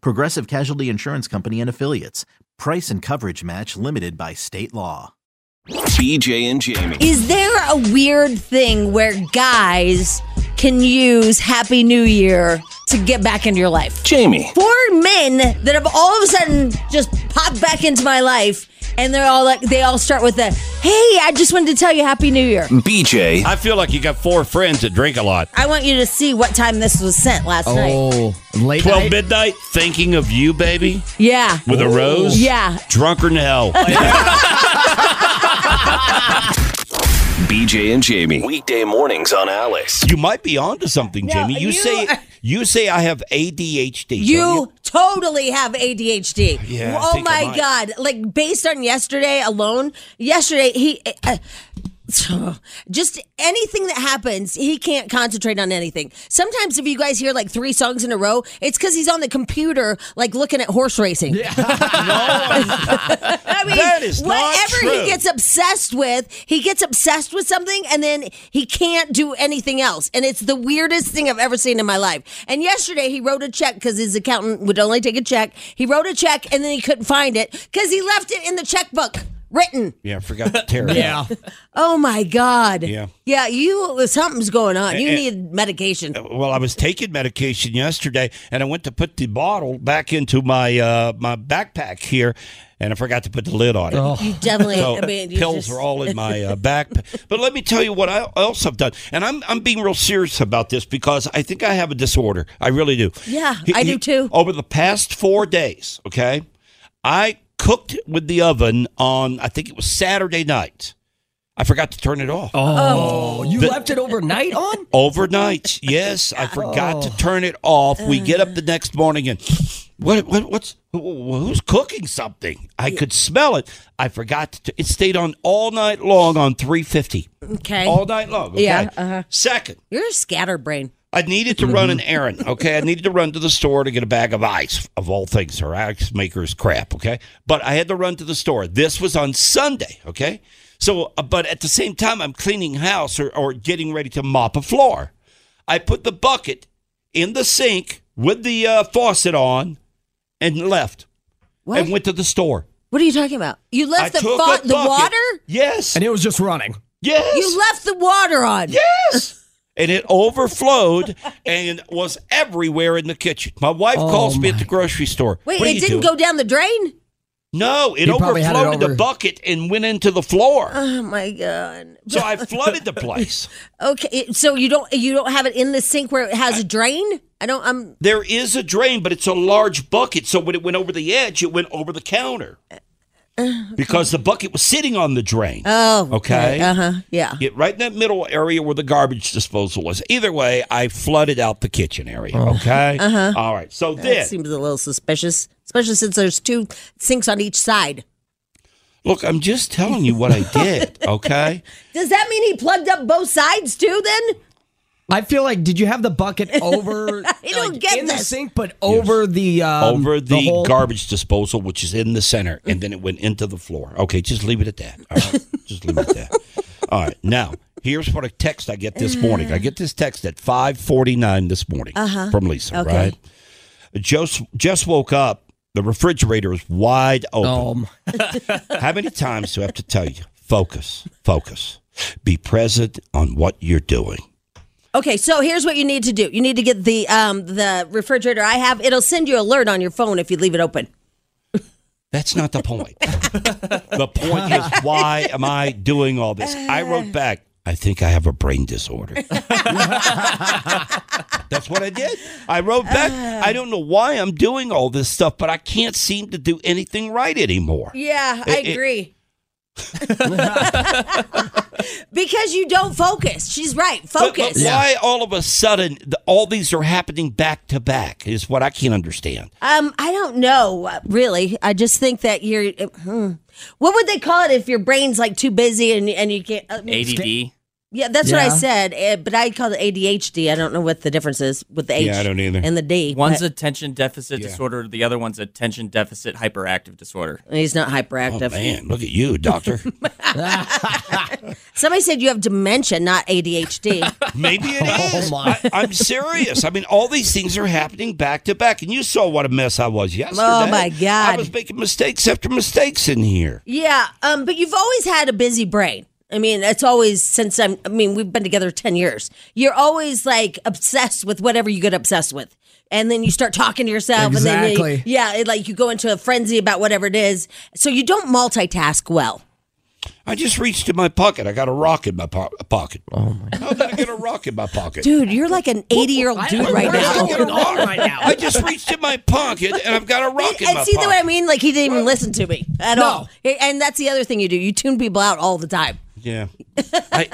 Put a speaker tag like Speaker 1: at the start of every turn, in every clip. Speaker 1: Progressive Casualty Insurance Company and Affiliates. Price and coverage match limited by state law.
Speaker 2: BJ and Jamie.
Speaker 3: Is there a weird thing where guys can use Happy New Year to get back into your life?
Speaker 2: Jamie.
Speaker 3: Four men that have all of a sudden just popped back into my life, and they're all like, they all start with the, hey, I just wanted to tell you Happy New Year.
Speaker 2: BJ.
Speaker 4: I feel like you got four friends that drink a lot.
Speaker 3: I want you to see what time this was sent last night.
Speaker 5: Oh, late
Speaker 4: 12
Speaker 5: night.
Speaker 4: midnight, thinking of you, baby,
Speaker 3: Yeah.
Speaker 4: with a rose.
Speaker 3: Yeah.
Speaker 4: Drunker than hell.
Speaker 2: BJ and Jamie. Weekday mornings on Alice.
Speaker 4: you might be onto something,
Speaker 3: No,
Speaker 4: Jamie. You,
Speaker 3: you-
Speaker 4: say you say I have ADHD. don't
Speaker 3: You totally have ADHD.
Speaker 4: Yeah, I
Speaker 3: oh
Speaker 4: think I
Speaker 3: my
Speaker 4: might.
Speaker 3: god! Like based on yesterday alone, yesterday he. Uh, just anything that happens, he can't concentrate on anything. Sometimes, if you guys hear like three songs in a row, it's because he's on the computer, like looking at horse racing. I mean,
Speaker 4: That is not
Speaker 3: whatever
Speaker 4: true.
Speaker 3: he gets obsessed with, he gets obsessed with something and then he can't do anything else. And it's the weirdest thing I've ever seen in my life. And yesterday he wrote a check because his accountant would only take a check. He wrote a check and then he couldn't find it because he left it in the checkbook written.
Speaker 4: Yeah, I forgot to tear it
Speaker 5: Yeah.
Speaker 4: out.
Speaker 3: Oh my God.
Speaker 4: Yeah.
Speaker 3: Yeah, you, something's going on. You
Speaker 4: Eh, eh.
Speaker 3: need medication.
Speaker 4: Uh, Well, I was taking medication yesterday, and I went to put the bottle back into my uh, my backpack here, and I forgot to put the lid on it.
Speaker 5: Oh.
Speaker 3: You definitely,
Speaker 4: So,
Speaker 3: I mean, you
Speaker 4: pills
Speaker 3: just-
Speaker 4: are all in my uh, back. But let me tell you what I else have done, and I'm I'm being real serious about this because I think I have a disorder. I really do.
Speaker 3: Yeah, I do too.
Speaker 4: Over the past four days, okay, I cooked with the oven on I think it was Saturday night. I forgot to turn it off.
Speaker 5: Oh, you left it overnight on?
Speaker 4: Overnight, yes, I forgot to turn it off. We get up the next morning and what, what what's who- who's cooking something? I could smell it. I forgot to. It stayed on all night long on three fifty,
Speaker 3: Okay.
Speaker 4: all night long. Okay?
Speaker 3: Yeah, uh-huh.
Speaker 4: Second,
Speaker 3: You're a scatterbrain.
Speaker 4: I needed to run an errand. Okay, I needed to run to the store to get a bag of ice of all things, or ice makers crap. Okay, but I had to run to the store. This was on Sunday. Okay, so uh, but at the same time, I'm cleaning house or, or getting ready to mop a floor. I put the bucket in the sink with the uh, faucet on and left
Speaker 3: What?
Speaker 4: and went to the store.
Speaker 3: What are you talking about? You
Speaker 4: I
Speaker 3: left the,
Speaker 4: took
Speaker 3: fa-
Speaker 4: a
Speaker 3: the
Speaker 4: bucket.
Speaker 3: water?
Speaker 4: Yes.
Speaker 5: And it was just running.
Speaker 4: yes.
Speaker 3: You left the water on.
Speaker 4: Yes. And it overflowed and was everywhere in the kitchen. My wife calls me at the grocery store.
Speaker 3: Wait,
Speaker 4: "What are
Speaker 3: it
Speaker 4: you
Speaker 3: didn't
Speaker 4: doing?"
Speaker 3: go down the drain?
Speaker 4: No, it
Speaker 5: He probably had it
Speaker 4: overflowed in the
Speaker 5: over-
Speaker 4: bucket and went into the floor.
Speaker 3: Oh my god.
Speaker 4: So I flooded the place.
Speaker 3: Okay, it- so you don't you don't have it in the sink where it has a drain? I don't. I'm.
Speaker 4: There is a drain, but it's a large bucket. So when it went over the edge, it went over the counter because the bucket was sitting on the drain.
Speaker 3: Oh.
Speaker 4: Okay.
Speaker 3: Uh huh. Yeah.
Speaker 4: It, right in that middle area where the garbage disposal was. Either way, I flooded out the kitchen area. Okay. Uh-huh. All right. So then,
Speaker 3: That seems a little suspicious, especially since there's two sinks on each side.
Speaker 4: look, I'm just telling you what I did. Okay.
Speaker 3: Does that mean he plugged up both sides too? Then
Speaker 5: I feel like did you have the bucket over
Speaker 3: I don't
Speaker 5: like,
Speaker 3: get
Speaker 5: in the
Speaker 3: this.
Speaker 5: sink but over the um,
Speaker 4: over the,
Speaker 5: whole-
Speaker 4: garbage disposal, which is in the center, and then it went into the floor. Okay, just leave it at that. All right, just leave it at that. All right, now here's what a text I get this morning. I get this text at 5:49 this morning from Lisa. Right, just just woke up. The refrigerator is wide open.
Speaker 5: um,
Speaker 4: How many times do I have to tell you? Focus, focus. Be present on what you're doing.
Speaker 3: okay. So here's what you need to do. You need to get the um the refrigerator I have. It'll send you alert on your phone if you leave it open.
Speaker 4: That's not the point. the point is, why am I doing all this? I wrote back, I think I have a brain disorder. That's what I did. I wrote back, I don't know why I'm doing all this stuff, but I can't seem to do anything right anymore.
Speaker 3: Yeah, I
Speaker 4: It- it-
Speaker 3: agree. because you don't focus. She's right.
Speaker 4: But-
Speaker 3: Focus.
Speaker 4: But, why all of a sudden th- all these are happening back to back is what I can't understand.
Speaker 3: Um, I don't know, uh, really. I just think that you're. uh, hmm. What would they call it if your brain's like too busy and and you can't? uh,
Speaker 6: ADD.
Speaker 3: Yeah, that's what I
Speaker 5: Yeah.
Speaker 3: said. Uh, but I call it ADHD. I don't know what the difference is with the H.
Speaker 4: Yeah, I don't either.
Speaker 3: And the D.
Speaker 6: One's
Speaker 3: but
Speaker 6: attention deficit disorder. The other one's attention deficit hyperactive disorder.
Speaker 3: he's not
Speaker 4: Oh
Speaker 3: hyperactive.
Speaker 4: man, look at you, doctor.
Speaker 3: Somebody said you have dementia, not ADHD.
Speaker 4: Maybe it
Speaker 5: Oh,
Speaker 4: is.
Speaker 5: my.
Speaker 4: I, am serious. I mean, all these things are happening back to back, and you saw what a mess I was yesterday.
Speaker 3: Oh, my God.
Speaker 4: I was making mistakes after mistakes in here.
Speaker 3: yeah, um, but you've always had a busy brain. I mean, it's always since I'm. I mean, we've been together ten years. You're always like obsessed with whatever you get obsessed with, and then you start talking to yourself, and then
Speaker 5: Exactly.
Speaker 3: you, yeah, it, like you go into a frenzy about whatever it is. So you don't multitask well.
Speaker 4: I just reached in my pocket. I got a rock in my po- pocket. Oh my! How did I get a rock in my pocket?
Speaker 3: Dude, you're like an 80 year old dude right
Speaker 4: Where's
Speaker 3: now.
Speaker 4: the fucking rock? I just reached in my pocket and I've got a rock in
Speaker 3: and
Speaker 4: my
Speaker 3: see
Speaker 4: pocket.
Speaker 3: what I mean? Like he didn't even listen to me at all. And that's the other thing you do. You tune people out all the time.
Speaker 4: Yeah. I,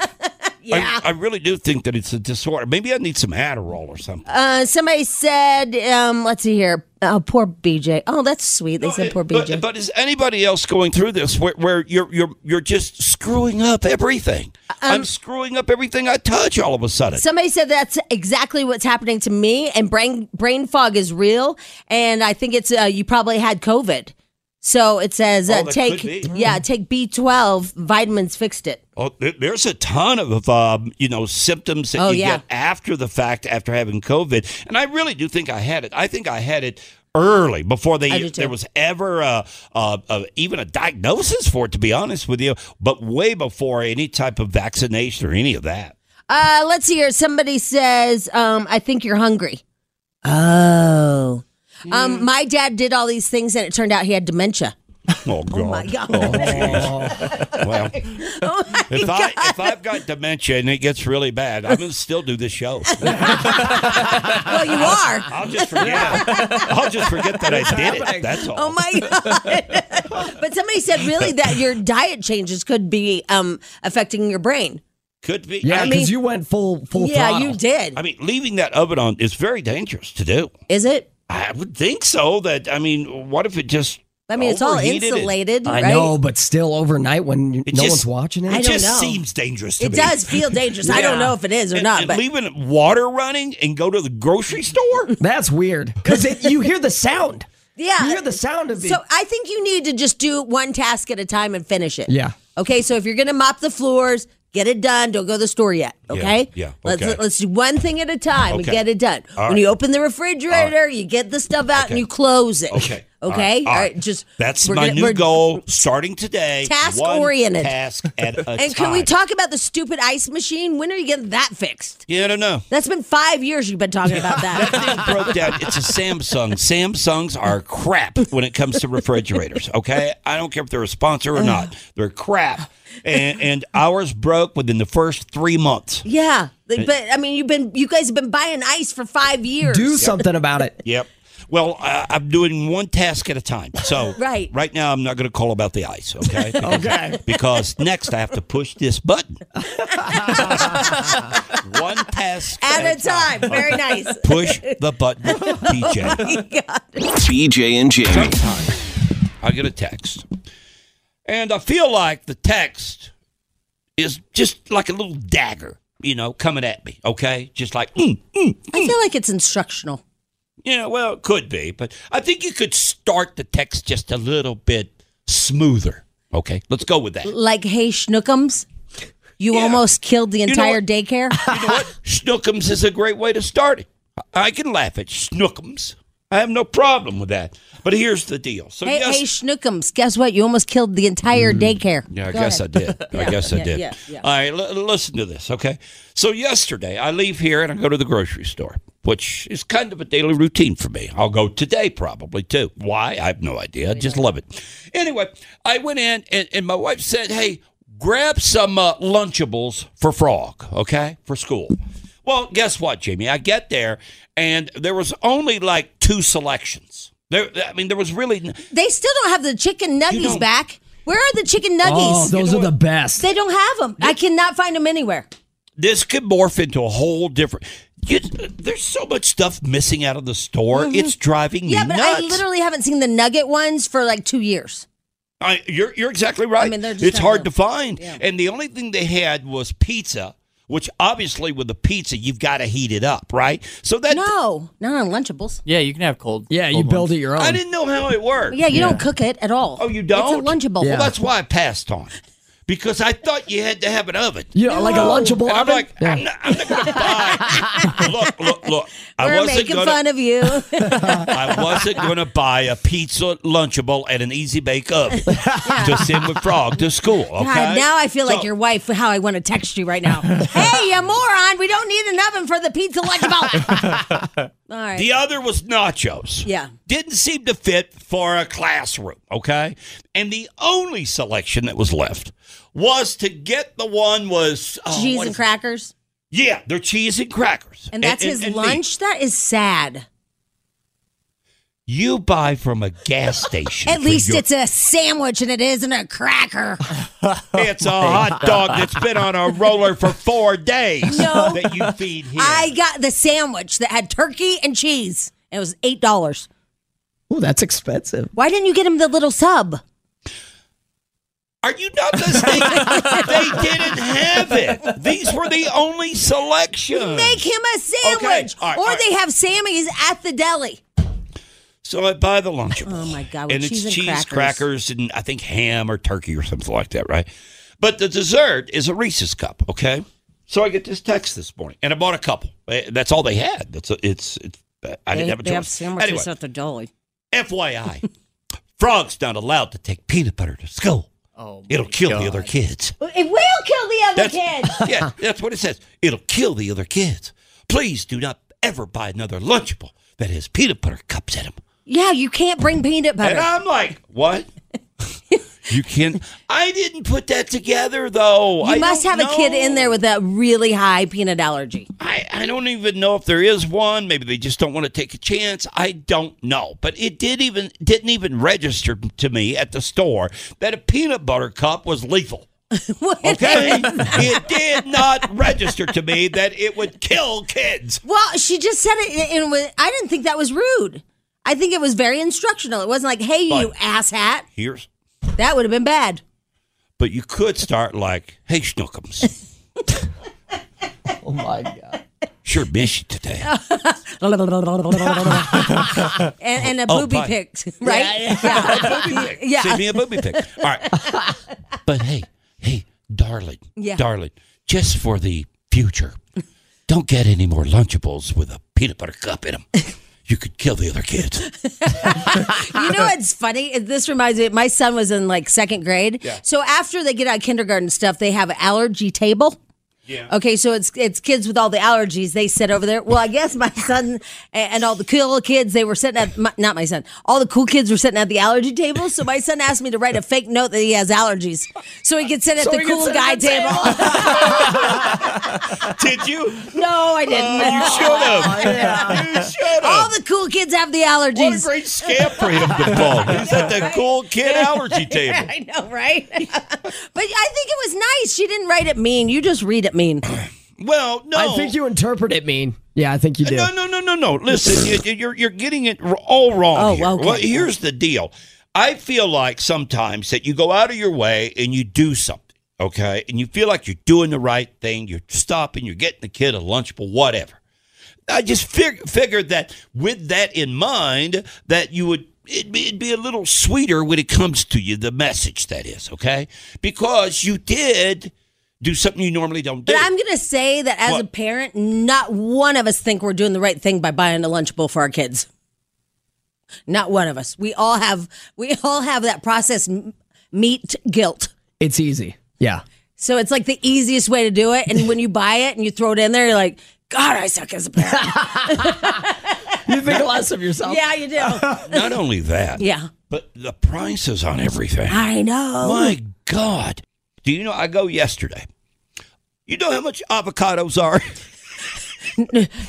Speaker 3: Yeah.
Speaker 4: I, I really do think that it's a disorder. Maybe I need some Adderall or something.
Speaker 3: Uh, somebody said, um, let's see here. Oh, poor BJ. Oh, that's sweet. They said poor BJ.
Speaker 4: But, but is anybody else going through this where, where you're you're you're just screwing up everything?
Speaker 3: Uh, um,
Speaker 4: I'm screwing up everything I touch all of a sudden.
Speaker 3: Somebody said that's exactly what's happening to me, and brain brain fog is real. And I think it's uh, you probably had COVID, so it says
Speaker 4: Oh,
Speaker 3: uh,
Speaker 4: that could
Speaker 3: take
Speaker 4: be. Mm.
Speaker 3: yeah take B twelve vitamins fixed it.
Speaker 4: oh, there- there's a ton of um, you know symptoms that
Speaker 3: Oh,
Speaker 4: you
Speaker 3: yeah.
Speaker 4: get after the fact after having COVID, and I really do think I had it. I think I had it early before
Speaker 3: I
Speaker 4: they
Speaker 3: do, too.
Speaker 4: there was ever a, a, a, even a diagnosis for it. To be honest with you, but way before any type of vaccination or any of that.
Speaker 3: Uh, let's see here. Somebody says, um, I think you're hungry. Oh.
Speaker 4: Hmm.
Speaker 3: Um, my dad did all these things and it turned out he had dementia.
Speaker 4: Oh God!
Speaker 3: my God.
Speaker 4: geez. well,
Speaker 3: Oh my
Speaker 4: if
Speaker 3: God.
Speaker 4: I if I've got dementia and it gets really bad, I'm gonna still do this show.
Speaker 3: well, you are.
Speaker 4: I'll just forget. I'll just forget that I did it. That's all.
Speaker 3: Oh my God. but somebody said really that your diet changes could be um, affecting your brain.
Speaker 4: Could be.
Speaker 5: Yeah,
Speaker 4: I
Speaker 5: because
Speaker 4: mean,
Speaker 5: you went full full
Speaker 3: yeah,
Speaker 5: throttle.
Speaker 3: you did.
Speaker 4: I mean, leaving that oven on is very dangerous to do.
Speaker 3: Is it?
Speaker 4: I would think so. That I mean, what if it just?
Speaker 3: I mean, it's all
Speaker 4: overheated and-
Speaker 3: insulated,
Speaker 5: I
Speaker 3: right?
Speaker 5: know, but still overnight when you,
Speaker 4: It
Speaker 5: no one's
Speaker 4: just-
Speaker 5: watching
Speaker 4: It
Speaker 5: it.
Speaker 3: I don't
Speaker 4: just
Speaker 3: know.
Speaker 4: seems dangerous to
Speaker 3: It
Speaker 4: me.
Speaker 3: does feel dangerous. I don't
Speaker 5: Yeah.
Speaker 3: know if it is or
Speaker 4: And-
Speaker 3: not,
Speaker 4: and
Speaker 3: but
Speaker 4: leaving water running and go to the grocery store.
Speaker 5: That's weird because you hear the sound.
Speaker 3: yeah.
Speaker 5: You hear the sound of it.
Speaker 3: So I think you need to just do one task at a time and finish it.
Speaker 5: Yeah.
Speaker 3: Okay. So if you're gonna mop the floors, get it done. Don't go to the store yet. Okay.
Speaker 4: yeah, okay.
Speaker 3: Let's let's do one thing at a time and
Speaker 4: Okay.
Speaker 3: get it done.
Speaker 4: All
Speaker 3: when
Speaker 4: right.
Speaker 3: you open the refrigerator, you get the stuff out and you close it.
Speaker 4: Okay.
Speaker 3: Okay. All right.
Speaker 4: All right.
Speaker 3: Just
Speaker 4: That's
Speaker 3: we're
Speaker 4: my
Speaker 3: gonna-
Speaker 4: new
Speaker 3: we're-
Speaker 4: goal starting today.
Speaker 3: Task
Speaker 4: one
Speaker 3: oriented.
Speaker 4: Task at a
Speaker 3: And can we
Speaker 4: time.
Speaker 3: talk about the stupid ice machine? When are you getting that fixed?
Speaker 4: Yeah, I don't know.
Speaker 3: That's been five years you've been talking about that.
Speaker 4: Thing broke down. It's a Samsung. Samsungs are crap when it comes to refrigerators. Okay, I don't care if they're a sponsor or not. They're crap, and, and ours broke within the first three months.
Speaker 3: yeah. But I mean, you've been you guys have been buying ice for five years.
Speaker 5: Do something about it.
Speaker 4: Yep. Well, I, I'm doing one task at a time. So
Speaker 3: Right.
Speaker 4: right now, I'm not going to call about the ice. Okay. Because, okay. Because next I have to push this button. one task
Speaker 3: at a time. Very nice.
Speaker 4: Push the button, PJ.
Speaker 2: BJ and Jamie.
Speaker 4: I get a text. And I feel like the text is just like a little dagger, you know, coming at me, okay? Just like, mm, mm.
Speaker 3: I feel like it's instructional.
Speaker 4: you know, well, it could be, but I think you could start the text just a little bit smoother, okay? Let's go with that. You
Speaker 3: like hey schnookums you
Speaker 4: Yeah.
Speaker 3: almost killed the
Speaker 4: know
Speaker 3: entire
Speaker 4: what?
Speaker 3: daycare
Speaker 4: know what? Snookums is a great way to start it. I can laugh at Snookums. I have no problem with that. But here's the deal. So,
Speaker 3: hey
Speaker 4: yes,
Speaker 3: hey schnookums guess what you almost killed the entire daycare
Speaker 4: Yeah, I guess I did. I guess I
Speaker 3: yeah,
Speaker 4: did.
Speaker 3: yeah, yeah.
Speaker 4: All right, l- listen to this, okay? So yesterday, I leave here and I go to the grocery store. which is kind of a daily routine for me. I'll go today probably too. Why? I have no idea. I just love it. Anyway, I went in and, and my wife said, hey, grab some uh, Lunchables for Frog, okay, for school. Well, guess what, Jamie? I get there and there was only like two selections. There, I mean, there was really n-
Speaker 3: They still don't have the chicken nuggies
Speaker 4: don't-
Speaker 3: back. Where are the chicken nuggies?
Speaker 5: Oh, those are the best.
Speaker 3: they don't have them. I cannot find them anywhere.
Speaker 4: this could morph into a whole different. You, there's so much stuff missing out of the store. It's driving
Speaker 3: Mm-hmm. Yeah,
Speaker 4: me
Speaker 3: but
Speaker 4: nuts.
Speaker 3: I literally haven't seen the nugget ones for like two years.
Speaker 4: I- you're you're exactly right.
Speaker 3: I mean, they're just
Speaker 4: it's
Speaker 3: not
Speaker 4: hard
Speaker 3: real.
Speaker 4: to find. And the only thing they had was pizza, which obviously with the pizza you've got to heat it up, right? So that
Speaker 3: No, not on Lunchables.
Speaker 6: Yeah, you can have cold.
Speaker 5: Yeah, you
Speaker 6: cold
Speaker 5: build
Speaker 6: ones.
Speaker 5: it your own.
Speaker 4: I didn't know how it worked.
Speaker 3: Yeah, you don't cook it at all.
Speaker 4: Oh, you don't?
Speaker 3: It's a Lunchable.
Speaker 5: Yeah.
Speaker 4: Well, that's why I passed on it because I thought you had to have an oven.
Speaker 5: You know, like a lunchable.
Speaker 4: And I'm
Speaker 5: oven?
Speaker 4: like, I'm not, I'm not going to buy. look, look, look. I
Speaker 3: We're
Speaker 4: wasn't
Speaker 3: making
Speaker 4: gonna,
Speaker 3: fun of you.
Speaker 4: I wasn't going to buy a pizza Lunchable at an Easy Bake Oven to send with Frog to school. Okay.
Speaker 3: God, now I feel like
Speaker 4: So-
Speaker 3: your wife. How I want to text you right now. hey, you moron! We don't need an oven for the pizza Lunchable. all right.
Speaker 4: The other was nachos.
Speaker 3: Yeah.
Speaker 4: Didn't seem to fit for a classroom, okay? And the only selection that was left was to get the one was oh,
Speaker 3: Cheese
Speaker 4: what
Speaker 3: and
Speaker 4: is-
Speaker 3: crackers,
Speaker 4: Yeah, they're cheese and crackers.
Speaker 3: and that's his
Speaker 4: and meat.
Speaker 3: lunch. That is sad.
Speaker 4: You buy from a gas station.
Speaker 3: At
Speaker 4: for
Speaker 3: least
Speaker 4: your-
Speaker 3: it's a sandwich, and it isn't a cracker.
Speaker 4: it's a
Speaker 3: Oh
Speaker 4: hot dog that's been on a roller for four days
Speaker 3: No.
Speaker 4: that you feed him.
Speaker 3: I got the sandwich that had turkey and cheese. It was eight dollars.
Speaker 5: Ooh, that's expensive.
Speaker 3: Why didn't you get him the little sub?
Speaker 4: Are you not listening? they didn't have it. These were the only selections.
Speaker 3: Make him a sandwich,
Speaker 4: all right,
Speaker 3: or
Speaker 4: all right.
Speaker 3: they have Sammy's at the deli.
Speaker 4: So I buy the Lunchables.
Speaker 3: Oh, my God, with
Speaker 4: And it's
Speaker 3: cheese and
Speaker 4: cheese,
Speaker 3: crackers.
Speaker 4: crackers. and I think ham or turkey or something like that, right? But the dessert is a Reese's cup, okay? So I get this text this morning, and I bought a couple. Eh, That's all they had. That's a, it's, it's I didn't have a choice. anyway,
Speaker 3: the deli.
Speaker 4: FYI, frogs not allowed to take peanut butter to school.
Speaker 6: Oh,
Speaker 4: It'll
Speaker 6: my
Speaker 4: kill
Speaker 6: God.
Speaker 4: the other kids.
Speaker 3: It will kill the other kids.
Speaker 4: yeah, that's what it says. It'll kill the other kids. Please do not ever buy another Lunchable that has peanut butter cups in them.
Speaker 3: Yeah, you can't bring peanut
Speaker 4: And
Speaker 3: butter.
Speaker 4: I'm like, what? you can I didn't put that together though. I
Speaker 3: You must
Speaker 4: don't
Speaker 3: have a kid
Speaker 4: know.
Speaker 3: in there with a really high peanut allergy.
Speaker 4: I, I don't even know if there is one. Maybe they just don't want to take a chance. I don't know. But it did even didn't even register to me at the store that a peanut butter cup was lethal. Okay? it did not register to me that it would kill kids.
Speaker 3: Well, she just said it, and it was, I didn't think that was rude. I think it was very instructional. It wasn't like, "Hey, you
Speaker 4: Fine.
Speaker 3: asshat."
Speaker 4: Here's
Speaker 3: That would have been bad.
Speaker 4: but you could start like, hey schnookums,
Speaker 5: Oh my god.
Speaker 4: sure miss you today.
Speaker 3: and, and a
Speaker 4: Oh,
Speaker 3: booby
Speaker 4: pie.
Speaker 3: pic, right? Yeah, yeah.
Speaker 4: Send me a booby pic. All right. but hey, hey, darling,
Speaker 3: Yeah.
Speaker 4: darling, just for the future, don't get any more Lunchables with a peanut butter cup in them. You could kill the other kids.
Speaker 3: You know what's funny? This reminds me. My son was in like second grade. So after they get out of kindergarten and stuff, they have an allergy table. Yeah. Okay, so it's it's kids with all the allergies. They sit over there. Well, I guess my son and, and all the cool kids they were sitting at my, not my son. All the cool kids were sitting at the allergy table. So my son asked me to write a fake note that he has allergies, so he could sit at
Speaker 5: So
Speaker 3: the
Speaker 5: he could
Speaker 3: cool
Speaker 5: sit
Speaker 3: guy
Speaker 5: at the
Speaker 3: table.
Speaker 4: Did you?
Speaker 3: no, I didn't.
Speaker 4: have. You should
Speaker 3: All the cool kids have the
Speaker 4: What a
Speaker 3: allergies.
Speaker 4: great scam for him to fall. He's at the cool kid allergy table.
Speaker 3: I know, right? but I think it was nice. She didn't write it mean. You just read it mean.
Speaker 4: Well, no.
Speaker 5: I think you interpret it mean. Yeah, I think you do.
Speaker 4: No, no, no, no, no. Listen, you- you, you're you're getting it r- all wrong.
Speaker 3: Oh,
Speaker 4: here.
Speaker 3: okay.
Speaker 4: Well, here's the deal. I feel like sometimes that you go out of your way and you do something, okay, and you feel like you're doing the right thing. You're stopping. You're getting the kid a lunchable, whatever. I just fig- figured that with that in mind, that you would. It'd be, it'd be a little sweeter when it comes to you, the message that is, okay? Because you did do something you normally don't do.
Speaker 3: But I'm gonna say that as a
Speaker 4: What?
Speaker 3: parent, not one of us think we're doing the right thing by buying a lunchable for our kids. Not one of us. We all have we all have that processed m- meat guilt.
Speaker 5: It's easy. Yeah.
Speaker 3: So it's like the easiest way to do it. And when you buy it and you throw it in there, you're like, God, I suck as a parent.
Speaker 5: You think less of yourself.
Speaker 3: yeah, you do.
Speaker 4: Not only that,
Speaker 3: Yeah.
Speaker 4: but the prices on everything.
Speaker 3: I know.
Speaker 4: My God. Do you know I go yesterday? You know how much avocados are?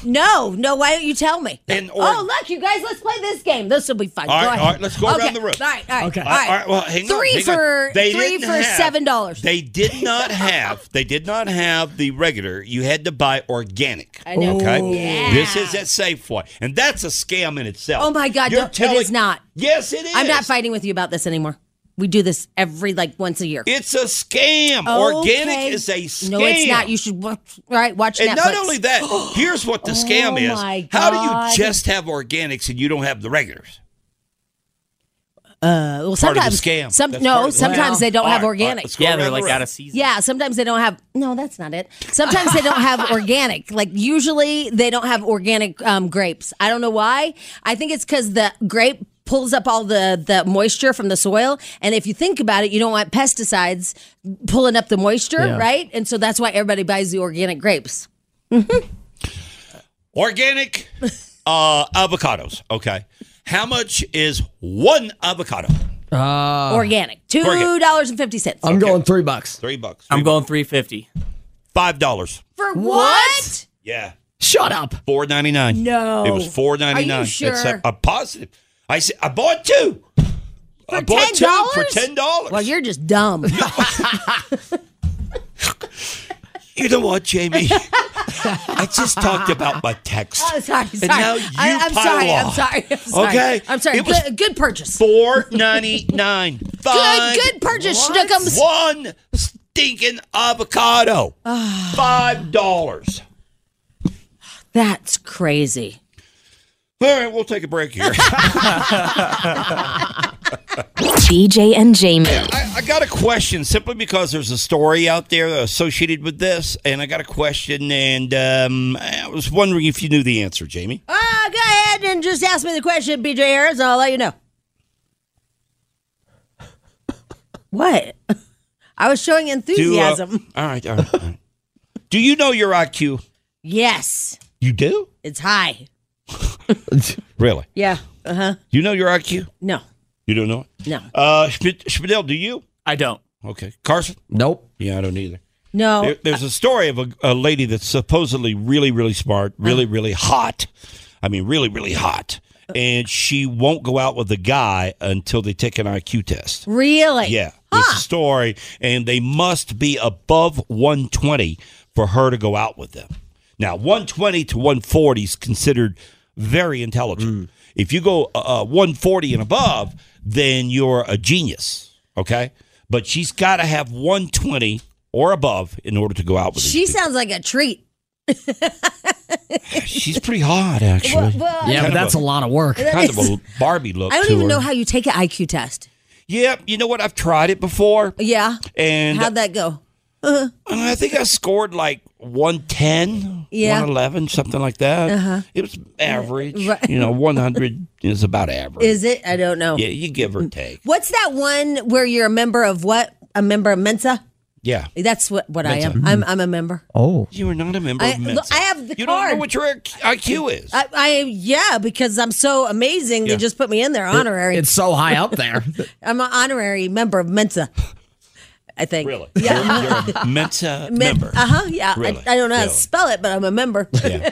Speaker 3: No, no. Why don't you tell me?
Speaker 4: And- or-
Speaker 3: oh, look, you guys, let's play this game. This will be fun.
Speaker 4: All
Speaker 3: go
Speaker 4: right,
Speaker 3: ahead.
Speaker 4: all right, let's go
Speaker 3: okay.
Speaker 4: around the room.
Speaker 3: All right, all right.
Speaker 5: Okay.
Speaker 3: All right.
Speaker 4: All right, well, hang on,
Speaker 3: three
Speaker 4: hang on.
Speaker 3: for
Speaker 4: They
Speaker 3: three
Speaker 4: didn't
Speaker 3: for
Speaker 4: have-
Speaker 3: seven dollars.
Speaker 4: They did not have. They did not have the regular. You had to buy organic.
Speaker 3: I know.
Speaker 4: Okay.
Speaker 3: Yeah.
Speaker 4: This is at Safeway, and that's a scam in itself.
Speaker 3: Oh, my God,
Speaker 4: You're
Speaker 3: no, it is not.
Speaker 4: Yes, it is.
Speaker 3: I'm not fighting with you about this anymore. We do this every like once a year.
Speaker 4: It's a scam.
Speaker 3: Okay.
Speaker 4: Organic is a scam.
Speaker 3: No, it's not. You should watch. All right, watch
Speaker 4: And
Speaker 3: Netflix. Oh
Speaker 4: not only that, here's what the scam is.
Speaker 3: my
Speaker 4: How
Speaker 3: God.
Speaker 4: do you just have organics and you don't have the regulars? Part
Speaker 3: Uh, well,
Speaker 4: of the
Speaker 3: sometimes
Speaker 4: scam.
Speaker 3: Some,
Speaker 4: That's part
Speaker 3: no,
Speaker 4: of the
Speaker 3: sometimes
Speaker 4: scam.
Speaker 3: they don't
Speaker 4: All
Speaker 3: have
Speaker 4: right, all right,
Speaker 3: organic.
Speaker 4: let's go
Speaker 6: Yeah,
Speaker 4: around
Speaker 6: they're
Speaker 4: the
Speaker 6: like
Speaker 4: room.
Speaker 6: out of season.
Speaker 3: Yeah, sometimes they don't have. No, that's not it. Sometimes they don't have organic. Like usually they don't have organic um, grapes. I don't know why. I think it's because the grape pulls up all the the moisture from the soil, and if you think about it, you don't want pesticides pulling up the moisture,
Speaker 5: Yeah.
Speaker 3: right? And so that's why everybody buys the organic grapes.
Speaker 4: Organic uh, avocados. Okay. How much is one avocado?
Speaker 6: Uh,
Speaker 4: Uh,
Speaker 3: organic, two dollars and fifty cents
Speaker 5: I'm going three bucks.
Speaker 4: Three bucks.
Speaker 6: I'm going 350.
Speaker 4: Five dollars.
Speaker 3: for what?
Speaker 4: Yeah.
Speaker 5: Shut up.
Speaker 4: Four ninety nine.
Speaker 3: No.
Speaker 4: It was four ninety
Speaker 3: Are
Speaker 4: nine.
Speaker 3: you sure?
Speaker 4: I'm positive. I said I bought two. I
Speaker 3: For
Speaker 4: bought two for
Speaker 3: $10?
Speaker 4: ten dollars.
Speaker 3: Well, you're just dumb.
Speaker 4: You know what, Jamie? I just talked about my text.
Speaker 3: Oh, sorry,
Speaker 4: And
Speaker 3: sorry.
Speaker 4: now you
Speaker 3: I, am
Speaker 4: pile
Speaker 3: sorry, I'm
Speaker 4: on.
Speaker 3: sorry. I'm sorry.
Speaker 4: Okay.
Speaker 3: I'm sorry.
Speaker 4: It was-
Speaker 3: Good, good purchase.
Speaker 4: Four ninety nine.
Speaker 3: Good, good purchase, Schnookums.
Speaker 4: One stinking avocado.
Speaker 3: Ah.
Speaker 4: Five dollars.
Speaker 3: That's crazy.
Speaker 4: All right, we'll take a break here.
Speaker 7: BJ and Jamie.
Speaker 4: I, I got a question simply because there's a story out there associated with this, and I got a question, and um, I was wondering if you knew the answer, Jamie.
Speaker 3: Uh, go ahead and just ask me the question, BJ Harris, and I'll let you know. What? I was showing
Speaker 4: Do, uh,
Speaker 3: enthusiasm.
Speaker 4: all right, all right. all right. do you know your IQ?
Speaker 3: yes,
Speaker 4: You do?
Speaker 3: it's high.
Speaker 4: Really?
Speaker 3: Yeah. Uh huh.
Speaker 4: You know your IQ?
Speaker 3: No,
Speaker 4: You don't know it?
Speaker 3: no,
Speaker 4: Uh, Schmid- Schmidl, do you?
Speaker 6: I don't.
Speaker 4: Okay. Carson?
Speaker 5: Nope.
Speaker 4: Yeah, I don't either.
Speaker 3: no.
Speaker 4: There, there's a story of a, a lady that's supposedly really, really smart,
Speaker 3: Uh-huh.
Speaker 4: really, really hot. I mean, really, really hot. And she won't go out with a guy until they take an IQ test.
Speaker 3: really?
Speaker 4: Yeah, it's a story. And they must be above 120 for her to go out with them. Now, 120 to 140 is considered very
Speaker 3: Mm.
Speaker 4: intelligent. If you go uh, uh, 140 and above, then you're a genius. Okay. But she's got to have 120 or above in order to go out with
Speaker 3: She
Speaker 4: these
Speaker 3: sounds like a treat.
Speaker 4: people. She's pretty hot, actually.
Speaker 3: well,
Speaker 5: Yeah,
Speaker 4: Kind
Speaker 5: but
Speaker 4: of
Speaker 5: that's
Speaker 4: a-
Speaker 5: a lot of work.
Speaker 4: kind of a Barbie look.
Speaker 3: I don't
Speaker 4: to
Speaker 3: even
Speaker 4: her.
Speaker 3: know how you take an IQ test.
Speaker 4: Yeah, you know what? I've tried it before,
Speaker 3: Yeah.
Speaker 4: and
Speaker 3: How'd that go?
Speaker 4: I think I scored like 110,
Speaker 3: Yeah. Uh-huh.
Speaker 4: 111, something like that. It was average.
Speaker 3: Right.
Speaker 4: You know, 100 is about average.
Speaker 3: Is it? I don't know.
Speaker 4: yeah, you give or take.
Speaker 3: What's that one where you're a member of what? A member of Mensa?
Speaker 4: Yeah.
Speaker 3: That's what, what I am. I'm, I'm a member.
Speaker 5: Oh.
Speaker 4: You are not a member
Speaker 3: I-
Speaker 4: of
Speaker 3: look,
Speaker 4: Mensa.
Speaker 3: I have the
Speaker 4: You don't
Speaker 3: card.
Speaker 4: know what your IQ is.
Speaker 3: I, I yeah, because I'm so amazing. They
Speaker 4: Yeah.
Speaker 3: just put me in there honorary.
Speaker 5: It's so high up there.
Speaker 3: I'm an honorary member of Mensa. I think.
Speaker 4: really?
Speaker 3: Yeah.
Speaker 4: You're, you're a Mensa member.
Speaker 3: Uh huh. Yeah.
Speaker 4: Really?
Speaker 3: I, I don't know how to
Speaker 4: Really?
Speaker 3: spell it, but I'm a member.
Speaker 4: Yeah.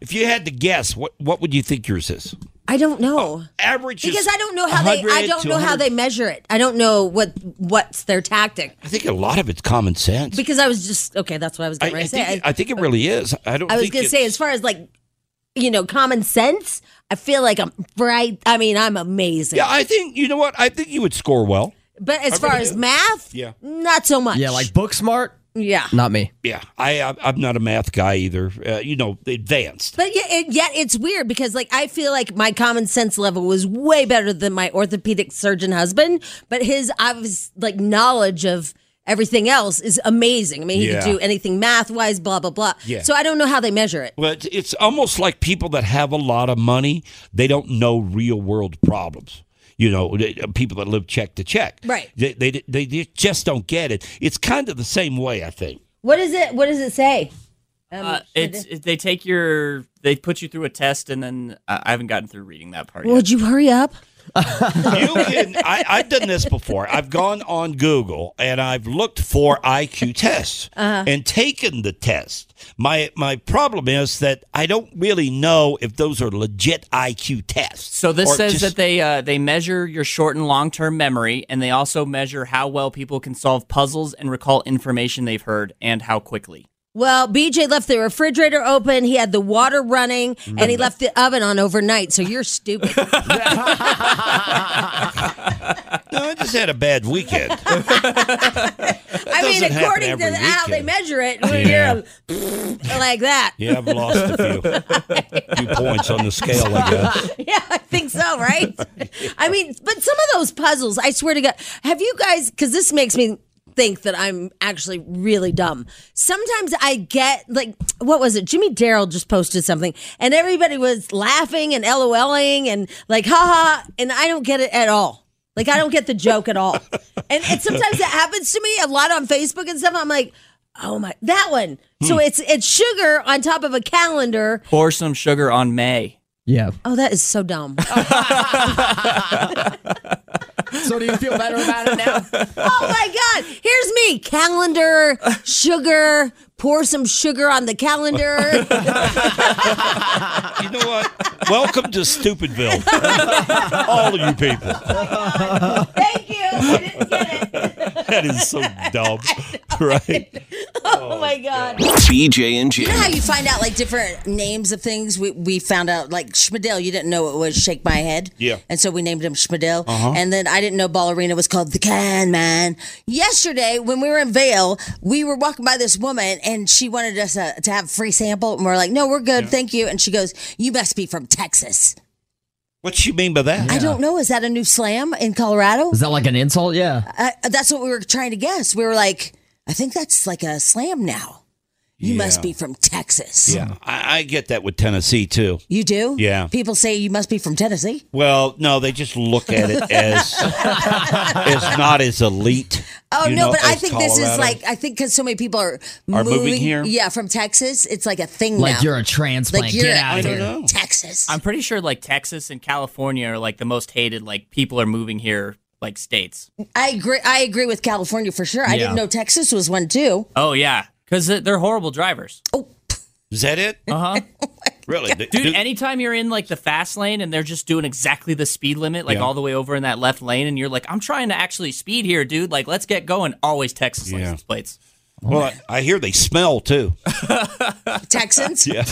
Speaker 4: if you had to guess, what, what would you think yours is?
Speaker 3: I don't know.
Speaker 4: Uh, Average
Speaker 3: because
Speaker 4: is
Speaker 3: I don't know how they I
Speaker 4: 100
Speaker 3: don't
Speaker 4: to
Speaker 3: know how
Speaker 4: 100.
Speaker 3: they measure it. I don't know what what's their tactic.
Speaker 4: I think a lot of it's common sense.
Speaker 3: Because I was just okay, that's what I was
Speaker 4: I,
Speaker 3: getting ready
Speaker 4: I
Speaker 3: to say.
Speaker 4: think,
Speaker 3: I-
Speaker 4: I think it really is. I don't
Speaker 3: I was
Speaker 4: think
Speaker 3: gonna say,
Speaker 4: it's-
Speaker 3: as far as like, you know, common sense, I feel like I'm right. I mean, I'm amazing.
Speaker 4: Yeah, I think, you know what? I think you would score well.
Speaker 3: but as far
Speaker 4: really
Speaker 3: as
Speaker 4: do.
Speaker 3: math,
Speaker 4: Yeah.
Speaker 3: not so much.
Speaker 5: yeah, like book smart. Mm.
Speaker 3: yeah.
Speaker 5: Not me.
Speaker 4: Yeah, I, I I'm not a math guy either. Uh, you know, advanced.
Speaker 3: But yet, it, yet it's weird because like I feel like my common sense level was way better than my orthopedic surgeon husband, but his obvious like knowledge of everything else is amazing. I mean, he
Speaker 4: Yeah.
Speaker 3: could do anything math wise, blah blah blah.
Speaker 4: Yeah.
Speaker 3: So I don't know how they measure it.
Speaker 4: But it's almost like people that have a lot of money, they don't know real world problems. You know, they- uh, people that live check to check.
Speaker 3: Right.
Speaker 4: They they, they just don't get it. It's kind of the same way, I think.
Speaker 3: What is it? What does it say? Um,
Speaker 6: Uh, it's it, they take your they put you through a test and then uh, I I haven't gotten through reading that part
Speaker 3: would
Speaker 6: yet.
Speaker 3: you hurry up?
Speaker 4: You can. I, I've done this before. I've gone on Google and I've looked for IQ tests and taken the test. My my problem is that I don't really know if those are legit IQ tests.
Speaker 6: So this
Speaker 4: or
Speaker 6: says
Speaker 4: just-
Speaker 6: that they uh, they measure your short and long term memory and they also measure how well people can solve puzzles and recall information they've heard and how quickly.
Speaker 3: Well, BJ left the refrigerator open. He had the water running, and
Speaker 4: Mm-hmm.
Speaker 3: he left the oven on overnight. So you're stupid.
Speaker 4: No, I just had a bad weekend.
Speaker 3: I mean,
Speaker 4: doesn't happen
Speaker 3: according to
Speaker 4: every
Speaker 3: the, how they
Speaker 4: weekend.
Speaker 3: measure it, when
Speaker 4: Yeah.
Speaker 3: you're like that.
Speaker 4: Yeah, I've lost a few, few points on the scale, I guess.
Speaker 3: Yeah, I think so, right? I mean, but some of those puzzles, I swear to God, have you guys, because this makes me think that I'm actually really dumb. Sometimes I get, like, what was it? Jimmy Darrell just posted something and everybody was laughing and LOLing and like, haha, and I don't get it at all. Like, I don't get the joke at all. And, and sometimes that happens to me a lot on Facebook and stuff. I'm like, oh my, that one. So it's it's sugar on top of a calendar.
Speaker 6: Pour some sugar on May.
Speaker 5: Yeah.
Speaker 3: Oh, that is so dumb.
Speaker 5: So do you feel better about it now?
Speaker 3: Oh my God. Here's me. Calendar, sugar, pour some sugar on the calendar.
Speaker 4: You know what? Welcome to Stupidville. All of you people.
Speaker 3: Thank you. I didn't get it.
Speaker 4: That is so dumb, right?
Speaker 3: Oh, my God. You
Speaker 2: BJ and Jamie.
Speaker 3: know how you find out like different names of things? We, we found out like Schmidl, you didn't know it was Shake My Head.
Speaker 4: Yeah. Uh-huh.
Speaker 3: And so we named him Schmidl. And then I didn't know Ballerina was called The Can Man. Yesterday, when we were in Vale, we were walking by this woman and she wanted us uh, to have a free sample. And we're like, no, we're good. Thank you. And she goes, you must be from Texas.
Speaker 4: What you mean by that?
Speaker 3: I don't know. Is that a new slam in Colorado?
Speaker 5: Is that like an insult? Yeah.
Speaker 3: Uh, that's what we were trying to guess. We were like, I think that's like a slam now. You must
Speaker 4: Yeah.
Speaker 3: be from Texas.
Speaker 4: Yeah, I, I get that with Tennessee too.
Speaker 3: You do?
Speaker 4: Yeah.
Speaker 3: People say you must be from Tennessee.
Speaker 4: Well, no, they just look at it as it's not as elite.
Speaker 3: Oh,
Speaker 4: you
Speaker 3: no,
Speaker 4: know,
Speaker 3: but I
Speaker 4: as
Speaker 3: think this is
Speaker 4: Colorado.
Speaker 3: like, I think because so many people are,
Speaker 4: Are moving here?
Speaker 3: Yeah, from Texas. It's like a thing
Speaker 5: Like
Speaker 3: now.
Speaker 5: you're a transplant.
Speaker 3: Like you're-
Speaker 5: Get out
Speaker 4: I
Speaker 5: of
Speaker 4: don't
Speaker 5: here.
Speaker 4: know.
Speaker 3: Texas.
Speaker 6: I'm pretty sure like Texas and California are like the most hated like people are moving here like states.
Speaker 3: I agree. I agree with California for sure. I didn't know Texas was one too.
Speaker 6: Oh yeah, because they're horrible drivers.
Speaker 3: Oh.
Speaker 4: Is that it?
Speaker 6: Uh huh.
Speaker 4: Really? Dude,
Speaker 6: Dude, anytime you're in like the fast lane and they're just doing exactly the speed limit, like
Speaker 4: Yeah.
Speaker 6: all the way over in that left lane, and you're like, I'm trying to actually speed here, dude. Like, let's get going. Always Texas
Speaker 4: Yeah.
Speaker 6: license plates.
Speaker 4: well, I, I hear they smell too.
Speaker 3: Texans?
Speaker 4: Yeah.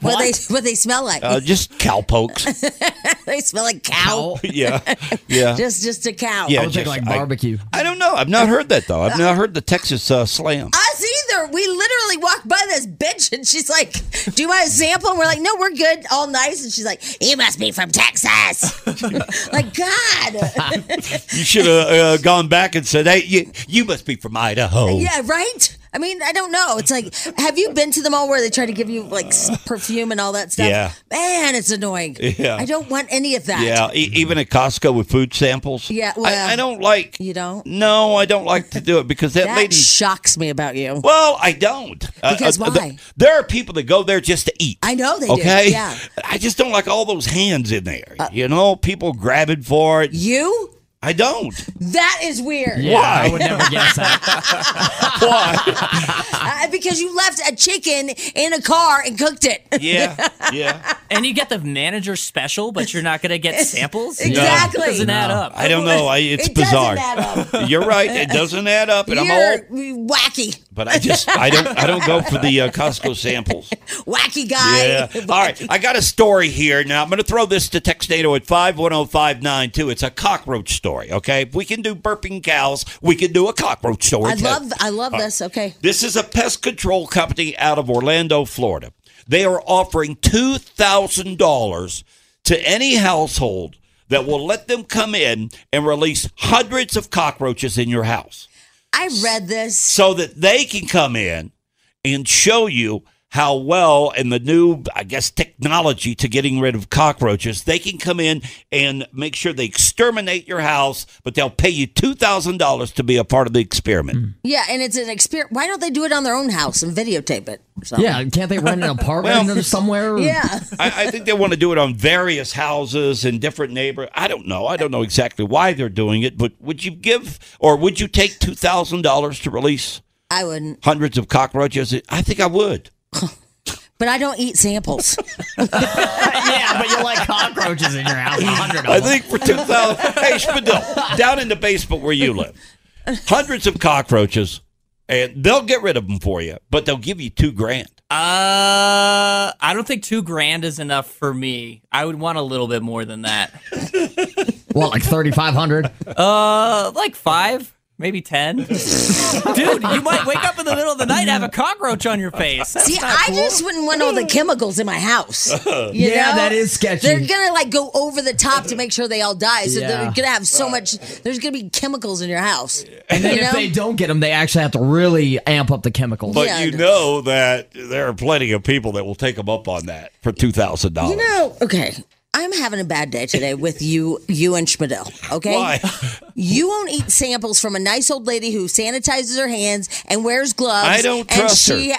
Speaker 3: What they what they smell like?
Speaker 4: Uh, just cowpokes.
Speaker 3: they smell like cow.
Speaker 4: Yeah. Yeah.
Speaker 3: Just just a cow.
Speaker 4: Yeah.
Speaker 5: I was thinking
Speaker 4: just-
Speaker 5: like
Speaker 4: I-
Speaker 5: barbecue.
Speaker 4: I don't know. I've not heard that though. I've not heard the Texas uh, slam.
Speaker 3: us either. We literally walked by this bitch and she's like, Do you want a sample? And we're like, No, we're good, all nice. And she's like, You must be from Texas. like, God.
Speaker 4: You should have uh, gone back and said, "Hey, you, you must be from Idaho."
Speaker 3: yeah, right? I mean, I don't know. It's like, have you been to the mall where they try to give you like s- perfume and all that stuff?
Speaker 4: Yeah.
Speaker 3: Man, it's annoying.
Speaker 4: Yeah.
Speaker 3: I don't want any of that.
Speaker 4: Yeah, e- even at Costco with food samples.
Speaker 3: Yeah,
Speaker 4: I-
Speaker 3: well,
Speaker 4: I, don't like.
Speaker 3: you don't?
Speaker 4: No, I don't like to do it because that,
Speaker 3: That
Speaker 4: lady.
Speaker 3: shocks me about you.
Speaker 4: well, I don't. Uh,
Speaker 3: Because
Speaker 4: uh, th-
Speaker 3: why?
Speaker 4: there are people that go there just to eat.
Speaker 3: I know they
Speaker 4: okay.
Speaker 3: do. Yeah. Uh,
Speaker 4: I just don't like all those hands in there. you know, people grabbing for it.
Speaker 3: You?
Speaker 4: I don't.
Speaker 3: That is weird.
Speaker 5: Yeah, I
Speaker 4: Why?
Speaker 5: would never guess that.
Speaker 4: Why?
Speaker 3: Uh, because you left a chicken in a car and cooked it.
Speaker 4: yeah. Yeah.
Speaker 6: And you get the manager special, but you're not gonna get samples.
Speaker 3: Exactly.
Speaker 6: It doesn't add
Speaker 5: No.
Speaker 6: up.
Speaker 4: I don't know. I, it's
Speaker 3: it
Speaker 4: bizarre.
Speaker 3: doesn't add up.
Speaker 4: You're right. It doesn't add up, and I'm old.
Speaker 3: You're wacky,
Speaker 4: But I just I don't I don't go for the uh, Costco samples.
Speaker 3: wacky guy.
Speaker 4: Yeah. All right. I got a story here. Now, I'm going to throw this to Textado at 510592. It's a cockroach story, okay? If we can do burping cows, we can do a cockroach story.
Speaker 3: I
Speaker 4: too.
Speaker 3: love, I love this. Okay,
Speaker 4: This is a pest control company out of Orlando, Florida. They are offering $2,000 to any household that will let them come in and release hundreds of cockroaches in your house
Speaker 3: I read this.
Speaker 4: so that they can come in and show you how well and the new, I guess, technology to getting rid of cockroaches, they can come in and make sure they exterminate your house, but they'll pay you $2,000 to be a part of the experiment.
Speaker 3: Yeah, and it's an experience. Why don't they do it on their own house and videotape it? Or something?
Speaker 5: Yeah, can't they rent an apartment
Speaker 4: Well-
Speaker 5: or somewhere?
Speaker 3: Yeah.
Speaker 4: I, I think they want to do it on various houses and different neighbor. I don't know. I don't know exactly why they're doing it, but would you give or would you take two thousand dollars to release
Speaker 3: I wouldn't.
Speaker 4: hundreds of cockroaches? I think I would.
Speaker 3: But I don't eat samples.
Speaker 5: yeah, but you like cockroaches in your house.
Speaker 4: I think for two thousand. hey, Spadil, down in the basement where you live, hundreds of cockroaches, and they'll get rid of them for you, but they'll give you two grand.
Speaker 6: Uh, I don't think two grand is enough for me. I would want a little bit more than that.
Speaker 5: What, like thirty five hundred?
Speaker 6: Uh, like five, maybe ten. Dude, you might wake up in the middle of the night and have a cockroach on your face. That's
Speaker 3: See,
Speaker 6: not
Speaker 3: I
Speaker 6: cool.
Speaker 3: just wouldn't want all the chemicals in my house. You
Speaker 5: Yeah,
Speaker 3: know?
Speaker 5: that is sketchy.
Speaker 3: They're gonna like go over the top to make sure they all die. So they're
Speaker 5: Yeah.
Speaker 3: gonna have so much. There's gonna be chemicals in your house.
Speaker 5: And then
Speaker 3: you
Speaker 5: if
Speaker 3: know?
Speaker 5: they don't get them, they actually have to really amp up the chemicals.
Speaker 4: But
Speaker 3: Yeah, I
Speaker 4: you
Speaker 3: know.
Speaker 4: know that there are plenty of people that will take them up on that for two thousand dollars.
Speaker 3: You know, okay. I'm having a bad day today with you, you and Schmidl. Okay,
Speaker 4: why?
Speaker 3: you won't eat samples from a nice old lady who sanitizes her hands and wears gloves.
Speaker 4: I don't
Speaker 3: and
Speaker 4: trust her.
Speaker 3: she,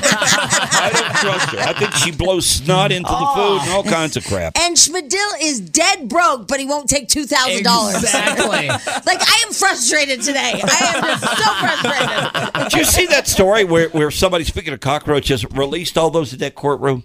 Speaker 4: I don't trust her. I think she blows snot into the food and all kinds of crap.
Speaker 3: And Schmidl is dead broke, but he won't take two thousand dollars.
Speaker 5: Exactly.
Speaker 3: Like I am frustrated today. I am just so frustrated.
Speaker 4: Did you see that story where, where somebody, speaking of cockroaches, released all those in that courtroom?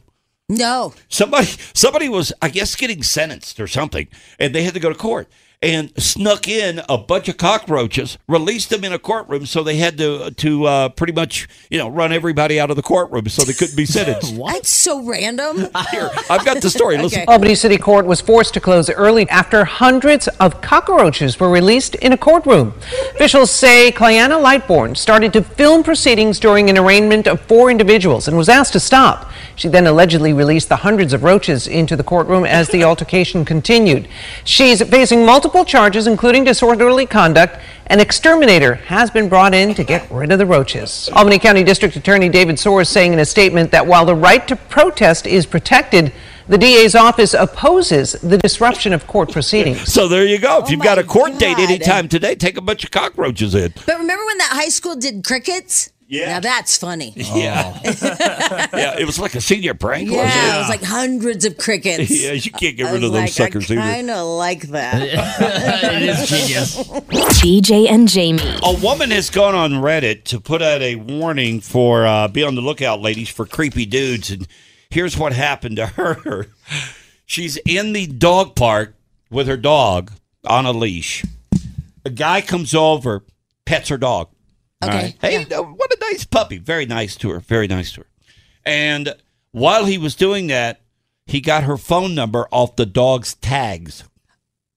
Speaker 3: No,
Speaker 4: Somebody somebody was, I guess, getting sentenced or something, and they had to go to court and snuck in a bunch of cockroaches, released them in a courtroom, so they had to to uh, pretty much you know run everybody out of the courtroom so they couldn't be sentenced.
Speaker 3: that's so random.
Speaker 4: Here, I've got the story. Listen.
Speaker 8: Albany City Court was forced to close early after hundreds of cockroaches were released in a courtroom. Officials say Clayana Lightbourne started to film proceedings during an arraignment of four individuals and was asked to stop. She then allegedly released the hundreds of roaches into the courtroom as the altercation continued. She's facing multiple charges, including disorderly conduct. An exterminator has been brought in to get rid of the roaches. Albany County District Attorney David Soares saying in a statement that while the right to protest is protected, the DA's office opposes the disruption of court proceedings.
Speaker 4: So there you go. If you've got
Speaker 3: Oh my
Speaker 4: a court date
Speaker 3: God.
Speaker 4: anytime today, take a bunch of cockroaches in.
Speaker 3: But remember when that high school did crickets? Yeah. Now that's funny. Yeah,
Speaker 4: Yeah.
Speaker 5: Oh.
Speaker 4: yeah, it was like a senior prank. wasn't it?
Speaker 3: it was like hundreds of crickets.
Speaker 4: Yeah, you can't get
Speaker 3: I
Speaker 4: rid
Speaker 3: was
Speaker 4: of those
Speaker 3: like,
Speaker 4: suckers
Speaker 3: I
Speaker 4: either.
Speaker 3: kind of like that.
Speaker 5: it is genius.
Speaker 7: BJ and Jamie.
Speaker 4: A woman has gone on Reddit to put out a warning for uh, be on the lookout, ladies, for creepy dudes. And here's what happened to her. She's in the dog park with her dog on a leash. A guy comes over, pets her dog. All
Speaker 3: Okay,
Speaker 4: right. Hey, uh, what a nice puppy. Very nice to her. Very nice to her. And while he was doing that, he got her phone number off the dog's tags.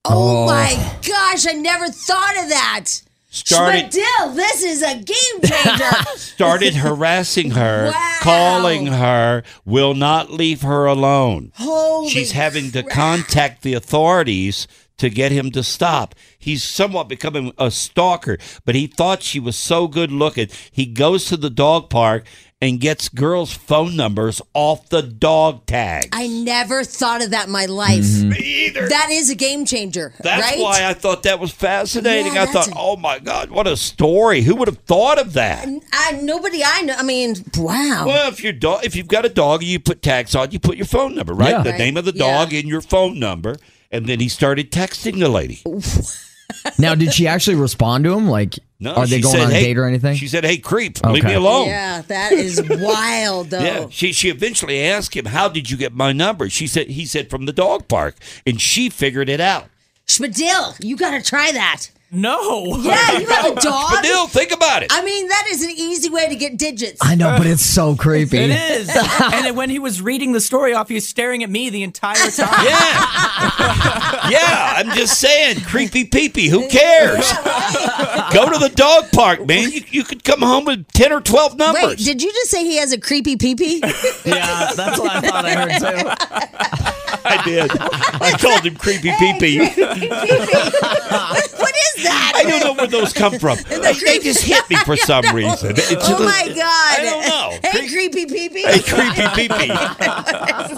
Speaker 3: Oh, my gosh, I never thought of that.
Speaker 4: Started
Speaker 3: Spadil, this is a game changer.
Speaker 4: started harassing her,
Speaker 3: Wow.
Speaker 4: calling her, will not leave her alone.
Speaker 3: Holy
Speaker 4: She's having to contact the authorities to get him to stop. He's somewhat becoming a stalker, but he thought she was so good looking. He goes to the dog park and gets girls' phone numbers off the dog tag.
Speaker 3: I never thought of that in my life.
Speaker 4: Me either.
Speaker 3: That is a game changer,
Speaker 4: That's
Speaker 3: Uh, right?
Speaker 4: why I thought that was fascinating.
Speaker 3: Yeah,
Speaker 4: I thought,
Speaker 3: that's a-
Speaker 4: oh my God, what a story. Who would have thought of that?
Speaker 3: I, nobody I know. I mean, wow.
Speaker 4: Well, if your dog, if you've got a dog, you put tags on. You put your phone number, right?
Speaker 5: Yeah.
Speaker 4: The
Speaker 3: Right.
Speaker 4: name of the dog and your phone number. And then he started texting the lady.
Speaker 5: Now, did she actually respond to him? Like,
Speaker 4: No,
Speaker 5: are they
Speaker 4: she
Speaker 5: going
Speaker 4: said,
Speaker 5: on a
Speaker 4: "Hey,"
Speaker 5: date or anything?
Speaker 4: She said, "Hey, creep, leave
Speaker 5: Okay.
Speaker 4: me alone."
Speaker 3: Yeah, that is wild, though.
Speaker 4: Yeah. She she eventually asked him, "How did you get my number?" She said, "He said from the dog park," and she figured it out.
Speaker 3: Spadil, you got to try that.
Speaker 6: no.
Speaker 3: Yeah, you have a dog.
Speaker 4: Padil, think about it.
Speaker 3: I mean, that is an easy way to get digits.
Speaker 5: I know, but it's so creepy.
Speaker 6: It is. and then when he was reading the story off, he was staring at me the entire time.
Speaker 4: yeah, yeah. I'm just saying, creepy peepee. Who cares? Go to the dog park, man. You, you could come home with ten or twelve numbers.
Speaker 3: Wait, did you just say he has a creepy peepee?
Speaker 6: yeah, that's what I thought I heard too.
Speaker 4: I did. I called him creepy pee pee.
Speaker 3: what is that?
Speaker 4: I don't know where those come from. They, they just hit me for some reason. It's
Speaker 3: oh
Speaker 4: just-
Speaker 3: my god! I
Speaker 4: don't know.
Speaker 3: Hey, creepy peepee.
Speaker 4: Hey, creepy peepee.
Speaker 3: what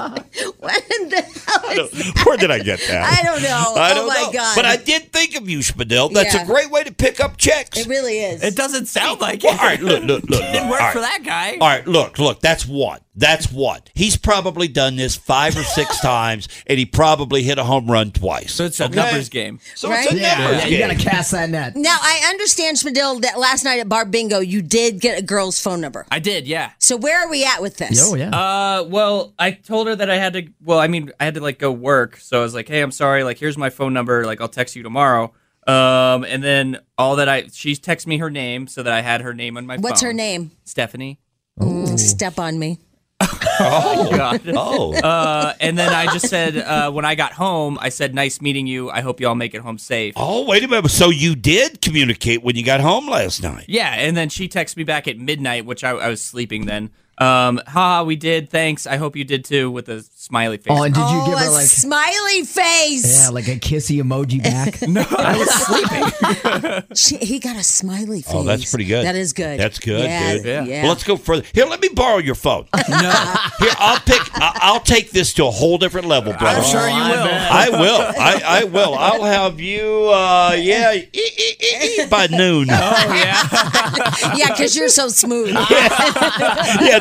Speaker 3: in the hell? Is
Speaker 4: Where did I get that?
Speaker 3: I don't know.
Speaker 4: I
Speaker 3: Oh
Speaker 4: don't
Speaker 3: my
Speaker 4: know.
Speaker 3: God.
Speaker 4: But I did think of you, Spadil. That's
Speaker 3: Yeah.
Speaker 4: a great way to pick up checks.
Speaker 3: It really is.
Speaker 6: It doesn't sound like
Speaker 4: Well,
Speaker 6: it.
Speaker 4: all right, look, look, look.
Speaker 6: Didn't
Speaker 4: look,
Speaker 6: work
Speaker 4: all right.
Speaker 6: for that guy.
Speaker 4: All right, look, look. That's one. That's one. He's probably done this five or six times, and he probably hit a home run twice.
Speaker 6: So it's a
Speaker 4: Okay?
Speaker 6: numbers game.
Speaker 4: So it's
Speaker 3: Right?
Speaker 4: a
Speaker 3: Yeah.
Speaker 4: numbers
Speaker 5: Yeah, you
Speaker 4: game.
Speaker 5: gotta cast that net.
Speaker 3: now I understand, Spadil, that last night at Bar Bingo you did get a girl's phone number.
Speaker 6: I did, yeah.
Speaker 3: So where are we at with this?
Speaker 5: Oh yeah.
Speaker 6: Uh, well, I told her that I had to. Well, I mean, I had to like go work, so I was like, "Hey, I'm sorry. Like, here's my phone number. Like, I'll text you tomorrow." Um, and then all that I she texted me her name so that I had her name on my.
Speaker 3: What's
Speaker 6: phone.
Speaker 3: her name?
Speaker 6: Stephanie.
Speaker 3: Mm, Step on me.
Speaker 4: Oh,
Speaker 6: Uh, and then I just said uh, when I got home, I said, "Nice meeting you. I hope you all make it home safe."
Speaker 4: oh, wait a minute. So you did communicate when you got home last night.
Speaker 6: Yeah, and then she texted me back at midnight, which I, I was sleeping then. Um, haha, we did. Thanks. I hope you did too, with a smiley face.
Speaker 5: Oh, and did you
Speaker 3: oh,
Speaker 5: give her
Speaker 3: a
Speaker 5: like
Speaker 3: smiley face.
Speaker 5: yeah, like a kissy emoji back? no.
Speaker 3: She- he got a smiley face.
Speaker 4: Oh, that's pretty good.
Speaker 3: That is good.
Speaker 4: That's good,
Speaker 3: Yeah,
Speaker 4: dude.
Speaker 3: Yeah.
Speaker 4: Well, let's go further. Here, let me borrow your phone.
Speaker 6: no,
Speaker 4: Here, I'll pick. I- I'll take this to a whole different level, brother.
Speaker 6: I'm sure you will.
Speaker 4: I will. I, I will. I'll have you. Uh, yeah, e- e- e- e- by noon.
Speaker 6: Oh yeah.
Speaker 3: yeah, because you're so smooth.
Speaker 4: yeah,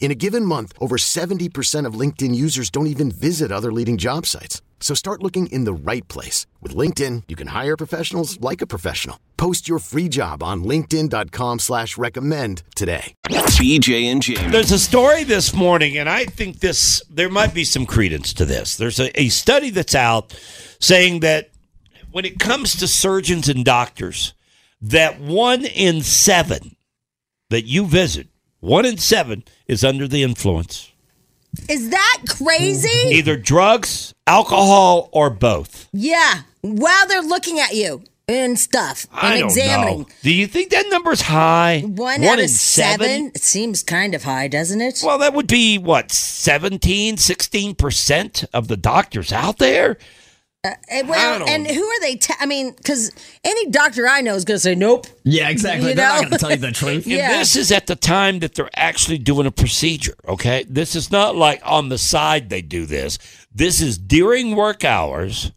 Speaker 9: In a given month, over 70% of LinkedIn users don't even visit other leading job sites. So start looking in the right place. With LinkedIn, you can hire professionals like a professional. Post your free job on linkedin.com/recommend slash recommend today.
Speaker 2: BJ and Jamie.
Speaker 4: There's a story this morning, and I think this there might be some credence to this. There's a, a study that's out saying that when it comes to surgeons and doctors, that one in seven that you visit, one in seven is under the influence,
Speaker 3: Is that crazy?
Speaker 4: either drugs, alcohol, or both.
Speaker 3: Yeah. While they're looking at you and stuff and
Speaker 4: I don't
Speaker 3: examining.
Speaker 4: know. Do you think that number's high?
Speaker 3: One, out of seven? It seems kind of high, doesn't it?
Speaker 4: Well, that would be what 17, 16% of the doctors out there.
Speaker 3: Eh, well,
Speaker 4: I don't-
Speaker 3: and who are they? T- I mean, because any doctor I know is going to say, nope.
Speaker 5: Yeah, exactly.
Speaker 3: You
Speaker 5: They're
Speaker 3: know?
Speaker 5: not gonna tell you the truth.
Speaker 3: Yeah.
Speaker 4: And this is at the time that they're actually doing a procedure, okay? This is not like on the side they do this. This is during work hours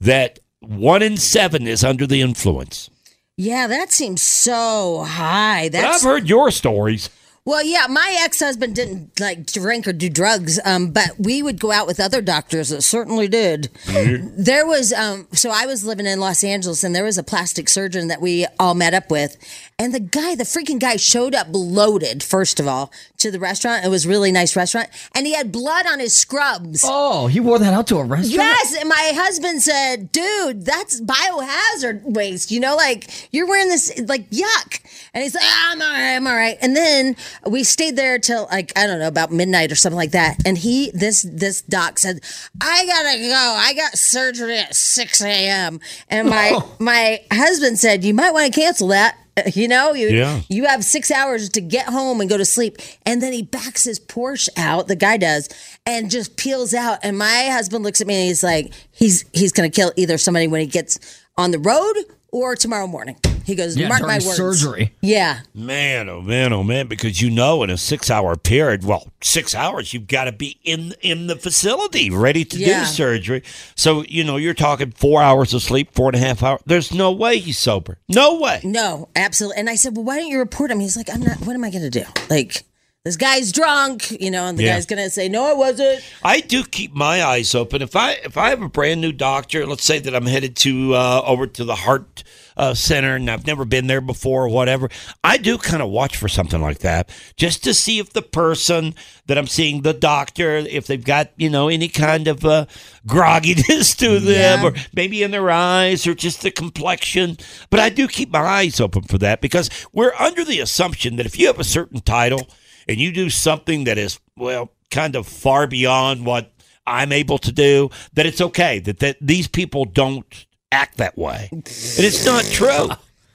Speaker 4: that one in seven is under the influence.
Speaker 3: Yeah, that seems so high.
Speaker 4: But I've
Speaker 3: That's
Speaker 4: heard your stories.
Speaker 3: well, yeah. My ex husband didn't like drink or do drugs, um, but we would go out with other doctors that certainly did. There was um, so I was living in Los Angeles, and there was a plastic surgeon that we all met up with, and the guy, the freaking guy, showed up loaded. First of all, to the restaurant, it was a really nice restaurant, and he had blood on his scrubs.
Speaker 5: Oh, he wore that out to a restaurant.
Speaker 3: Yes, and my husband said, "Dude, that's biohazard waste. You know, like you're wearing this, like yuck." And he's like, "Ah, "I'm all right, I'm all right." And then we stayed there till like I don't know about midnight or something like that. And he, this this doc said, "I gotta go. I got Um,
Speaker 4: Oh.
Speaker 3: surgery at six a.m." And my my husband said, "You might want to cancel that." You know, you
Speaker 4: Yeah.
Speaker 3: you have six hours to get home and go to sleep, and then he backs his Porsche out. The guy does, and just peels out. And my husband looks at me and he's like, he's he's gonna kill either somebody when he gets on the road or tomorrow morning. He goes,
Speaker 4: Yeah,
Speaker 3: mark my
Speaker 4: during
Speaker 3: words.
Speaker 4: surgery.
Speaker 3: Yeah,
Speaker 4: Man, oh man, oh man, because you know in a six hour period, well, six hours, you've got to be in in the facility ready to
Speaker 3: Yeah.
Speaker 4: do surgery. So, you know, you're talking four hours of sleep, four and a half hours. There's no way he's sober. No way.
Speaker 3: no, absolutely. And I said, well, why don't you report him? He's like, I'm not. What am I gonna do? Like this guy's drunk, you know, and the
Speaker 4: Yeah.
Speaker 3: guy's gonna say, no, I wasn't.
Speaker 4: I do keep my eyes open. If I if I have a brand new doctor, let's say that I'm headed to uh, over to the heart uh, center and I've never been there before or whatever, I do kind of watch for something like that just to see if the person that I'm seeing, the doctor, if they've got you know any kind of uh, grogginess to them or maybe in their eyes or just the complexion. But I do keep my eyes open for that because we're under the assumption that if you have a certain title and you do something that is well kind of far beyond what i'm able to do that it's okay that, that these people don't act that way and it's not true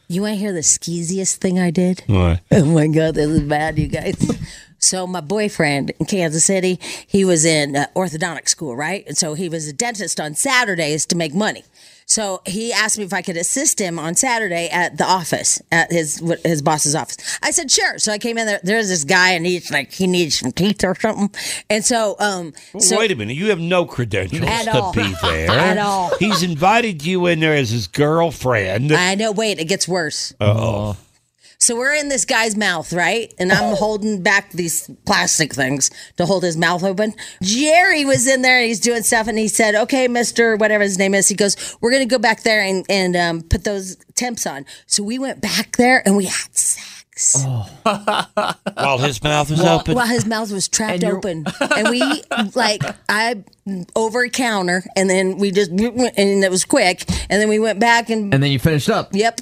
Speaker 3: You want to hear the skeeziest thing I did?
Speaker 4: What?
Speaker 3: Oh my God, this is bad, you guys. So my boyfriend in Kansas City, he was in uh, orthodontic school, right? And so he was a dentist on Saturdays to make money. So he asked me if I could assist him on Saturday at the office, at his what- his boss's office. I said sure. So I came in there. There's this guy, and he's like, he needs some teeth or something. And so, um, so
Speaker 4: wait a minute you have no credentials
Speaker 3: At
Speaker 4: to
Speaker 3: all.
Speaker 4: be there
Speaker 3: At all.
Speaker 4: he's invited you in there as his girlfriend
Speaker 3: I know. Wait, it gets worse.
Speaker 4: oh
Speaker 3: So we're in this guy's mouth, right? And I'm holding back these plastic things to hold his mouth open. Jerry was in there and he's doing stuff and he said, okay, Mr. whatever his name is, he goes, we're going to go back there and, and um, put those temps on. So we went back there and we had sex.
Speaker 4: while his mouth is
Speaker 3: Oh. While-
Speaker 4: open
Speaker 3: While his mouth was trapped open, and we like I over a counter, and then we just and it was quick, and then we went back and
Speaker 5: And then you finished up.
Speaker 3: yep,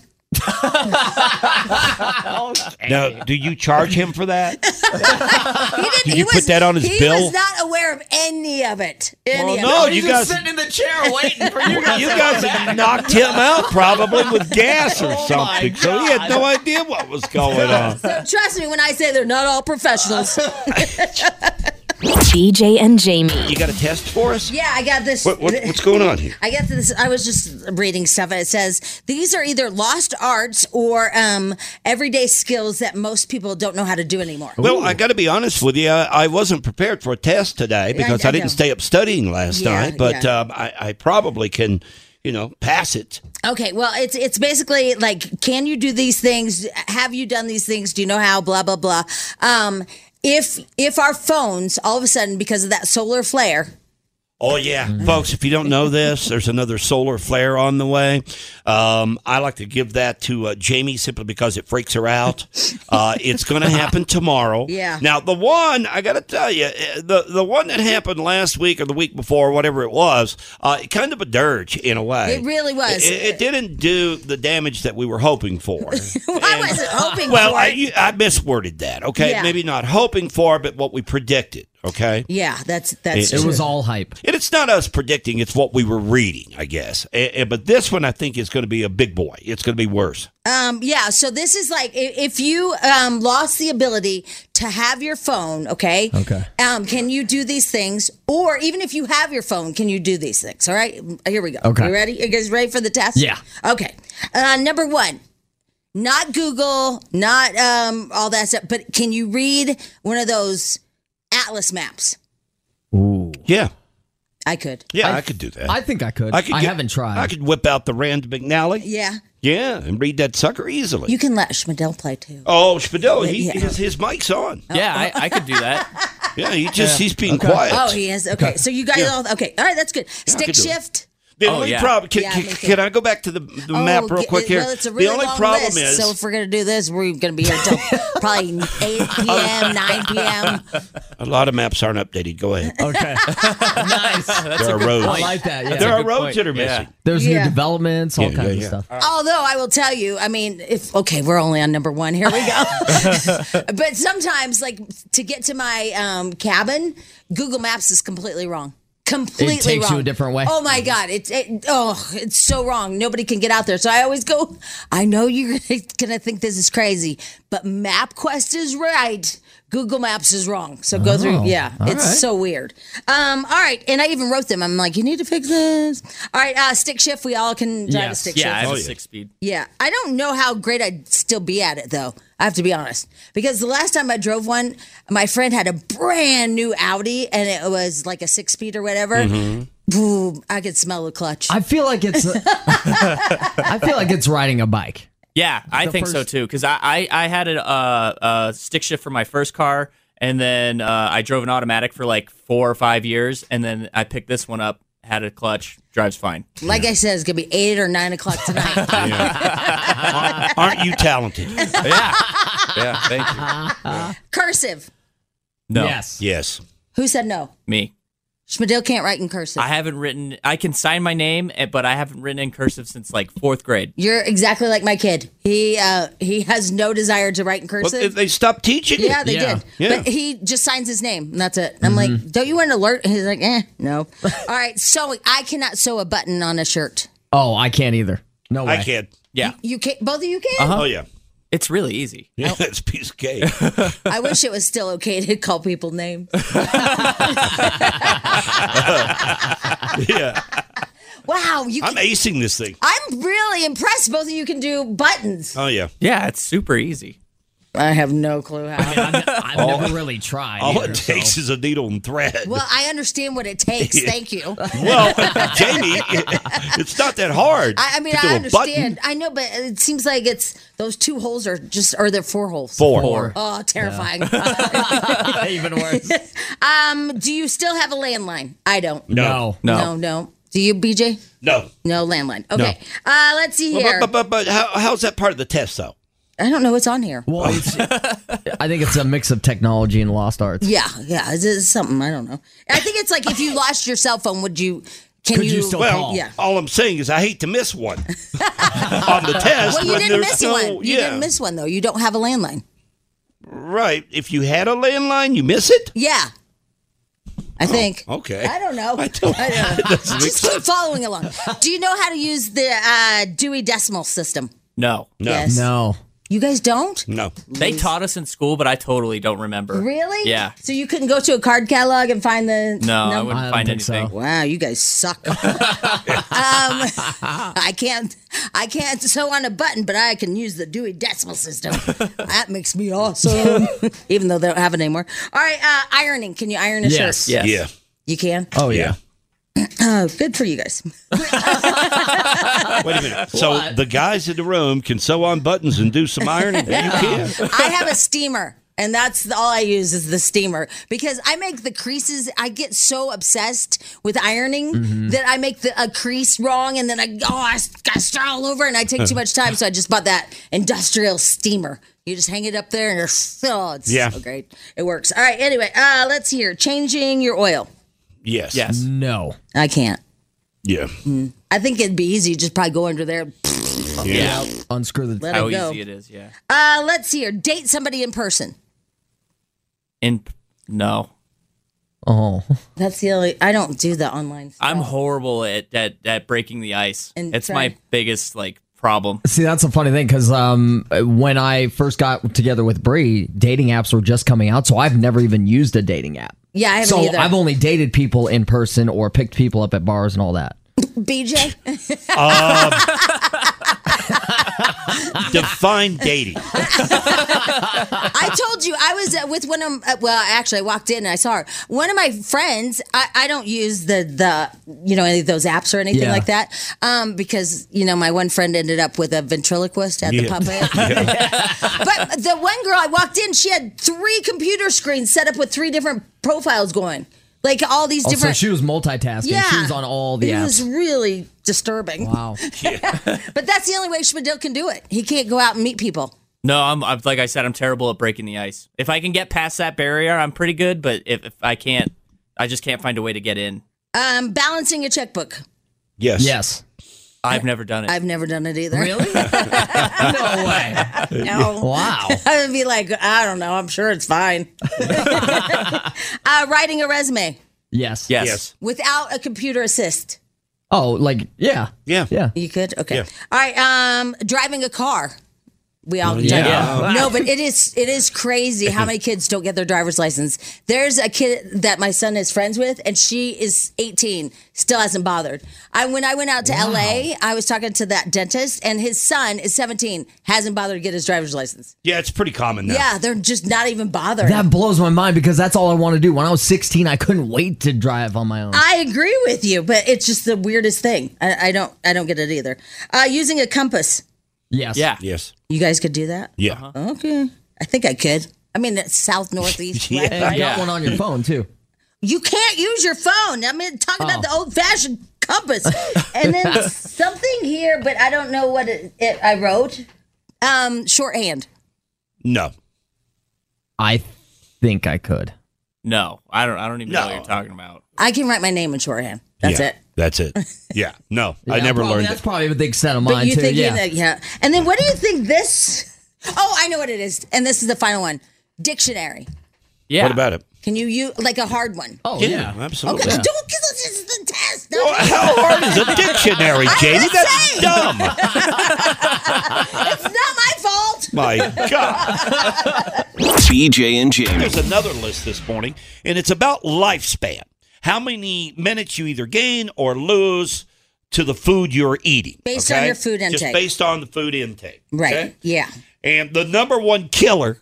Speaker 4: now do you charge him for that
Speaker 3: he didn't.
Speaker 4: Did
Speaker 3: he
Speaker 4: you put
Speaker 3: was,
Speaker 4: that on his
Speaker 3: he
Speaker 4: bill?
Speaker 3: was not aware of any of it. Any
Speaker 4: Well,
Speaker 3: of
Speaker 4: no,
Speaker 3: it.
Speaker 4: you guys- Sitting
Speaker 5: in the chair waiting for
Speaker 4: you guys have knocked him out probably with
Speaker 3: Oh,
Speaker 4: gas or something so he had no idea what was going on
Speaker 3: So trust me when I say they're not all professionals.
Speaker 7: BJ and Jamie.
Speaker 4: you got a test for us
Speaker 3: yeah, I got this.
Speaker 4: What- what- what's going on here?
Speaker 3: I got this. I was just reading stuff, and it says these are either lost arts or um, everyday skills that most people don't know how to do anymore.
Speaker 4: Well, I got to be honest with you. I I wasn't prepared for a test today because I,
Speaker 3: I
Speaker 4: didn't
Speaker 3: know.
Speaker 4: stay up studying last
Speaker 3: Yeah,
Speaker 4: night, but
Speaker 3: yeah.
Speaker 4: um, I, I probably can, you know, pass it.
Speaker 3: Okay, well, it's it's basically like, can you do these things? Have you done these things? Do you know how? Blah blah blah. Um, if if our phones all of a sudden because of that solar flare,
Speaker 4: Oh, yeah.
Speaker 3: Mm-hmm.
Speaker 4: Folks, if you don't know this, there's another solar flare on the way. Um, I like to give that to uh, Jamie simply because it freaks her out. Uh, it's going to happen tomorrow.
Speaker 10: Yeah.
Speaker 4: Now, the one, I got to tell you, uh, the, the one that happened last week or the week before, whatever it was, uh, kind of a dirge in a way.
Speaker 3: It really was.
Speaker 4: It, it didn't do the damage that we were hoping for.
Speaker 3: I wasn't hoping
Speaker 4: well,
Speaker 3: for
Speaker 4: I,
Speaker 3: it.
Speaker 4: you- I misworded that. Okay,
Speaker 3: Yeah.
Speaker 4: maybe not hoping for, but what we predicted. Okay,
Speaker 3: yeah, that's that's
Speaker 4: It- it was
Speaker 3: true.
Speaker 5: all hype.
Speaker 4: and it's not us predicting; it's what we were reading, I guess. A- a- but this one, I think, is going to be a big boy. It's going to be worse.
Speaker 3: Um, yeah, so this is like i- if you um, lost the ability to have your phone, okay?
Speaker 4: Okay.
Speaker 3: Um, can you do these things? Or even if you have your phone, can you do these things? All right, here we go.
Speaker 11: Okay.
Speaker 3: You ready? You guys ready for the test?
Speaker 11: Yeah.
Speaker 3: Okay. Uh, number one, not Google, not um, all that stuff, but can you read one of those atlas maps?
Speaker 4: Ooh, yeah,
Speaker 3: I could.
Speaker 4: yeah, I, could do that.
Speaker 5: I think I could.
Speaker 4: I could.
Speaker 5: I
Speaker 4: get-
Speaker 5: haven't tried.
Speaker 4: I could whip out the Rand McNally.
Speaker 3: Yeah.
Speaker 4: yeah, and read that sucker easily.
Speaker 3: You can let Schmidel play too.
Speaker 4: oh, Spadilla, he,
Speaker 3: Yeah. Oh.
Speaker 4: his, his mic's on.
Speaker 6: Yeah, I, I could do that.
Speaker 4: Yeah, he just
Speaker 6: Yeah.
Speaker 4: he's being
Speaker 6: Okay.
Speaker 4: quiet.
Speaker 3: Oh, he is. Okay. So you guys
Speaker 4: Yeah.
Speaker 3: all, okay. All right, that's good.
Speaker 4: could
Speaker 3: Stick
Speaker 4: do it.
Speaker 3: shift.
Speaker 4: The
Speaker 3: Oh,
Speaker 4: only
Speaker 3: yeah.
Speaker 4: problem. Can,
Speaker 3: Yeah,
Speaker 4: can,
Speaker 3: me too. Oh,
Speaker 4: can I go back to the, the map real
Speaker 3: g-
Speaker 4: quick here?
Speaker 3: Well, it's a really
Speaker 4: the only
Speaker 3: long
Speaker 4: problem
Speaker 3: list,
Speaker 4: is
Speaker 3: so if we're gonna do this, we're gonna be here till probably eight p.m., nine p.m.
Speaker 4: a lot of maps aren't updated. Go ahead.
Speaker 5: Okay.
Speaker 6: nice. That's
Speaker 4: there
Speaker 6: a
Speaker 4: are
Speaker 6: good
Speaker 4: roads.
Speaker 6: point.
Speaker 4: There are roads that are
Speaker 6: Yeah.
Speaker 4: missing.
Speaker 5: There's
Speaker 3: Yeah.
Speaker 5: new developments, all
Speaker 4: Yeah,
Speaker 5: kinds
Speaker 4: yeah,
Speaker 5: of
Speaker 4: yeah.
Speaker 5: stuff.
Speaker 3: Although I will tell you, I mean, if okay, we're only on number one. Here we go. but sometimes, like to get to my um, cabin, Google Maps is completely wrong. completely
Speaker 5: It takes
Speaker 3: wrong.
Speaker 5: you a different way.
Speaker 3: Oh my god, it's it, oh, it's so wrong. Nobody can get out there. So I always go. I know you're gonna think this is crazy, but MapQuest is right. Google Maps is wrong. So go
Speaker 10: Oh,
Speaker 3: through. Yeah,
Speaker 10: all
Speaker 3: it's
Speaker 10: right.
Speaker 3: so weird. Um, all right, and I even wrote them. I'm like, you need to fix this. All right, uh, stick shift. We all can drive a stick
Speaker 6: yeah, I
Speaker 3: shift.
Speaker 6: have a six speed.
Speaker 3: Yeah, I don't know how great I'd still be at it though. I have to be honest because the last time I drove one, my friend had a brand new Audi and it was like a six speed or whatever.
Speaker 4: Mm-hmm.
Speaker 6: Mm-hmm.
Speaker 3: Boom! I could smell the clutch.
Speaker 5: I feel like it's. I feel like it's riding a bike.
Speaker 6: Yeah, I
Speaker 5: The
Speaker 6: think so
Speaker 5: first-
Speaker 6: too. Because I, I, I had a, uh, a stick shift for my first car, and then uh, I drove an automatic for like four or five years, and then I picked this one up, had a clutch, drives fine.
Speaker 3: like I said, it's gonna be eight or nine o'clock tonight.
Speaker 4: Aren't you talented? yeah. Yeah, thank you.
Speaker 3: cursive.
Speaker 6: No.
Speaker 5: Yes.
Speaker 4: Yes.
Speaker 3: Who said no?
Speaker 6: Me.
Speaker 3: Schmidl can't write in cursive.
Speaker 6: I haven't written. I can sign my name, eh, but I haven't written in cursive since like fourth grade.
Speaker 3: You're exactly like my kid. He uh, he has no desire to write in cursive.
Speaker 4: Well, they stopped teaching it.
Speaker 3: Yeah, they
Speaker 4: Yeah.
Speaker 3: did.
Speaker 4: Yeah. Mm-hmm.
Speaker 3: But he just signs his name, and that's it. I'm like, don't you want an alert? And he's like, eh, no. All right, sewing. I cannot sew a button on a shirt.
Speaker 5: Oh, I can't either. No way.
Speaker 4: I can't.
Speaker 6: Yeah.
Speaker 3: You can both of you can.
Speaker 6: Uh-huh.
Speaker 4: Oh, yeah.
Speaker 6: It's really easy.
Speaker 4: Yeah, that's a piece of cake.
Speaker 3: I wish it was still okay to call people names.
Speaker 4: yeah.
Speaker 3: Wow, you.
Speaker 4: I'm
Speaker 3: Can,
Speaker 4: acing this thing.
Speaker 3: I'm really impressed. Both of you can do buttons.
Speaker 4: Oh, yeah.
Speaker 6: Yeah, it's super easy.
Speaker 3: I have no clue how.
Speaker 5: I've never really tried.
Speaker 4: All
Speaker 5: either,
Speaker 4: it
Speaker 5: so-
Speaker 4: takes is a needle and thread.
Speaker 3: Well, I understand what it takes. Thank you.
Speaker 4: Well, Jamie, it's not that hard.
Speaker 3: I, I mean,
Speaker 4: To do
Speaker 3: I
Speaker 4: a
Speaker 3: understand.
Speaker 4: button.
Speaker 3: I know, but it seems like it's those two holes are just are there four holes?
Speaker 4: Four. Four.
Speaker 3: Oh, terrifying.
Speaker 5: Even worse.
Speaker 3: um, do you still have a landline? I don't.
Speaker 5: No.
Speaker 3: No, no. Do you, BJ?
Speaker 4: No.
Speaker 3: No landline. Okay. Uh, let's see
Speaker 4: But,
Speaker 3: here.
Speaker 4: but, but, but how, how's that part of the test, though?
Speaker 3: I don't know what's on here.
Speaker 5: Well, it's, I think it's a mix of technology and lost arts.
Speaker 3: Yeah, yeah. This is something I don't know. I think it's like if you lost your cell phone, would you? Can
Speaker 5: Could you still
Speaker 4: Well,
Speaker 5: call?
Speaker 3: Yeah.
Speaker 4: all I'm saying is I hate to miss one on the test.
Speaker 3: Well, you
Speaker 4: when
Speaker 3: didn't
Speaker 4: there's
Speaker 3: miss
Speaker 4: no-
Speaker 3: one. You
Speaker 4: yeah.
Speaker 3: didn't miss one though. You don't have a landline.
Speaker 4: Right. If you had a landline, you miss it? Oh,
Speaker 3: Yeah. I think.
Speaker 4: Okay.
Speaker 3: I don't know. I
Speaker 4: don't-
Speaker 3: don't know.
Speaker 4: doesn't make
Speaker 3: Just keep following along. Do you know how to use the uh, Dewey Decimal System?
Speaker 6: No.
Speaker 4: No.
Speaker 3: Yes.
Speaker 5: No.
Speaker 3: You guys don't?
Speaker 4: No.
Speaker 6: They taught us in school, but I totally don't remember.
Speaker 3: Really?
Speaker 6: Yeah.
Speaker 3: So you couldn't go to a card catalog and find the
Speaker 6: No, I
Speaker 3: number?
Speaker 6: wouldn't
Speaker 5: I don't
Speaker 6: find
Speaker 5: think so.
Speaker 6: anything.
Speaker 3: Wow, you guys suck. um, I can't, I can't sew on a button, but I can use the Dewey Decimal System. that makes me awesome, even though they don't have it anymore. All right, uh, ironing. Can you iron a
Speaker 5: Yes.
Speaker 6: Yes.
Speaker 3: shirt?
Speaker 4: Yeah.
Speaker 3: You can.
Speaker 5: Oh yeah.
Speaker 3: Oh, good for you guys.
Speaker 4: Wait a minute. So the guys in the room can sew on buttons and do some ironing. You can.
Speaker 3: I have a steamer. And that's the- all I use is the steamer because I make the creases. I get so obsessed with ironing
Speaker 4: Mm-hmm.
Speaker 3: that I make the, a crease wrong and then I, oh, I s- got star all over and I take too much time. So I just bought that industrial steamer. You just hang it up there and you're, oh, it's
Speaker 4: Yeah.
Speaker 3: so great. It works. All right. Anyway, uh, let's hear changing your oil.
Speaker 4: Yes.
Speaker 6: Yes.
Speaker 5: No.
Speaker 3: I can't.
Speaker 4: Yeah.
Speaker 3: I think it'd be easy. Just probably go under there.
Speaker 4: Yeah.
Speaker 5: Unscrew the.
Speaker 3: Let
Speaker 6: How
Speaker 3: it go.
Speaker 6: easy it is. Yeah.
Speaker 3: Uh, let's see here. Date somebody in person.
Speaker 6: In no.
Speaker 5: Oh.
Speaker 3: That's the only. I don't do the online. Stuff.
Speaker 6: I'm horrible at at, at breaking the ice.
Speaker 3: And
Speaker 6: it's
Speaker 3: try-
Speaker 6: my biggest like problem.
Speaker 5: See, that's a funny thing because um, when I first got together with Bree, dating apps were just coming out, so I've never even used a dating app.
Speaker 3: Yeah, I haven't
Speaker 5: so
Speaker 3: either.
Speaker 5: I've only dated people in person or picked people up at bars and all that.
Speaker 3: BJ.
Speaker 4: Oh, Uh, Define dating.
Speaker 3: I told you I was uh, with one of uh, well, actually, I walked in and I saw her. One of my friends. I, I don't use the the you know any of those apps or anything
Speaker 5: Yeah.
Speaker 3: like that um, because you know my one friend ended up with a ventriloquist at the
Speaker 4: Yeah.
Speaker 3: puppet. but the one girl I walked in, she had three computer screens set up with three different profiles going, like all these
Speaker 5: Also,
Speaker 3: different.
Speaker 5: Oh, she was multitasking.
Speaker 3: yeah,
Speaker 5: She was on all the
Speaker 3: it
Speaker 5: apps.
Speaker 3: was really disturbing.
Speaker 5: wow.
Speaker 3: But that's the only way Schmidl can do it. He can't go out and meet people.
Speaker 6: No, I'm, I'm like I said, I'm terrible at breaking the ice. If I can get past that barrier, I'm pretty good. But if, if I can't, I just can't find a way to get in.
Speaker 3: Um, balancing a checkbook.
Speaker 4: Yes.
Speaker 5: Yes.
Speaker 6: I've never done it.
Speaker 3: I've never done it either.
Speaker 5: No way.
Speaker 3: No.
Speaker 5: Wow.
Speaker 3: I would be like, I don't know. I'm sure it's fine. uh, writing a resume.
Speaker 5: Yes.
Speaker 4: Yes. Yes.
Speaker 3: without a computer assist.
Speaker 5: Oh, like yeah.
Speaker 4: Yeah.
Speaker 5: Yeah.
Speaker 3: You could? Okay. All right, um, driving a car. We all
Speaker 5: Oh, yeah.
Speaker 3: done it.
Speaker 5: Yeah.
Speaker 3: No, but it is it is crazy how many kids don't get their driver's license. There's a kid that my son is friends with, and she is 18, still hasn't bothered. I when I went out to LA, I was talking to that dentist, and his son is 17, hasn't bothered to get his driver's license.
Speaker 4: Yeah, it's pretty common now.
Speaker 3: Yeah, they're just not even bothered.
Speaker 5: That blows my mind because that's all I want to do. When I was 16, I couldn't wait to drive on my own.
Speaker 3: I agree with you, but it's just the weirdest thing. I, I don't I don't get it either. Uh, using a compass.
Speaker 5: Yes.
Speaker 4: Yeah. Yes.
Speaker 3: You guys could do that?
Speaker 4: Yeah.
Speaker 3: Okay. I think I could. I mean, it's south, northeast.
Speaker 5: Yeah,
Speaker 3: west, right?
Speaker 5: you got one on your phone too.
Speaker 3: You can't use your phone. I mean, talking
Speaker 5: Oh.
Speaker 3: about the old fashioned compass. and then something here, but I don't know what it, it I wrote. Um, shorthand.
Speaker 4: No.
Speaker 5: I think I could.
Speaker 6: No, I don't. I don't even know what you're talking about.
Speaker 3: I can write my name in shorthand. That's
Speaker 4: Yeah,
Speaker 3: it.
Speaker 4: That's it. Yeah. No, I
Speaker 5: Yeah,
Speaker 4: never
Speaker 5: probably-
Speaker 4: learned
Speaker 5: That's
Speaker 4: it.
Speaker 5: probably a big set of
Speaker 3: But
Speaker 5: mine
Speaker 3: you
Speaker 5: too.
Speaker 3: think
Speaker 5: yeah.
Speaker 3: you know, yeah. And then what do you think this? Oh, I know what it is. And this is the final one. Dictionary.
Speaker 6: Yeah.
Speaker 4: What about it?
Speaker 3: Can you use like a hard one?
Speaker 5: oh
Speaker 4: yeah,
Speaker 5: yeah.
Speaker 4: absolutely.
Speaker 3: Okay, don't because this is the test. No,
Speaker 4: How hard is a dictionary,
Speaker 3: I'm
Speaker 4: Jamie?
Speaker 3: just
Speaker 4: That's
Speaker 3: saying.
Speaker 4: dumb.
Speaker 3: it's not my fault.
Speaker 4: My God.
Speaker 2: BJ and Jamie.
Speaker 4: There's another list this morning, and it's about lifespan. How many minutes you either gain or lose to the food you're eating.
Speaker 3: Based on your food
Speaker 4: Just
Speaker 3: intake.
Speaker 4: based on the food intake.
Speaker 3: Right.
Speaker 4: okay?
Speaker 3: Yeah.
Speaker 4: And the number one killer.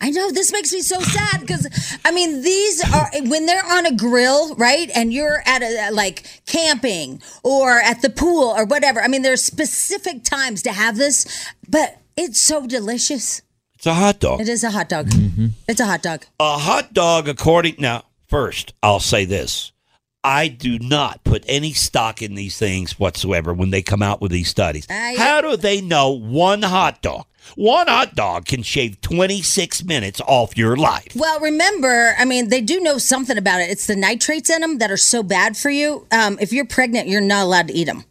Speaker 3: I know this makes me so sad because I mean these are when they're on a grill, right? And you're at a like camping or at the pool or whatever. I mean there's specific times to have this, but it's so delicious.
Speaker 4: It's a hot dog.
Speaker 3: It is a hot dog.
Speaker 5: Mm-hmm.
Speaker 3: It's a hot dog.
Speaker 4: A hot dog, according now, first I'll say this: I do not put any stock in these things whatsoever when they come out with these studies.
Speaker 3: I-
Speaker 4: How do they know one hot dog? One hot dog can shave twenty six minutes off your life.
Speaker 3: Well, remember, I mean, they do know something about it. It's the nitrates in them that are so bad for you. Um, if you're pregnant, you're not allowed to eat them.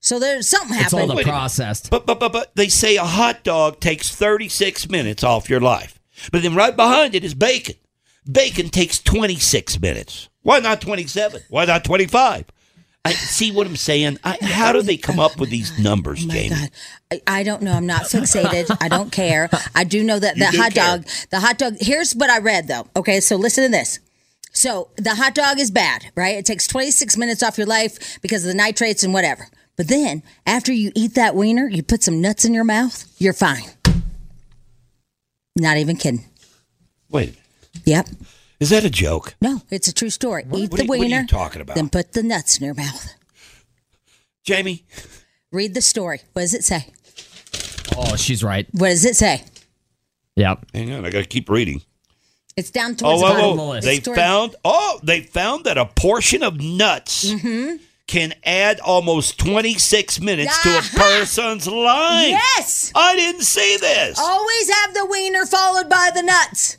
Speaker 3: So there's something
Speaker 5: It's all
Speaker 3: happened.
Speaker 5: the processed.
Speaker 4: But but but but they say a hot dog takes thirty six minutes off your life. But then right behind it is bacon. Bacon takes twenty six minutes. Why not twenty seven? Why not twenty five? I see what I'm saying. I, how do they come up with
Speaker 5: Oh
Speaker 4: these numbers, Jamie?
Speaker 3: I, I don't know. I'm not fixated. I don't care. I do know that
Speaker 4: You
Speaker 3: the
Speaker 4: do
Speaker 3: hot
Speaker 4: care.
Speaker 3: dog, the hot dog, here's what I read though. Okay. So listen to this. So the hot dog is bad, right? It takes 26 minutes off your life because of the nitrates and whatever. But then after you eat that wiener, you put some nuts in your mouth, you're fine. Not even kidding.
Speaker 4: Wait,
Speaker 3: Yep.
Speaker 4: is that a joke?
Speaker 3: No, it's a true story.
Speaker 4: what
Speaker 3: eat the
Speaker 4: are you- what are
Speaker 3: wiener.
Speaker 4: you talking about?
Speaker 3: Then put the nuts in your mouth.
Speaker 4: Jamie,
Speaker 3: Read the story. What does it say?
Speaker 5: Oh, she's right.
Speaker 3: What does it say?
Speaker 5: Yep.
Speaker 4: hang on, I gotta keep reading.
Speaker 3: It's down towards
Speaker 4: Oh,
Speaker 3: the bottom.
Speaker 4: oh,
Speaker 5: of the
Speaker 4: oh,
Speaker 5: list.
Speaker 4: they
Speaker 3: Story-
Speaker 4: found oh, they found that a portion of nuts
Speaker 3: Mm-hmm.
Speaker 4: can add almost 26 minutes to a
Speaker 3: Ah-ha.
Speaker 4: person's life.
Speaker 3: Yes.
Speaker 4: I didn't see this.
Speaker 3: Always have the wiener followed by the nuts.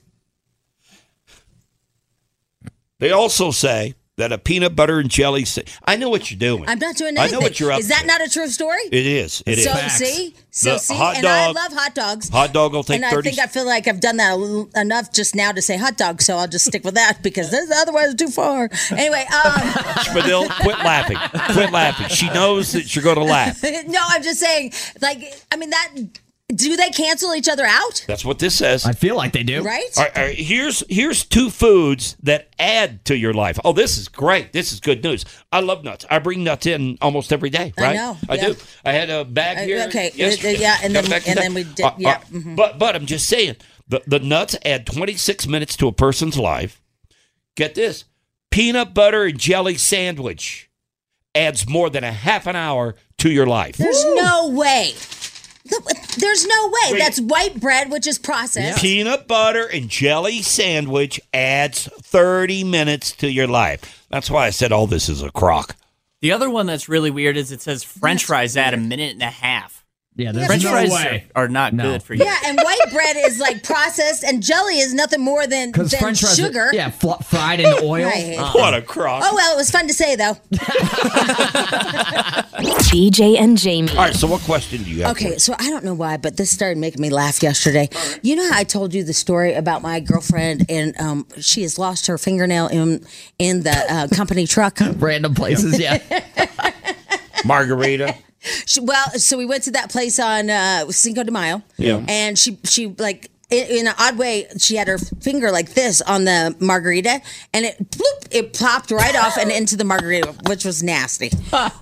Speaker 4: They also say that a peanut butter and jelly. Sa- I know what you're doing.
Speaker 3: I'm not doing
Speaker 4: I
Speaker 3: anything.
Speaker 4: know what you're up
Speaker 3: Is that
Speaker 4: to.
Speaker 3: not a true story?
Speaker 4: It is. It is.
Speaker 3: so see, so
Speaker 4: The
Speaker 3: see,
Speaker 4: hot
Speaker 3: and I
Speaker 4: dog-
Speaker 3: love hot dogs.
Speaker 4: Hot dog will take
Speaker 3: and I
Speaker 4: 30
Speaker 3: think I feel like I've done that a little, enough just now to say hot dog, so I'll just stick with that because this, otherwise it's too far. Anyway, um,
Speaker 4: Spadil, quit laughing. Quit laughing. She knows that you're going to laugh.
Speaker 3: no, I'm just saying, like, I mean, that do they cancel each other out?
Speaker 4: That's what this says.
Speaker 5: I feel like they do.
Speaker 3: Right?
Speaker 4: All right, all right, here's here's two foods that add to your life. Oh, this is great. This is good news. I love nuts. I bring nuts in almost every day.
Speaker 3: I
Speaker 4: Right?
Speaker 3: know,
Speaker 4: I
Speaker 3: yeah.
Speaker 4: do. I had a
Speaker 3: Uh,
Speaker 4: bag here.
Speaker 3: okay,
Speaker 4: yesterday.
Speaker 3: uh, yeah, and
Speaker 4: Got
Speaker 3: then-
Speaker 4: back to
Speaker 3: and
Speaker 4: that.
Speaker 3: then we did-
Speaker 4: Uh, uh,
Speaker 3: yeah, mhm.
Speaker 4: But but I'm just saying the the nuts add 26 minutes to a person's life. Get this peanut butter and jelly sandwich adds more than a half an hour to your life.
Speaker 3: There's no way. There's no way.
Speaker 4: Wait.
Speaker 3: That's white bread, which is processed.
Speaker 4: Peanut butter and jelly sandwich adds 30 minutes to your life. That's why I said all this is a crock.
Speaker 6: The other one that's really weird is it says French fries at a minute and a half.
Speaker 5: Yeah,
Speaker 3: Yeah,
Speaker 5: there's
Speaker 3: French
Speaker 5: no
Speaker 3: fries
Speaker 5: way.
Speaker 6: are not good for you.
Speaker 3: Yeah, and white bread is like processed, and jelly is nothing more than, than
Speaker 5: Because French fries,
Speaker 3: sugar.
Speaker 5: are, yeah, fl- fried in oil.
Speaker 3: Right.
Speaker 4: What a crock.
Speaker 3: Oh well, it was fun to say though.
Speaker 7: BJ and Jamie.
Speaker 4: All right, so what question do you have?
Speaker 3: Okay, so I don't know why, but this started making me laugh yesterday. You know how I told you the story about my girlfriend and um, she has lost her fingernail in in the uh, company truck.
Speaker 5: Random places, yeah.
Speaker 4: Margarita.
Speaker 3: She, well, so we went to that place on uh, Cinco de Mayo.
Speaker 4: Yeah.
Speaker 3: And she she like in, in an odd way she had her finger like this on the margarita and it bloop it plopped right off and into the margarita which was nasty.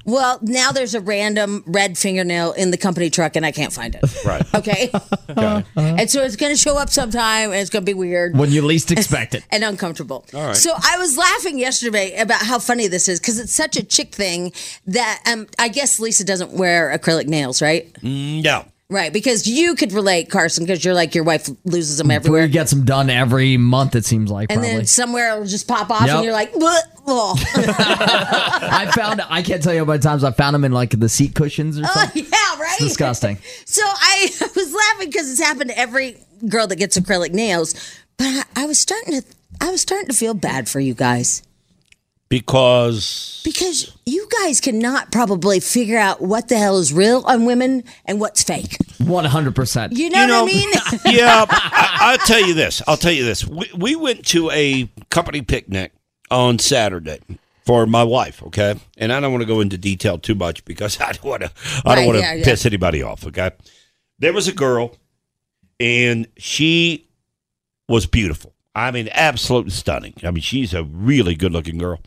Speaker 3: well, now there's a random red fingernail in the company truck and I can't find it.
Speaker 4: Right.
Speaker 3: Okay. And so it's going to show up sometime and it's going to be weird
Speaker 5: When you least expect it.
Speaker 3: and uncomfortable.
Speaker 5: All right.
Speaker 3: So I was laughing yesterday about how funny this is because it's such a chick thing that um, I guess Lisa doesn't wear acrylic nails, right?
Speaker 4: Mm, No.
Speaker 3: Right, because you could relate, Carson, because you're like your wife loses them everywhere,
Speaker 5: Bree gets them done every month, it seems like,
Speaker 3: and
Speaker 5: Mm, probably.
Speaker 3: then somewhere it'll just pop off,
Speaker 5: Yep.
Speaker 3: and you're like, "Bleh, oh,
Speaker 5: I found, I can't tell you how many times I found them in like the seat cushions or
Speaker 3: oh,
Speaker 5: something.
Speaker 3: yeah, right.
Speaker 5: It's disgusting.
Speaker 3: So I was laughing because it's happened to every girl that gets acrylic nails, but I, I was starting to, I was starting to feel bad for you guys.
Speaker 4: Because
Speaker 3: Because you guys cannot probably figure out what the hell is real on women and what's fake.
Speaker 5: 100%.
Speaker 3: You know, what I mean?
Speaker 4: yeah, I, I'll tell you this. I'll tell you this. We, we went to a company picnic on Saturday for my wife. Okay, and I don't want to go into detail too much because I don't want to. I don't
Speaker 10: Right,
Speaker 4: want to
Speaker 10: yeah, yeah.
Speaker 4: piss anybody off. Okay, there was a girl, and she was beautiful. I mean, absolutely stunning. I mean, she's a really good-looking girl,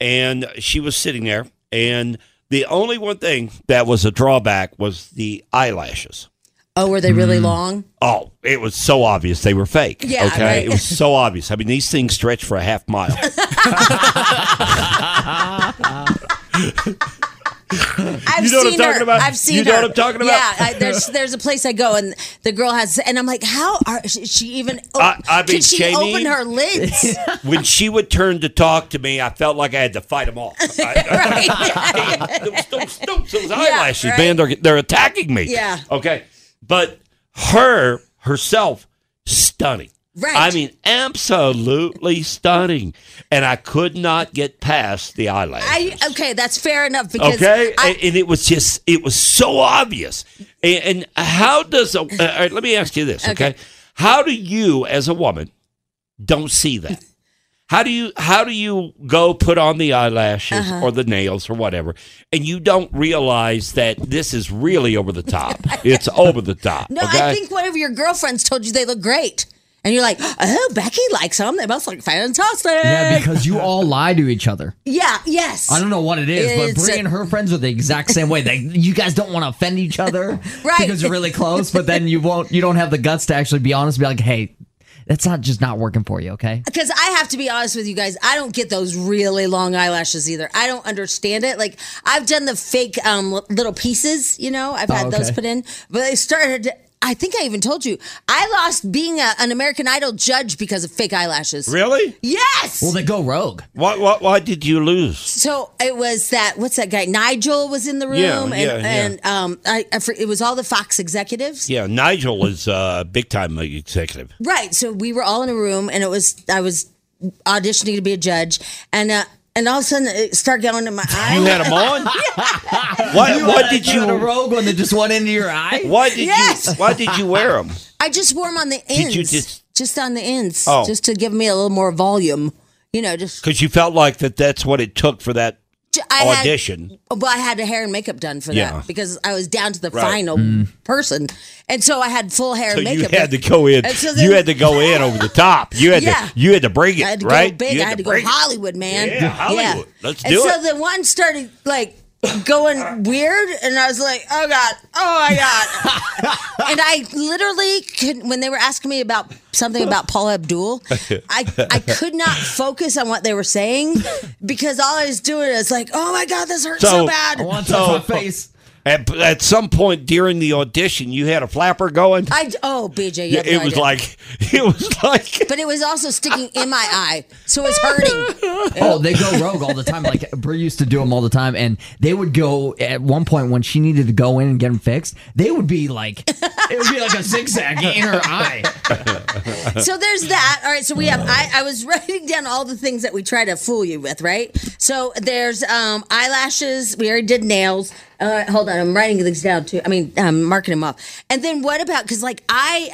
Speaker 4: and she was sitting there. And the only one thing that was a drawback was the eyelashes.
Speaker 3: oh, were they
Speaker 5: Hmm.
Speaker 3: really long?
Speaker 4: Oh, it was so obvious they were fake.
Speaker 3: Yeah,
Speaker 4: okay.
Speaker 3: right.
Speaker 4: It was so obvious. I mean, these things stretch for a half mile.
Speaker 3: I've
Speaker 4: You know what I'm
Speaker 3: seen
Speaker 4: talking
Speaker 3: her.
Speaker 4: about?
Speaker 3: I've seen
Speaker 4: You know
Speaker 3: her.
Speaker 4: what I'm talking about?
Speaker 3: Yeah, I, there's there's a place I go and the girl has, and I'm like, how are she, she even? Oh,
Speaker 4: I- I mean,
Speaker 3: can she
Speaker 4: Jamie-
Speaker 3: open her lids?
Speaker 4: when she would turn to talk to me, I felt like I had to fight them off. Those eyelashes,
Speaker 10: right.
Speaker 4: man, they're, they're attacking me.
Speaker 10: Yeah.
Speaker 4: Okay. But her, herself, stunning.
Speaker 10: Right.
Speaker 4: I mean, absolutely stunning. And I could not get past the eyelashes.
Speaker 3: I okay, that's fair enough because
Speaker 4: okay,
Speaker 3: I,
Speaker 4: and, and it was just it was so obvious. And, and how does a? All right, let me ask you this, okay.
Speaker 10: Okay.
Speaker 4: How do you, as a woman, don't see that? How do you how do you go put on the eyelashes
Speaker 10: Uh-huh.
Speaker 4: or the nails or whatever, and you don't realize that this is really over the top? it's over the top.
Speaker 3: no,
Speaker 4: okay?
Speaker 3: I think one of your girlfriends told you they look great, and you're like, oh, Becky likes them. They must look fantastic.
Speaker 5: Yeah, because you all lie to each other.
Speaker 3: yeah, yes.
Speaker 5: I don't know what it is, but
Speaker 3: It's
Speaker 5: Brie
Speaker 3: a-
Speaker 5: and her friends are the exact same way. They, you guys don't want to offend each other
Speaker 3: Right.
Speaker 5: because you're really close, but then you won't. You don't have the guts to actually be honest. and Be like, hey, that's not just not working for you. Okay,
Speaker 3: Because I have to be honest with you guys, I don't get those really long eyelashes either. I don't understand it. Like I've done the fake um, li- little pieces, you know, I've
Speaker 11: Oh,
Speaker 3: had those
Speaker 11: okay.
Speaker 3: put in, but they started. I think I even told you I lost being a, an American Idol judge because of fake eyelashes.
Speaker 4: really.
Speaker 3: Yes.
Speaker 5: Well, they go rogue.
Speaker 4: Why, why, why did you lose?
Speaker 3: So it was that what's that guy? Nigel was in the room,
Speaker 4: Yeah,
Speaker 3: and,
Speaker 4: yeah, yeah.
Speaker 3: and um, I, I fr- it was all the Fox executives.
Speaker 4: Yeah, Nigel is a uh, big time executive.
Speaker 3: Right. So we were all in a room, and it was I was auditioning to be a judge, and uh, and all of a sudden it started going in my eye.
Speaker 4: You had them on. What?
Speaker 5: You
Speaker 4: what
Speaker 5: had-
Speaker 4: did
Speaker 5: you
Speaker 4: you?
Speaker 5: had a rogue one that just went into your eye.
Speaker 4: Why did you?
Speaker 3: Yes.
Speaker 4: Why did you wear them?
Speaker 3: I just wore them on the
Speaker 4: Did
Speaker 3: ends.
Speaker 4: you just-
Speaker 3: Just on the ends,
Speaker 4: Oh.
Speaker 3: just to give me a little more volume. You know, just
Speaker 4: Because you felt like that that's what it took for that
Speaker 3: j- I had-
Speaker 4: audition.
Speaker 3: well, I had the hair and makeup done for
Speaker 4: Yeah.
Speaker 3: that because I was down to the
Speaker 4: Right.
Speaker 3: final
Speaker 4: Mm.
Speaker 3: person, and so I had full hair
Speaker 4: so
Speaker 3: and
Speaker 4: you
Speaker 3: makeup.
Speaker 4: had to go in.
Speaker 3: And so
Speaker 4: you
Speaker 3: then-
Speaker 4: had to go in over the top. You had
Speaker 3: Yeah.
Speaker 4: to. You had to bring it.
Speaker 3: I had to
Speaker 4: right.
Speaker 3: go big.
Speaker 4: You
Speaker 3: I had to go
Speaker 4: bring it.
Speaker 3: Hollywood, man.
Speaker 4: Yeah, Hollywood. Let's
Speaker 3: and
Speaker 4: do
Speaker 3: so
Speaker 4: it.
Speaker 3: the one started like going weird, and I was like, "Oh god, oh my god!" and I literally could. When they were asking me about something about Paul Abdul, I I could not focus on what they were saying because all I was doing is like, "Oh my god, this hurts so, bad."
Speaker 5: I want to touch my face.
Speaker 4: At, at some point during the audition, you had a flapper going.
Speaker 3: I oh BJ, you
Speaker 4: Yeah,
Speaker 3: have
Speaker 4: it
Speaker 3: no
Speaker 4: was
Speaker 3: idea.
Speaker 4: like it was like
Speaker 3: but it was also sticking in my eye, so it's hurting.
Speaker 5: Oh, they go rogue all the time. Like Brie used to do them all the time, and they would go at one point when she needed to go in and get them fixed. They would be like, it would be like a zigzag in her eye.
Speaker 3: so there's that. All right. So we have. I, I was writing down all the things that we try to fool you with, right? So there's um, eyelashes. We already did nails. Uh, hold on, I'm writing these down too. I mean, I'm marking them off. And then what about? Because like I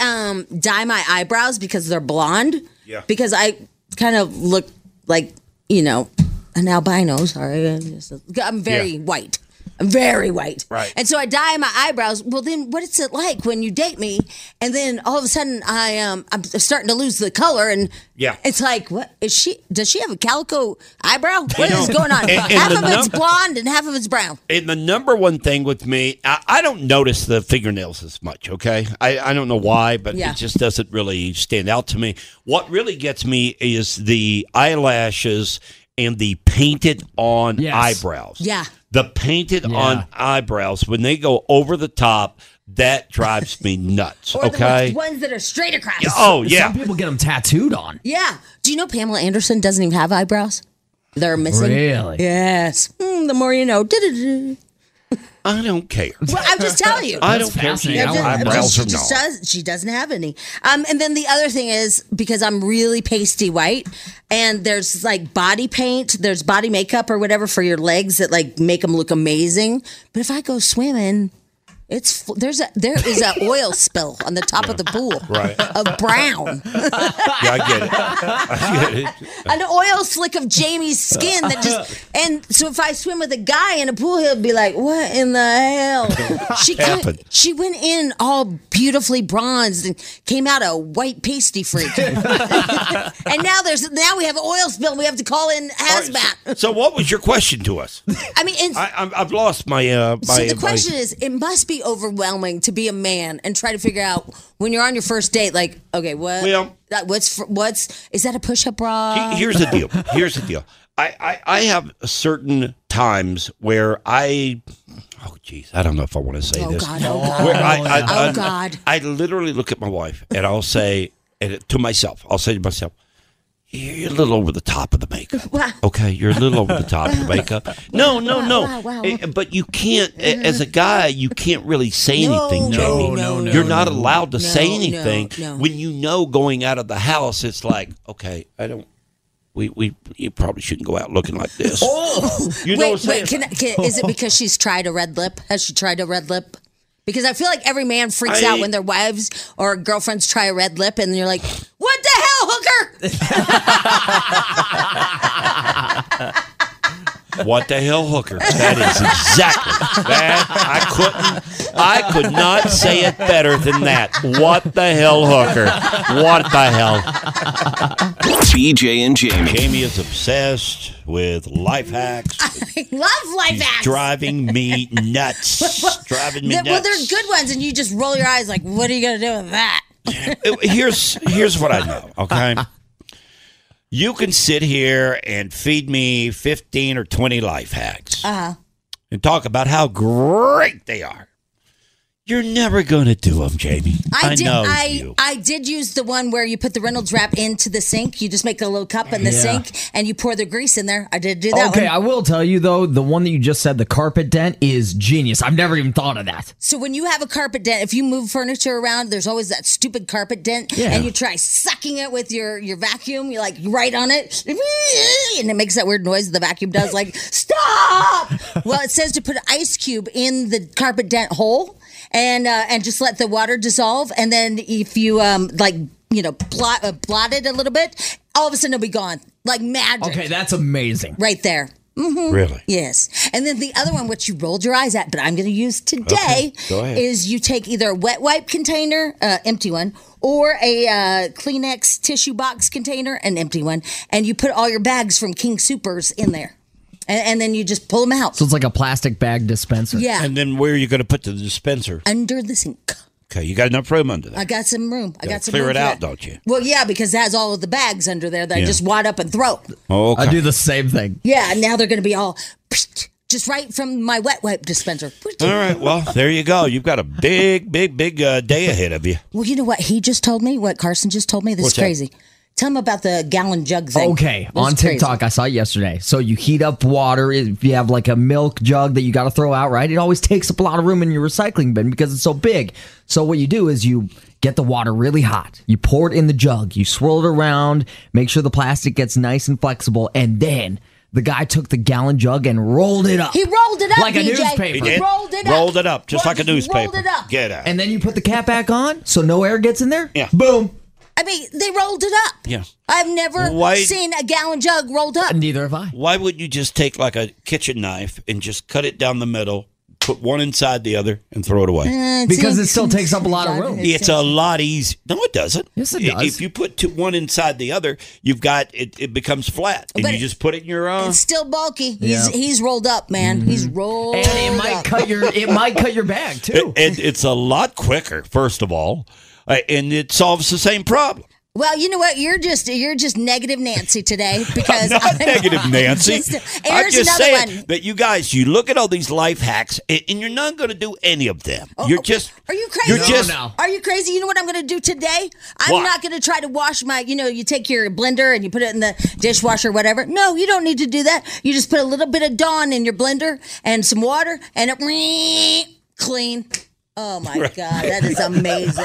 Speaker 3: um, dye my eyebrows because they're blonde.
Speaker 10: Yeah.
Speaker 3: Because I kind of look like you know an albino. Sorry, I'm just- I'm very
Speaker 10: Yeah.
Speaker 3: white. I'm very white.
Speaker 10: Right.
Speaker 3: And so I dye my eyebrows. Well, then what is it like when you date me and then all of a sudden I um I'm starting to lose the color and
Speaker 4: Yeah.
Speaker 3: it's like what is she? Does she have a calico eyebrow? What
Speaker 4: You
Speaker 3: is
Speaker 4: know,
Speaker 3: going on?
Speaker 4: and- and
Speaker 3: half
Speaker 4: the
Speaker 3: of it's
Speaker 4: number-
Speaker 3: blonde and half of it's brown.
Speaker 4: And the number one thing with me, I, I don't notice the fingernails as much, okay? I, I don't know why, but
Speaker 3: Yeah.
Speaker 4: it just doesn't really stand out to me. What really gets me is the eyelashes and the painted on eyebrows.
Speaker 3: Yeah.
Speaker 4: The painted on eyebrows, when they go over the top, that drives me nuts,
Speaker 3: Or
Speaker 4: okay?
Speaker 3: the ones that are straight across.
Speaker 4: Oh, yeah.
Speaker 5: people get them tattooed on.
Speaker 3: Yeah. Do you know Pamela Anderson doesn't even have eyebrows? They're missing.
Speaker 5: Really?
Speaker 3: Yes. Mm, the more you know. Du-du-du.
Speaker 4: I don't care.
Speaker 3: Well, I'm just telling you.
Speaker 4: I don't care if she
Speaker 3: Yeah,
Speaker 4: has
Speaker 3: just-
Speaker 4: eyebrows
Speaker 3: she
Speaker 4: or
Speaker 3: just
Speaker 4: not.
Speaker 3: does. She doesn't have any. Um, and then the other thing is because I'm really pasty white, and there's like body paint, there's body makeup or whatever for your legs that like make them look amazing. But if I go swimming. It's f- there's a there is a oil spill on the top of the pool
Speaker 4: Right.
Speaker 3: of brown,
Speaker 4: Yeah, I get it. I get it.
Speaker 3: an oil slick of Jamie's skin that just and so if I swim with a guy in a pool, he'll be like, "What in the hell?" She
Speaker 4: Happened.
Speaker 3: came, she went in all beautifully bronzed and came out a white pasty freak. and now there's now we have an oil spill. We have to call in hazmat.
Speaker 4: So, what was your question to us?
Speaker 3: I mean, and,
Speaker 4: I, I'm, I've lost my. Uh, my
Speaker 3: so the
Speaker 4: my-
Speaker 3: question is, it must be overwhelming to be a man and try to figure out when you're on your first date, like, okay, what?
Speaker 4: Well-
Speaker 3: that, what's fr- what's is that a push-up bra?
Speaker 4: He- here's the deal. Here's the deal. I, I, I have certain times where I, oh jeez, I don't know if I want to say
Speaker 3: Oh,
Speaker 4: this.
Speaker 3: God, oh, God.
Speaker 4: Where I, I,
Speaker 3: Oh,
Speaker 4: I-
Speaker 3: God.
Speaker 4: I literally look at my wife and I'll say and it- to myself, I'll say to myself, you're a little over the top of the makeup.
Speaker 3: Wow.
Speaker 4: Okay, you're a little over the top of the makeup. No, no,
Speaker 3: Wow,
Speaker 4: no.
Speaker 3: wow, wow.
Speaker 4: Eh, But you can't, eh, as a guy, you can't really say
Speaker 3: No,
Speaker 4: anything,
Speaker 3: no,
Speaker 4: Jamie.
Speaker 3: no, no,
Speaker 4: You're not
Speaker 3: no.
Speaker 4: allowed to
Speaker 3: No,
Speaker 4: say
Speaker 3: no,
Speaker 4: anything
Speaker 3: no.
Speaker 4: when you know going out of the house. It's like, okay, I don't. We we you probably shouldn't go out looking like this. Oh, You know
Speaker 3: wait,
Speaker 4: what I'm
Speaker 3: wait.
Speaker 4: saying?
Speaker 3: Can, I- can, is it because she's tried a red lip? Has she tried a red lip? Because I feel like every man freaks
Speaker 4: I-
Speaker 3: out when their wives or girlfriends try a red lip, and you're like, "What the hell, hooker?"
Speaker 4: What the hell, hooker? That is exactly that. I couldn't. I could not say it better than that. What the hell, hooker? What the hell?
Speaker 2: BJ and Jamie.
Speaker 4: Jamie is obsessed with life hacks.
Speaker 3: I love life
Speaker 4: She's
Speaker 3: hacks.
Speaker 4: driving me nuts. driving me
Speaker 3: That-
Speaker 4: nuts.
Speaker 3: well, they're good ones, and you just roll your eyes like, "What are you gonna do with that?"
Speaker 4: here's here's what I know. Okay, you can sit here and feed me fifteen or twenty life hacks
Speaker 3: Uh,
Speaker 4: and talk about how great they are. You're never going to do them, Jamie.
Speaker 3: I,
Speaker 4: I,
Speaker 3: did.
Speaker 4: know
Speaker 3: I
Speaker 4: you.
Speaker 3: I did use the one where you put the Reynolds wrap into the sink. You just make a little cup in the
Speaker 5: Yeah.
Speaker 3: sink, and you pour the grease in there. I did do that.
Speaker 5: okay,
Speaker 3: one.
Speaker 5: I will tell you though, the one that you just said, the carpet dent, is genius. I've never even thought of that.
Speaker 3: So when you have a carpet dent, if you move furniture around, there's always that stupid carpet dent,
Speaker 5: Yeah.
Speaker 3: and you try sucking it with your your vacuum. You like right on it, and it makes that weird noise the vacuum does, like stop. well, it says to put an ice cube in the carpet dent hole, and uh, and just let the water dissolve, and then if you um like you know blot uh, blot it a little bit, all of a sudden it'll be gone, like magic,
Speaker 5: Okay, that's amazing.
Speaker 3: right there. Mm-hmm.
Speaker 4: Really?
Speaker 3: Yes. And then the other one, which you rolled your eyes at, but I'm going to use today,
Speaker 4: Okay, go ahead.
Speaker 3: is you take either a wet wipe container, uh, empty one, or a uh, Kleenex tissue box container, an empty one, and you put all your bags from King Supers in there. And, and then you just pull them out.
Speaker 5: So it's like a plastic bag dispenser.
Speaker 3: yeah.
Speaker 4: And then where are you going to put the dispenser?
Speaker 3: under the sink.
Speaker 4: Okay, you got enough room under that.
Speaker 3: I got some room. I
Speaker 4: Gotta
Speaker 3: got some
Speaker 4: clear
Speaker 3: room
Speaker 4: it
Speaker 3: for
Speaker 4: out,
Speaker 3: that.
Speaker 4: don't you?
Speaker 3: Well, yeah, because it has all of the bags under there that I
Speaker 4: Yeah.
Speaker 3: just wad up and throw.
Speaker 4: Okay.
Speaker 5: I do the same thing.
Speaker 3: Yeah, and now they're going to be all just right from my wet wipe dispenser.
Speaker 4: All right. Well, there you go. You've got a big, big, big uh, day ahead of you.
Speaker 3: Well, you know what he just told me? What Carson just told me? This
Speaker 4: What's
Speaker 3: is
Speaker 4: that?
Speaker 3: crazy. Tell him about the gallon jug thing.
Speaker 5: Okay,
Speaker 3: This
Speaker 5: on
Speaker 3: is crazy.
Speaker 5: TikTok, I saw it yesterday. So you heat up water. If you have like a milk jug that you got to throw out, right? It always takes up a lot of room in your recycling bin because it's so big. So what you do is you get the water really hot. You pour it in the jug. You swirl it around. Make sure the plastic gets nice and flexible. And then the guy took the gallon jug and rolled it up.
Speaker 3: He rolled it up
Speaker 5: Like a
Speaker 3: DJ.
Speaker 5: newspaper.
Speaker 3: He
Speaker 5: He did.
Speaker 3: rolled it up.
Speaker 4: Rolled it up, just
Speaker 3: Rolled-
Speaker 4: like a newspaper.
Speaker 3: Rolled it up.
Speaker 4: Get out.
Speaker 5: and then you put the cap back on, so no air gets in there. Yeah. Boom.
Speaker 3: I mean, they rolled it up.
Speaker 4: Yeah.
Speaker 3: I've never
Speaker 4: Why-
Speaker 3: seen a gallon jug rolled up.
Speaker 5: Neither have I.
Speaker 4: Why wouldn't you just take like a kitchen knife and just cut it down the middle, put one inside the other, and throw it away?
Speaker 3: Eh, Uh,
Speaker 5: Because it still takes up a lot of room.
Speaker 4: It's a lot easier. No, it doesn't. Yes,
Speaker 5: it does.
Speaker 4: If you put two, one inside the other, you've got it. It becomes flat, and
Speaker 3: But
Speaker 4: you just put it in your uh, own.
Speaker 5: uh,
Speaker 3: It's still bulky. He's
Speaker 4: Yeah.
Speaker 3: he's rolled up, man. He's rolled. And it might
Speaker 5: cut your Mm-hmm. it might cut your bag too.
Speaker 4: It, it, it's a lot quicker, first of all, uh, and it solves the same problem.
Speaker 3: Well, you know what? You're just you're just negative Nancy today because
Speaker 4: not
Speaker 3: I'm-
Speaker 4: negative, Nancy.
Speaker 3: Just-
Speaker 4: I'm
Speaker 3: here's
Speaker 4: just
Speaker 3: another
Speaker 4: saying
Speaker 3: one.
Speaker 4: that you guys, you look at all these life hacks, and, and you're not going to do any of them. you're just
Speaker 3: Oh, Are you crazy?
Speaker 4: You're No, just- no.
Speaker 3: Are you crazy? You know what I'm going to do today? I'm
Speaker 4: What?
Speaker 3: not going to try to wash my, you know, you take your blender and you put it in the dishwasher or whatever. No, you don't need to do that. You just put a little bit of Dawn in your blender and some water and it clean. Oh my
Speaker 4: Right.
Speaker 3: god, that is amazing.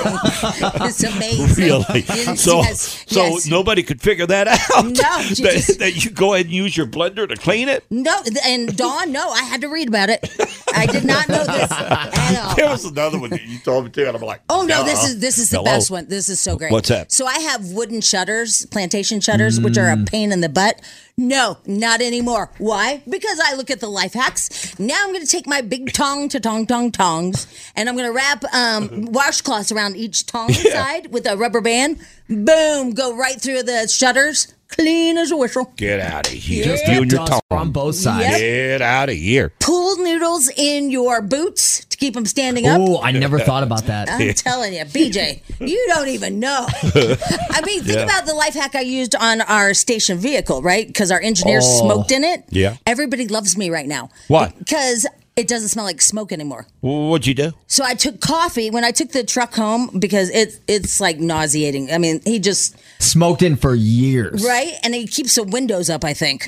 Speaker 3: it's amazing.
Speaker 4: really
Speaker 3: Yes,
Speaker 4: so.
Speaker 3: yes,
Speaker 4: so
Speaker 3: yes.
Speaker 4: nobody could figure that out.
Speaker 3: No,
Speaker 4: that,
Speaker 3: you just-
Speaker 4: that you go ahead and use your blender to clean it.
Speaker 3: No, th- and Dawn, no, I had to read about it. I did not know this.
Speaker 4: There was another one that you told me too, and I'm like,
Speaker 3: Oh no,
Speaker 4: "Nuh-uh."
Speaker 3: this is this is the
Speaker 4: Hello.
Speaker 3: best one. This is so great.
Speaker 4: What's that?
Speaker 3: So I have wooden shutters, plantation shutters, which are a
Speaker 4: Mm.
Speaker 3: pain in the butt. No, not anymore. Why? Because I look at the life hacks. Now I'm going to take my big tong to tong tong tongs, and I'm going to wrap
Speaker 4: Mm-hmm.
Speaker 3: um, washcloths around each tong side with a rubber band. Boom, go right through the shutters, clean as a whistle.
Speaker 4: Get out of here.
Speaker 3: Just
Speaker 4: you and your
Speaker 5: dust
Speaker 4: tongue.
Speaker 5: on both sides.
Speaker 4: Get out of here.
Speaker 3: Pool noodles in your boots to keep them standing up.
Speaker 5: Oh, I never thought about that.
Speaker 3: I'm telling you, BJ, you don't even know. I mean, think
Speaker 5: Yeah.
Speaker 3: about the life hack I used on our station vehicle, right? Because our engineer
Speaker 4: Oh.
Speaker 3: smoked in it.
Speaker 4: Yeah.
Speaker 3: Everybody loves me right now
Speaker 4: What?
Speaker 3: because it doesn't smell like smoke anymore.
Speaker 4: Wh- What'd you do?
Speaker 3: So I took coffee when I took the truck home because it's it's like nauseating. I mean, he just
Speaker 5: Smoked in for years.
Speaker 3: right, and he keeps the windows up. I think.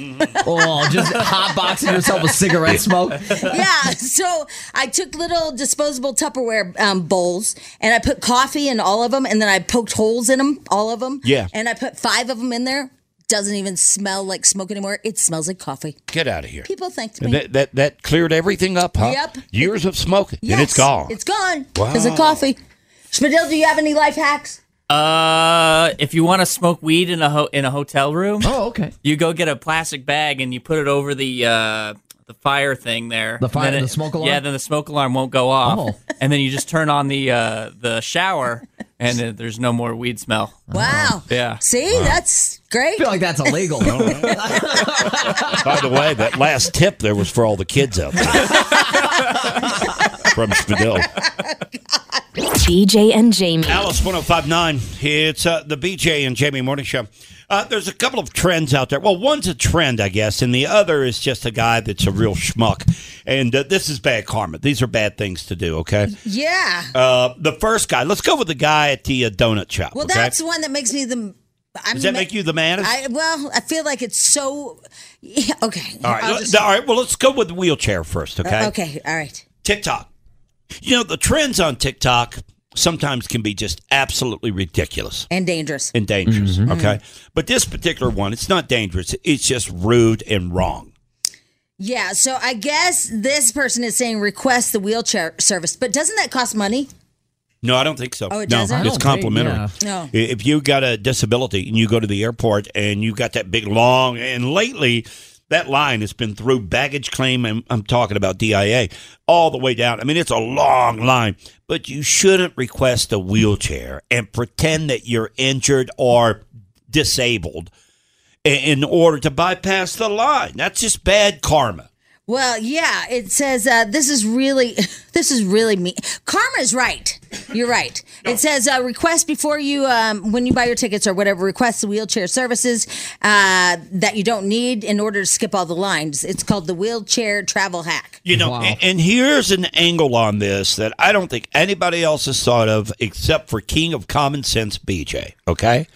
Speaker 5: Oh, just hot boxing yourself with cigarette smoke.
Speaker 3: yeah. So I took little disposable Tupperware um, bowls and I put coffee in all of them and then I poked holes in them, all of them.
Speaker 4: Yeah.
Speaker 3: And I put five of them in there. Doesn't even smell like smoke anymore. It smells like coffee.
Speaker 4: Get out of here.
Speaker 3: People thanked me.
Speaker 4: And that, that that cleared everything up, huh?
Speaker 3: Yep.
Speaker 4: Years of smoking,
Speaker 3: Yes,
Speaker 4: and it's gone.
Speaker 3: It's gone.
Speaker 4: Wow.
Speaker 3: It's a coffee. Spadil, do you have any life hacks?
Speaker 6: Uh, if you want to smoke weed in a ho- in a hotel room, oh
Speaker 5: okay,
Speaker 6: you go get a plastic bag and you put it over the uh the fire thing there.
Speaker 5: The fire-
Speaker 6: And then
Speaker 5: the
Speaker 6: it-
Speaker 5: smoke alarm? Oh.
Speaker 6: Yeah, then the smoke alarm won't go off, and then you just turn on the uh the shower, and uh, there's no more weed smell.
Speaker 3: Wow.
Speaker 6: Yeah.
Speaker 3: See, that's great. I feel
Speaker 5: like that's illegal.
Speaker 4: By the way, that last tip there was for all the kids out there. From Spadil.
Speaker 2: BJ and Jamie.
Speaker 4: Alice 1059. It's uh, the BJ and Jamie Morning Show. Uh, there's a couple of trends out there. Well, one's a trend, I guess, and the other is just a guy that's a real schmuck. And uh, this is bad karma. These are bad things to do, okay?
Speaker 3: Yeah.
Speaker 4: Uh, the first guy, let's go with the guy at the uh, donut shop.
Speaker 3: Well,
Speaker 4: okay?
Speaker 3: that's the one that makes me the. I'm
Speaker 4: Does that
Speaker 3: ma-
Speaker 4: make you the man?
Speaker 3: I, well, I feel like it's so. Yeah, okay.
Speaker 4: all right,
Speaker 3: I'll
Speaker 4: let-
Speaker 3: just- Uh,
Speaker 4: all right. Well, let's go with the wheelchair first, okay?
Speaker 3: Okay. All right.
Speaker 4: TikTok. You know, the trends on TikTok sometimes can be just absolutely ridiculous.
Speaker 3: And dangerous.
Speaker 4: And dangerous,
Speaker 3: Mhm.
Speaker 4: okay? But this particular one, it's not dangerous. It's just rude and wrong.
Speaker 3: Yeah, so I guess this person is saying request the wheelchair service, but doesn't that cost money?
Speaker 4: No, I don't think so.
Speaker 3: Oh, it
Speaker 4: no,
Speaker 3: doesn't? I
Speaker 4: it's
Speaker 3: don't
Speaker 4: complimentary.
Speaker 3: think- yeah. No.
Speaker 4: I- If you got a disability and you go to the airport and you got that big long and lately that line has been through baggage claim and I'm talking about DIA all the way down. I mean, it's a long line, but you shouldn't request a wheelchair and pretend that you're injured or disabled i- in order to bypass the line. That's just bad karma.
Speaker 3: Well, yeah, it says uh, this is really, this is really me. Karma's right. You're right. It says uh, request before you, um, when you buy your tickets or whatever, request the wheelchair services uh, that you don't need in order to skip all the lines. It's called the wheelchair travel hack.
Speaker 4: You know, and, and here's an angle on this that I don't think anybody else has thought of except for King of Common Sense BJ, okay?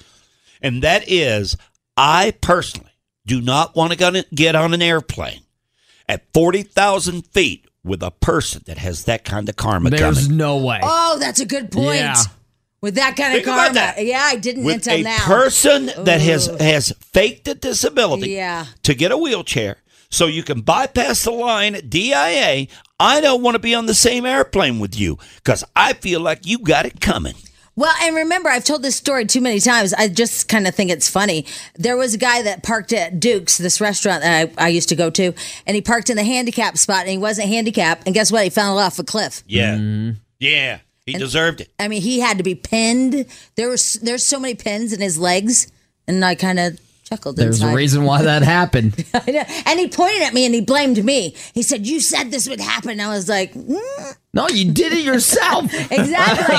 Speaker 4: And that is, I personally do not want to get on an airplane at 40,000 feet with a person that has that kind of karma
Speaker 5: There's
Speaker 4: coming.
Speaker 5: no way.
Speaker 3: Oh, that's a good point.
Speaker 4: Yeah.
Speaker 3: With that kind
Speaker 4: Think
Speaker 3: of
Speaker 4: about
Speaker 3: karma.
Speaker 4: that.
Speaker 3: Yeah, I didn't
Speaker 4: With
Speaker 3: until
Speaker 4: a
Speaker 3: now.
Speaker 4: person that has
Speaker 3: Ooh.
Speaker 4: has faked a disability
Speaker 3: Yeah.
Speaker 4: to get a wheelchair so you can bypass the line at DIA. I don't want to be on the same airplane with you because I feel like you got it coming.
Speaker 3: Well, and remember, I've told this story too many times. I just kind of think it's funny. There was a guy that parked at Duke's, this restaurant that I, I used to go to, and he parked in the handicap spot and he wasn't handicapped. And guess what? He fell off a cliff.
Speaker 4: Yeah. Yeah. He deserved it.
Speaker 3: I mean, he had to be pinned. There was there's so many pins in his legs, and I kind of chuckled.
Speaker 5: There's
Speaker 3: inside.
Speaker 5: a reason why that happened.
Speaker 3: I know. And he pointed at me and he blamed me. He said, "You said this would happen." I was like, "Mm."
Speaker 5: No, you did it yourself.
Speaker 3: exactly.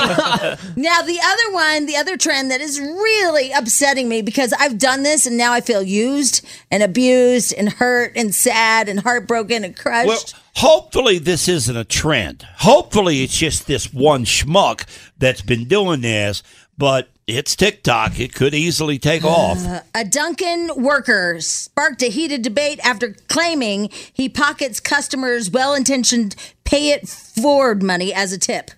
Speaker 3: now the other one, the other trend that is really upsetting me because I've done this and now I feel used and abused and hurt and sad and heartbroken and crushed.
Speaker 4: Well, hopefully this isn't a trend. Hopefully it's just this one schmuck that's been doing this, but it's TikTok. It could easily take off.
Speaker 3: Uh, a Duncan worker sparked a heated debate after claiming he pockets customers' well intentioned pay it forward money as a tip.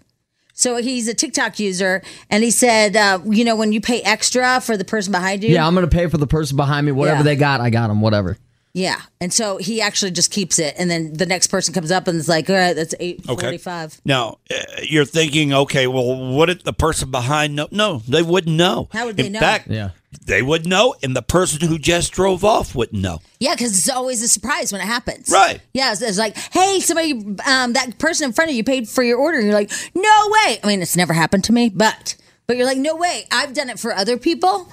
Speaker 3: So he's a TikTok user, and he said, uh, you know, when you pay extra for the person behind you.
Speaker 5: Yeah, I'm gonna pay for the person behind me. Whatever
Speaker 3: Yeah.
Speaker 5: they got, I got them. Whatever.
Speaker 3: Yeah. And so he actually just keeps it. And then the next person comes up and is like, all right, that's 845.
Speaker 4: Now, uh, you're thinking, okay, well, what did the person behind know? No, they wouldn't know.
Speaker 3: How would
Speaker 4: In
Speaker 3: they know?
Speaker 4: fact,
Speaker 3: Yeah.
Speaker 4: they would know, and the person who just drove off wouldn't know.
Speaker 3: Yeah, because it's always a surprise when it happens.
Speaker 4: Right.
Speaker 3: Yeah, it's, it's like, hey, somebody, um, that person in front of you paid for your order. And you're like, no way. I mean, it's never happened to me, but but you're like, no way. I've done it for other people.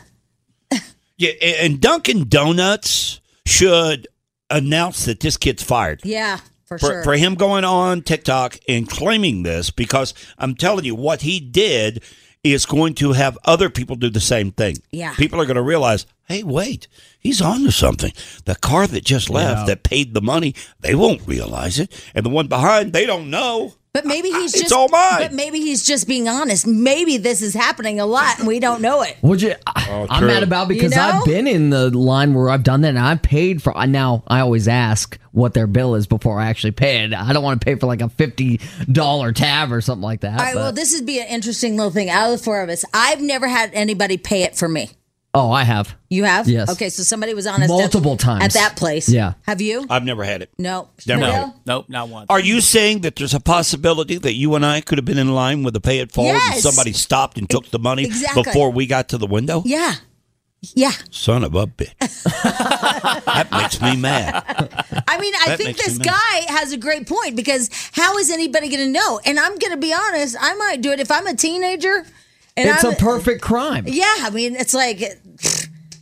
Speaker 4: Yeah, a- and Dunkin' Donuts should announce that this kid's fired.
Speaker 3: Yeah, for,
Speaker 4: for,
Speaker 3: sure.
Speaker 4: for him going on TikTok and claiming this because I'm telling you, what he did is going to have other people do the same thing.
Speaker 3: Yeah.
Speaker 4: People are going to realize, hey, wait, he's on to something. The car that just left
Speaker 12: Yeah.
Speaker 4: that paid the money, they won't realize it. And the one behind, they don't know.
Speaker 3: But maybe he's
Speaker 4: It's
Speaker 3: just.
Speaker 4: all mine.
Speaker 3: But maybe he's just being honest. Maybe this is happening a lot and we don't know it.
Speaker 5: Would you? I- I'm mad about because
Speaker 3: You know?
Speaker 5: I've been in the line where I've done that and I paid for. I Now I always ask what their bill is before I actually pay it. I don't want to pay for like a fifty dollar tab or something like that.
Speaker 3: All right.
Speaker 5: but-
Speaker 3: Well, this would be an interesting little thing. Out of the four of us, I've never had anybody pay it for me.
Speaker 5: oh, I have.
Speaker 3: You have?
Speaker 5: Yes.
Speaker 3: Okay, so somebody was honest. at-
Speaker 5: Multiple times.
Speaker 3: At that place.
Speaker 5: Yeah.
Speaker 3: Have you?
Speaker 4: I've never had it.
Speaker 3: No.
Speaker 4: Never had it.
Speaker 3: Bill?
Speaker 6: Nope, not one.
Speaker 4: Are you saying that there's a possibility that you and I could have been in line with a pay it forward and
Speaker 3: Yes.
Speaker 4: somebody stopped and took the money
Speaker 3: Exactly.
Speaker 4: before we got to the window?
Speaker 3: Yeah. Yeah.
Speaker 4: Son of a bitch. that makes me mad.
Speaker 3: I mean, I
Speaker 4: That
Speaker 3: think
Speaker 4: makes me
Speaker 3: this
Speaker 4: mad.
Speaker 3: guy has a great point because how is anybody going to know? And I'm going to be honest, I might do it if I'm a teenager. And
Speaker 5: it's
Speaker 3: I'm,
Speaker 5: a perfect crime.
Speaker 3: yeah. I mean, it's like,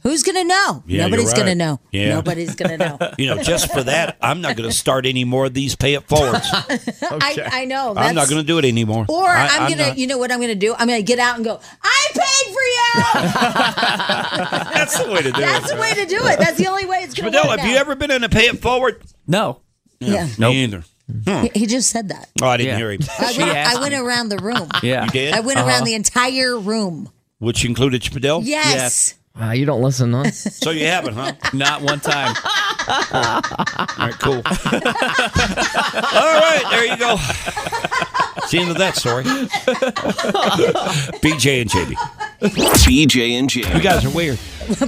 Speaker 3: who's going to know?
Speaker 4: Yeah, you're
Speaker 3: Nobody's going to
Speaker 4: right.
Speaker 3: know.
Speaker 4: Yeah.
Speaker 3: Nobody's going to know.
Speaker 4: You know, just for that, I'm not going to start any more of these pay it forwards.
Speaker 3: I, I know.
Speaker 4: I'm not going to do it anymore.
Speaker 3: Or
Speaker 4: I,
Speaker 3: I, am gonna,
Speaker 4: not-
Speaker 3: you know what I'm gonna do? I'm gonna get out and go. I paid for you.
Speaker 4: That's the way to do it.
Speaker 3: That's the way to do it. That's the only way it's gonna
Speaker 4: Fidel,
Speaker 3: work.
Speaker 4: have you ever been in a pay it forward?
Speaker 6: No.
Speaker 3: Yeah.
Speaker 4: Me either.
Speaker 5: Hmm.
Speaker 3: He, he just said that.
Speaker 4: Oh, I didn't hear him.
Speaker 3: I went, I went around the room.
Speaker 4: Yeah. You did? Uh-huh.
Speaker 3: I went around the entire room.
Speaker 4: Which included Spadil?
Speaker 3: Yes. Yes.
Speaker 5: Wow, Uh, you don't listen, huh?
Speaker 4: So you haven't, huh?
Speaker 6: Not one time.
Speaker 4: All right, cool. All right, there you go. It's the end of that story. BJ and JB.
Speaker 2: BJ and Jamie.
Speaker 4: You guys are weird.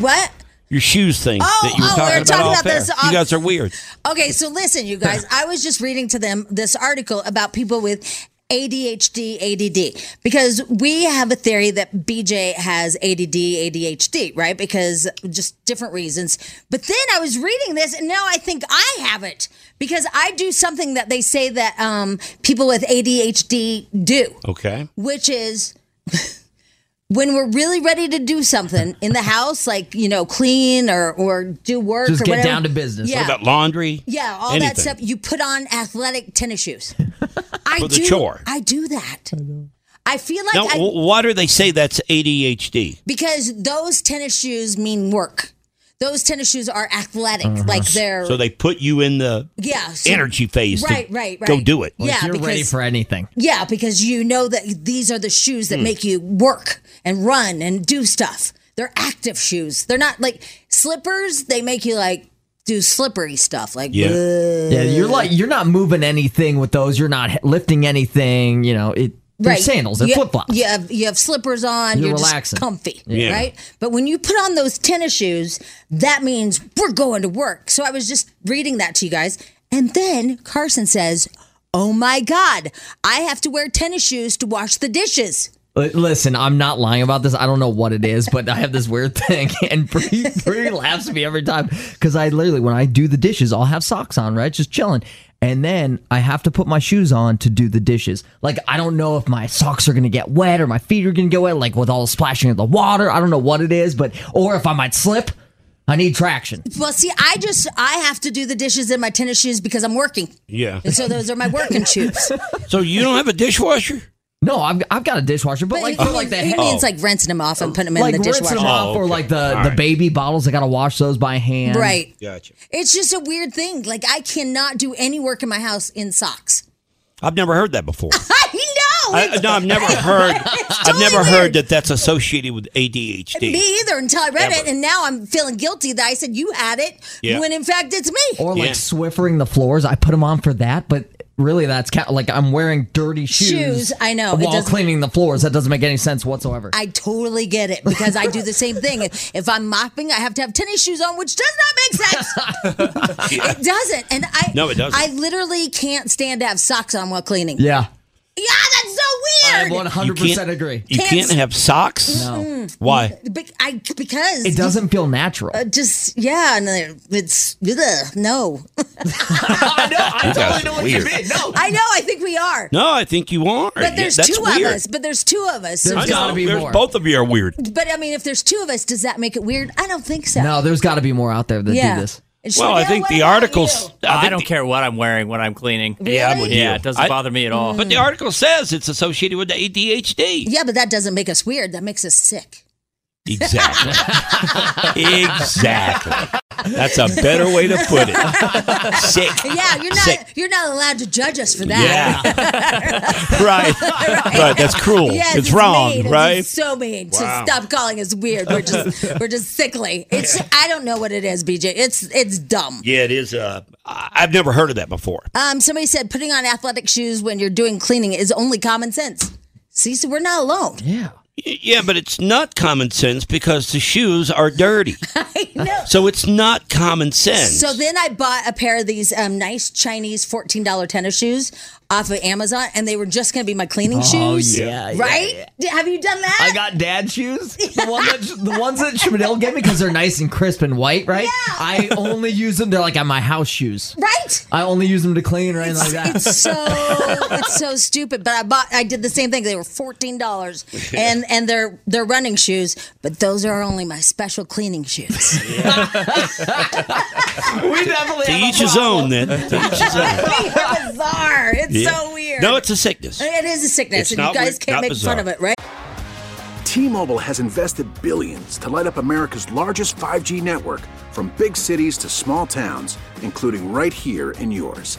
Speaker 3: what?
Speaker 4: Your shoes thing that you were
Speaker 3: oh, we
Speaker 4: talking
Speaker 3: were
Speaker 4: about.
Speaker 3: talking
Speaker 4: off
Speaker 3: about
Speaker 4: air.
Speaker 3: this
Speaker 4: you
Speaker 3: off-
Speaker 4: guys are weird.
Speaker 3: Okay, so listen, you guys. I was just reading to them this article about people with ADHD, ADD, because we have a theory that BJ has ADD, ADHD, right? Because just different reasons. But then I was reading this, and now I think I have it because I do something that they say that um, people with ADHD do,
Speaker 4: Okay.
Speaker 3: which is when we're really ready to do something in the house, like you know, clean or or do work,
Speaker 5: Just
Speaker 3: or
Speaker 5: get
Speaker 3: whatever,
Speaker 5: down to business.
Speaker 3: Yeah,
Speaker 4: What about laundry?
Speaker 3: yeah, all
Speaker 4: Anything.
Speaker 3: that stuff. You put on athletic tennis shoes. I
Speaker 4: For the
Speaker 3: do.
Speaker 4: chore.
Speaker 3: I do that. I feel like
Speaker 4: Now,
Speaker 3: I,
Speaker 4: wh- why do they say that's ADHD?
Speaker 3: because those tennis shoes mean work. Those tennis shoes are athletic,
Speaker 5: Uh-huh.
Speaker 3: like they're
Speaker 4: So they put you in the
Speaker 3: yeah so-
Speaker 4: energy phase. to
Speaker 3: Right, right, right.
Speaker 4: Go do it.
Speaker 3: Like, Yeah,
Speaker 5: you're ready
Speaker 3: because-
Speaker 5: for anything.
Speaker 3: Yeah, because you know that these are the shoes that
Speaker 5: Hmm.
Speaker 3: make you work and run and do stuff. They're active shoes. They're not like slippers. They make you like do slippery stuff. Like "Ugh."
Speaker 5: yeah. You're like you're not moving anything with those. You're not he- lifting anything. You know, it. They're sandals. They're
Speaker 3: You-
Speaker 5: flip flops.
Speaker 3: You have, you have slippers on.
Speaker 5: You're
Speaker 3: You're,
Speaker 5: relaxing.
Speaker 3: just comfy,
Speaker 5: Yeah.
Speaker 3: right? But when you put on those tennis shoes, that means we're going to work. So I was just reading that to you guys, and then Carson says, "Oh my God, I have to wear tennis shoes to wash the dishes."
Speaker 5: L- Listen, I'm not lying about this. I don't know what it is, but I have this weird thing, and Bree, Bree laughs at me every time because I literally, when I do the dishes, I'll have socks on, right, just chilling, and then I have to put my shoes on to do the dishes. Like I don't know if my socks are gonna get wet or my feet are gonna get wet, like with all the splashing of the water. I don't know what it is, but or if I might slip. I need traction.
Speaker 3: Well, see, I just I have to do the dishes in my tennis shoes because I'm working,
Speaker 4: Yeah.
Speaker 3: and so those are my working shoes.
Speaker 4: So you don't have a dishwasher?
Speaker 5: No, I've, I've got a dishwasher, but, like for like the
Speaker 3: he
Speaker 5: hand-
Speaker 3: means like rinsing them off and putting them
Speaker 5: like
Speaker 3: in the
Speaker 5: rinsing
Speaker 3: dishwasher.
Speaker 5: them off, or like the,
Speaker 4: Oh, All
Speaker 5: the
Speaker 4: right.
Speaker 5: baby bottles. I gotta wash those by hand.
Speaker 3: Right.
Speaker 4: Gotcha.
Speaker 3: It's just a weird thing. Like I cannot do any work in my house in socks.
Speaker 4: I've never heard that before.
Speaker 3: no,
Speaker 4: I, no, I've never heard. I've never heard that that's associated with ADHD.
Speaker 3: me either until I read
Speaker 4: Never.
Speaker 3: it, and now I'm feeling guilty that I said you had it
Speaker 5: Yeah.
Speaker 3: when in fact it's me.
Speaker 5: or like swiffering the floors. I put them on for that, but really, that's ca- like I'm wearing dirty shoes.
Speaker 3: Shoes, I know, it
Speaker 5: While
Speaker 3: doesn't-
Speaker 5: cleaning the floors, that doesn't make any sense whatsoever.
Speaker 3: I totally get it because I do the same thing. If, if I'm mopping, I have to have tennis shoes on, which does not make sense. it doesn't, and I
Speaker 4: No, it doesn't.
Speaker 3: I literally can't stand to have socks on while cleaning.
Speaker 5: yeah,
Speaker 3: Yeah, that's so weird.
Speaker 4: You can't- You
Speaker 3: Can't- Mm-hmm.
Speaker 4: can't have socks.
Speaker 3: Mm-mm.
Speaker 4: Why?
Speaker 3: Be- I, because
Speaker 5: It doesn't feel natural.
Speaker 3: Uh, just yeah, and they're- it's ugh, no.
Speaker 4: I totally know what you mean.
Speaker 5: No,
Speaker 3: I know. I think we are.
Speaker 4: No, I think you are.
Speaker 3: But there's
Speaker 4: That's
Speaker 3: two
Speaker 4: weird.
Speaker 3: of us. But there's two of us.
Speaker 4: I
Speaker 3: so
Speaker 4: know,
Speaker 3: does-
Speaker 4: there's Both of you are weird.
Speaker 3: But I mean, if there's two of us, does that make it weird? I don't think so.
Speaker 5: no, there's got to be more out there that
Speaker 3: Yeah.
Speaker 5: do this.
Speaker 3: It's
Speaker 6: Well,
Speaker 3: like,
Speaker 6: I think
Speaker 3: "Oh,
Speaker 6: the
Speaker 3: what about
Speaker 6: articles-
Speaker 3: you?"
Speaker 6: I don't care what I'm wearing when I'm cleaning.
Speaker 3: Yeah, I'm with Really? Mm. you.
Speaker 6: Yeah, it doesn't
Speaker 4: I-
Speaker 6: bother me at all.
Speaker 4: But the article says it's associated with the ADHD.
Speaker 3: Yeah, but that doesn't make us weird. That makes us sick.
Speaker 4: Exactly. exactly. That's a better way to put it. Sick.
Speaker 3: Yeah, you're not
Speaker 4: Sick.
Speaker 3: you're not allowed to judge us for
Speaker 4: Yeah.
Speaker 3: that.
Speaker 4: right. Right. That's cruel.
Speaker 3: Yes,
Speaker 4: it's, wrong,
Speaker 3: mean. It's
Speaker 4: right?
Speaker 3: so mean.
Speaker 4: Wow.
Speaker 3: So stop calling us weird. We're just we're just sickly. It's I don't know what it is, BJ. It's it's dumb.
Speaker 4: yeah, it is. Uh, I- I've never heard of that before.
Speaker 3: Um, somebody said putting on athletic shoes when you're doing cleaning is only common sense. See, so we're not alone.
Speaker 5: Yeah.
Speaker 4: Y- Yeah, but it's not common sense because the shoes are dirty.
Speaker 3: I know.
Speaker 4: So it's not common sense.
Speaker 3: So then I bought a pair of these um, nice Chinese fourteen dollar tennis shoes off of Amazon, and they were just going to be my cleaning
Speaker 5: Oh,
Speaker 3: shoes.
Speaker 5: yeah, yeah,
Speaker 3: right? D- Have you done that?
Speaker 5: I got dad shoes. The, one that, the ones that Shabadil gave me because they're nice and crisp and white, right? I only use them. They're like on my house shoes.
Speaker 3: Right?
Speaker 5: I only use them to clean or anything like that.
Speaker 3: It's so it's so stupid. But I bought I did the same thing. They were fourteen dollars, and and they're they're running shoes, but those are only my special cleaning shoes.
Speaker 5: we definitely
Speaker 4: to each his own, then. To each his own.
Speaker 3: They're bizarre. It's
Speaker 4: Yeah.
Speaker 3: so weird.
Speaker 4: No, it's a sickness.
Speaker 3: It is a sickness,
Speaker 4: It's
Speaker 3: and you
Speaker 4: not
Speaker 3: guys
Speaker 4: weird,
Speaker 3: can't
Speaker 4: not
Speaker 3: make
Speaker 4: bizarre.
Speaker 3: fun of it, right?
Speaker 11: T-Mobile has invested billions to light up America's largest 5G network from big cities to small towns, including right here in yours.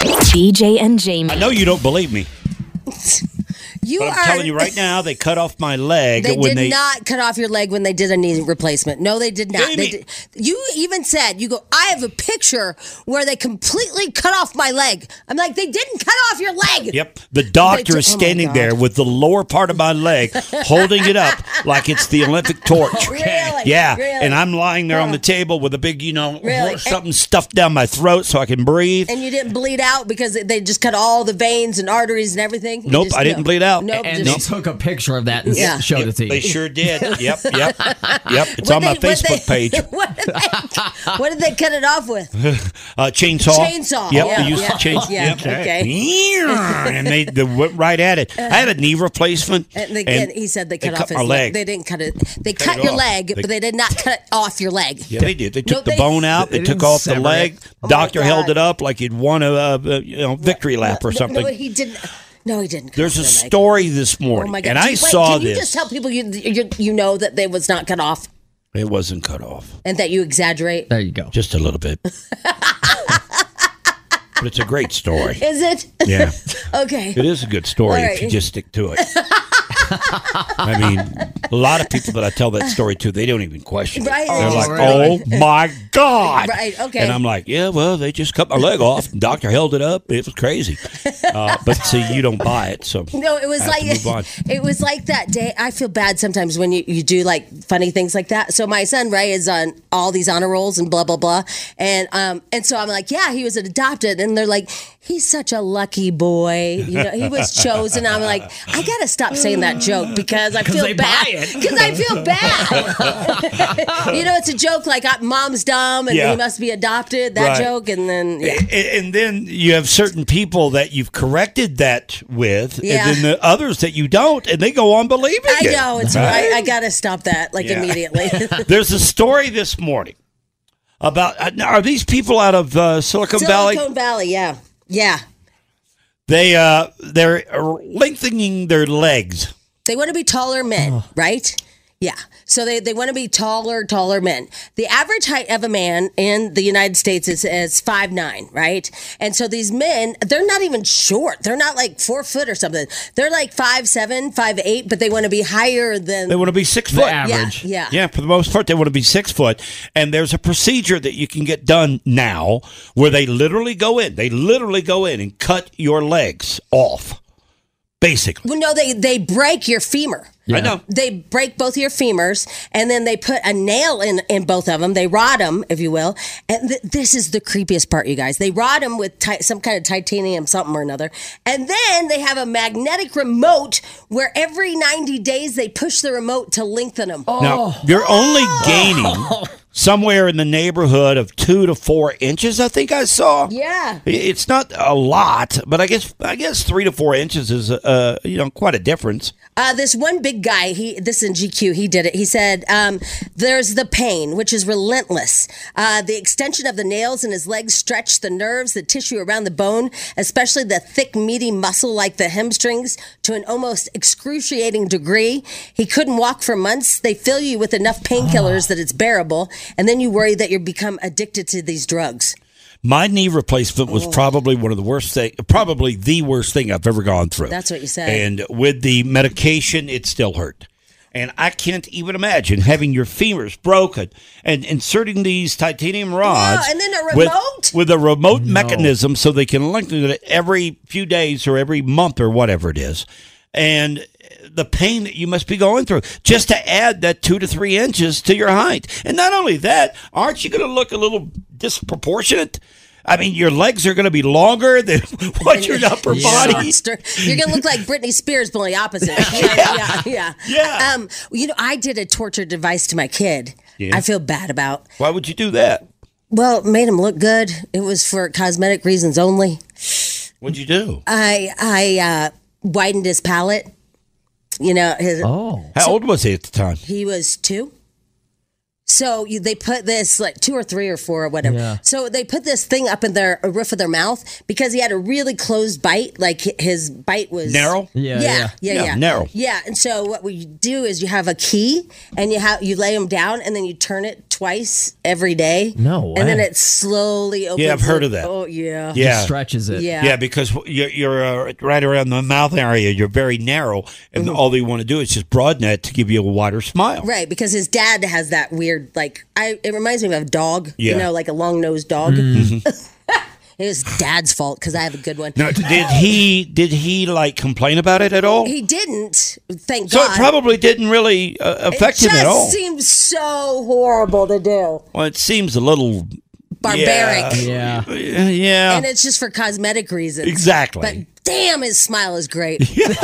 Speaker 13: BJ and Jamie.
Speaker 4: I know you don't believe me.
Speaker 3: You
Speaker 4: but I'm
Speaker 3: are-
Speaker 4: telling you right now, they cut off my leg
Speaker 3: They
Speaker 4: when
Speaker 3: did
Speaker 4: they
Speaker 3: not cut off your leg when they did a knee replacement. No, they did not. They did- you even said, "You go." I have a picture where they completely cut off my leg. I'm like, they didn't cut off your leg.
Speaker 4: Yep. The doctor
Speaker 3: They-
Speaker 4: is
Speaker 3: oh my
Speaker 4: standing
Speaker 3: God.
Speaker 4: there with the lower part of my leg holding it up like it's the Olympic torch.
Speaker 3: Really?
Speaker 4: yeah.
Speaker 3: Really?
Speaker 4: And I'm lying there on the table with a big, you know,
Speaker 3: Really?
Speaker 4: something stuffed down my throat so I can breathe.
Speaker 3: And you didn't bleed out because they just cut all the veins and arteries and everything. You
Speaker 4: Nope,
Speaker 3: just-
Speaker 4: I didn't
Speaker 3: no.
Speaker 4: bleed out.
Speaker 3: Nope.
Speaker 5: and
Speaker 3: just-
Speaker 5: they took a picture of that and
Speaker 3: Yeah.
Speaker 5: showed it to you.
Speaker 4: They sure did. Yep, yep, yep. It's
Speaker 3: What
Speaker 4: on my
Speaker 3: they- what they-
Speaker 4: Facebook page.
Speaker 3: what, did they, what did they cut it off with?
Speaker 4: Uh, chainsaw.
Speaker 3: Chainsaw.
Speaker 4: Yep,
Speaker 3: Yeah,
Speaker 4: they used
Speaker 3: yeah,
Speaker 4: to chainsaw.
Speaker 3: yeah,
Speaker 4: Yep.
Speaker 3: okay.
Speaker 4: Yeah, and they, they went right at it. I had a knee replacement.
Speaker 3: And again, he said they cut, off his
Speaker 4: my leg.
Speaker 3: They didn't cut it. They
Speaker 4: Cut
Speaker 3: cut,
Speaker 4: it
Speaker 3: your
Speaker 4: off.
Speaker 3: leg,
Speaker 4: They-
Speaker 3: but they did not cut off your leg.
Speaker 4: Yeah, they did. They took
Speaker 3: No,
Speaker 4: the
Speaker 3: they- Oh
Speaker 4: bone out.
Speaker 3: They
Speaker 4: They, took
Speaker 3: didn't
Speaker 4: off the
Speaker 3: sever
Speaker 4: leg.
Speaker 3: it.
Speaker 4: Doctor held it up like he'd won a, uh uh, you know victory lap or something.
Speaker 3: No, he didn't. No, he didn't. cut
Speaker 4: There's a
Speaker 3: off your leg.
Speaker 4: story this morning,
Speaker 3: Oh my God.
Speaker 4: and
Speaker 3: Do
Speaker 4: I
Speaker 3: you- wait,
Speaker 4: saw
Speaker 3: Can you
Speaker 4: this.
Speaker 3: just tell people you, you you know that they was not cut off
Speaker 4: It wasn't cut off.
Speaker 3: and that you exaggerate?
Speaker 5: There you go.
Speaker 4: Just a little bit. but it's a great story.
Speaker 3: Is it?
Speaker 4: Yeah.
Speaker 3: okay.
Speaker 4: It is a good story
Speaker 3: All
Speaker 4: if you
Speaker 3: right.
Speaker 4: just stick to it. I mean, a lot of people that I tell that story to, they don't even question it.
Speaker 3: Right,
Speaker 4: They're
Speaker 3: they
Speaker 4: like,
Speaker 3: just really-
Speaker 4: "Oh my god!"
Speaker 3: Right, okay.
Speaker 4: And I'm like, "Yeah, well, they just cut my leg off. And doctor held it up. It was crazy." Uh, but see, you don't buy it, so
Speaker 3: No, it was
Speaker 4: I have to move on.
Speaker 3: like it was like that day. I feel bad sometimes when you, you do like funny things like that. So my son Ray is on all these honor rolls and blah blah blah, and um and so I'm like, yeah, he was adopted, and they're like, he's such a lucky boy, you know, he was chosen. I'm like, I gotta stop saying that joke because I
Speaker 5: 'Cause
Speaker 3: feel
Speaker 5: they
Speaker 3: bad
Speaker 5: buy it.
Speaker 3: because I feel bad. you know, it's a joke like I, mom's dumb and
Speaker 4: Yeah.
Speaker 3: he must be adopted. That
Speaker 4: Right.
Speaker 3: joke, and then yeah.
Speaker 4: A- a- And then you have certain people that you've corrected that with,
Speaker 3: Yeah.
Speaker 4: and then the others that you don't, and they go on believing
Speaker 3: I
Speaker 4: it.
Speaker 3: know it's
Speaker 4: Right?
Speaker 3: I, I gotta stop that like
Speaker 4: Yeah.
Speaker 3: immediately.
Speaker 4: There's a story this morning about uh, now, are these people out of uh, Silicon, Valley?
Speaker 3: Silicon Valley, yeah. Yeah.
Speaker 4: They uh, they're lengthening their legs.
Speaker 3: They want to be taller men,
Speaker 4: Oh.
Speaker 3: right? Yeah. So they, they want to be taller, taller men. The average height of a man in the United States is, is five nine, right? And so these men, they're not even short. They're not like four foot or something. They're like five seven, five eight, but they want to be higher than
Speaker 4: They want to be six
Speaker 3: The
Speaker 4: foot
Speaker 3: average. Yeah, yeah.
Speaker 4: for the most part, they want to be six foot. And there's a procedure that you can get done now where they literally go in. They literally go in and cut your legs off, basically.
Speaker 3: Well, no, they they break your femur.
Speaker 4: I know.
Speaker 3: They break both of your femurs, and then they put a nail in in both of them. They rod them, if you will. And th- this is the creepiest part, you guys. They rod them with ti- some kind of titanium, something or another, and then they have a magnetic remote where every ninety days they push the remote to lengthen them.
Speaker 4: Now you're only
Speaker 3: Oh.
Speaker 4: gaining somewhere in the neighborhood of two to four inches. I think I saw.
Speaker 3: Yeah.
Speaker 4: It's not a lot, but I guess I guess three to four inches is uh you know quite a difference.
Speaker 3: Uh, this one big guy, he this in GQ, he did it. He said, um, "There's the pain, which is relentless. Uh, the extension of the nails in his legs stretch the nerves, the tissue around the bone, especially the thick, meaty muscle like the hamstrings, to an almost excruciating degree. He couldn't walk for months. They fill you with enough painkillers that it's bearable, and then you worry that you become addicted to these drugs."
Speaker 4: My knee replacement
Speaker 3: Oh.
Speaker 4: was probably one of the worst thing, probably the worst thing I've ever gone through.
Speaker 3: That's what you said.
Speaker 4: And with the medication, it still hurt. And I can't even imagine having your femurs broken and inserting these titanium rods.
Speaker 3: and then a
Speaker 4: with-
Speaker 3: remote?
Speaker 4: With, a remote mechanism so they can lengthen it every few days or every month or whatever it is. And the pain that you must be going through just to add that two to three inches to your height. And not only that, aren't you going to look a little disproportionate? I mean, your legs are going to be longer than what your upper body.
Speaker 3: Monster. You're gonna look like Britney Spears, but only opposite. yeah, yeah, yeah.
Speaker 4: Yeah.
Speaker 3: Um, you know, I did a torture device to my kid.
Speaker 4: Yeah.
Speaker 3: I feel bad about.
Speaker 4: Why would you do that?
Speaker 3: well, it made him look good. It was for cosmetic reasons only.
Speaker 4: What'd you do?
Speaker 3: I I uh, widened his palate. You know his.
Speaker 4: How old was he at the time?
Speaker 3: He was two. So you, they put this like two or three or four or whatever.
Speaker 4: Yeah.
Speaker 3: So they put this thing up in their roof of their mouth because he had a really closed bite. Like hi- his bite was
Speaker 4: Narrow?
Speaker 3: Yeah, yeah, yeah, yeah,
Speaker 4: Narrow.
Speaker 3: Yeah, and so what we do is you have a key and you have you lay him down and then you turn it twice every day.
Speaker 4: No
Speaker 3: and then
Speaker 4: way.
Speaker 3: it slowly opens.
Speaker 4: Yeah, I've heard
Speaker 3: up.
Speaker 4: of that.
Speaker 3: Oh yeah,
Speaker 4: Yeah,
Speaker 3: Yeah,
Speaker 4: yeah, because you're, you're uh, right around the mouth area. You're very narrow, and all they want to do is just broaden that to give you a wider smile.
Speaker 3: Mm-hmm. Right, because his dad has that weird like I it reminds me of a dog,
Speaker 4: Yeah.
Speaker 3: you know, like a long-nosed dog.
Speaker 4: Mhm.
Speaker 3: It was dad's fault cuz I have a good one.
Speaker 4: Now, did he did he like complain about it at all?
Speaker 3: He didn't. Thank
Speaker 4: so
Speaker 3: God.
Speaker 4: it probably didn't really uh,
Speaker 3: It
Speaker 4: affect him at all.
Speaker 3: just seems so horrible to do.
Speaker 4: well, it seems a little
Speaker 3: Barbaric.
Speaker 4: Yeah, yeah. yeah.
Speaker 3: And it's just for cosmetic reasons.
Speaker 4: Exactly.
Speaker 3: But damn his smile is great.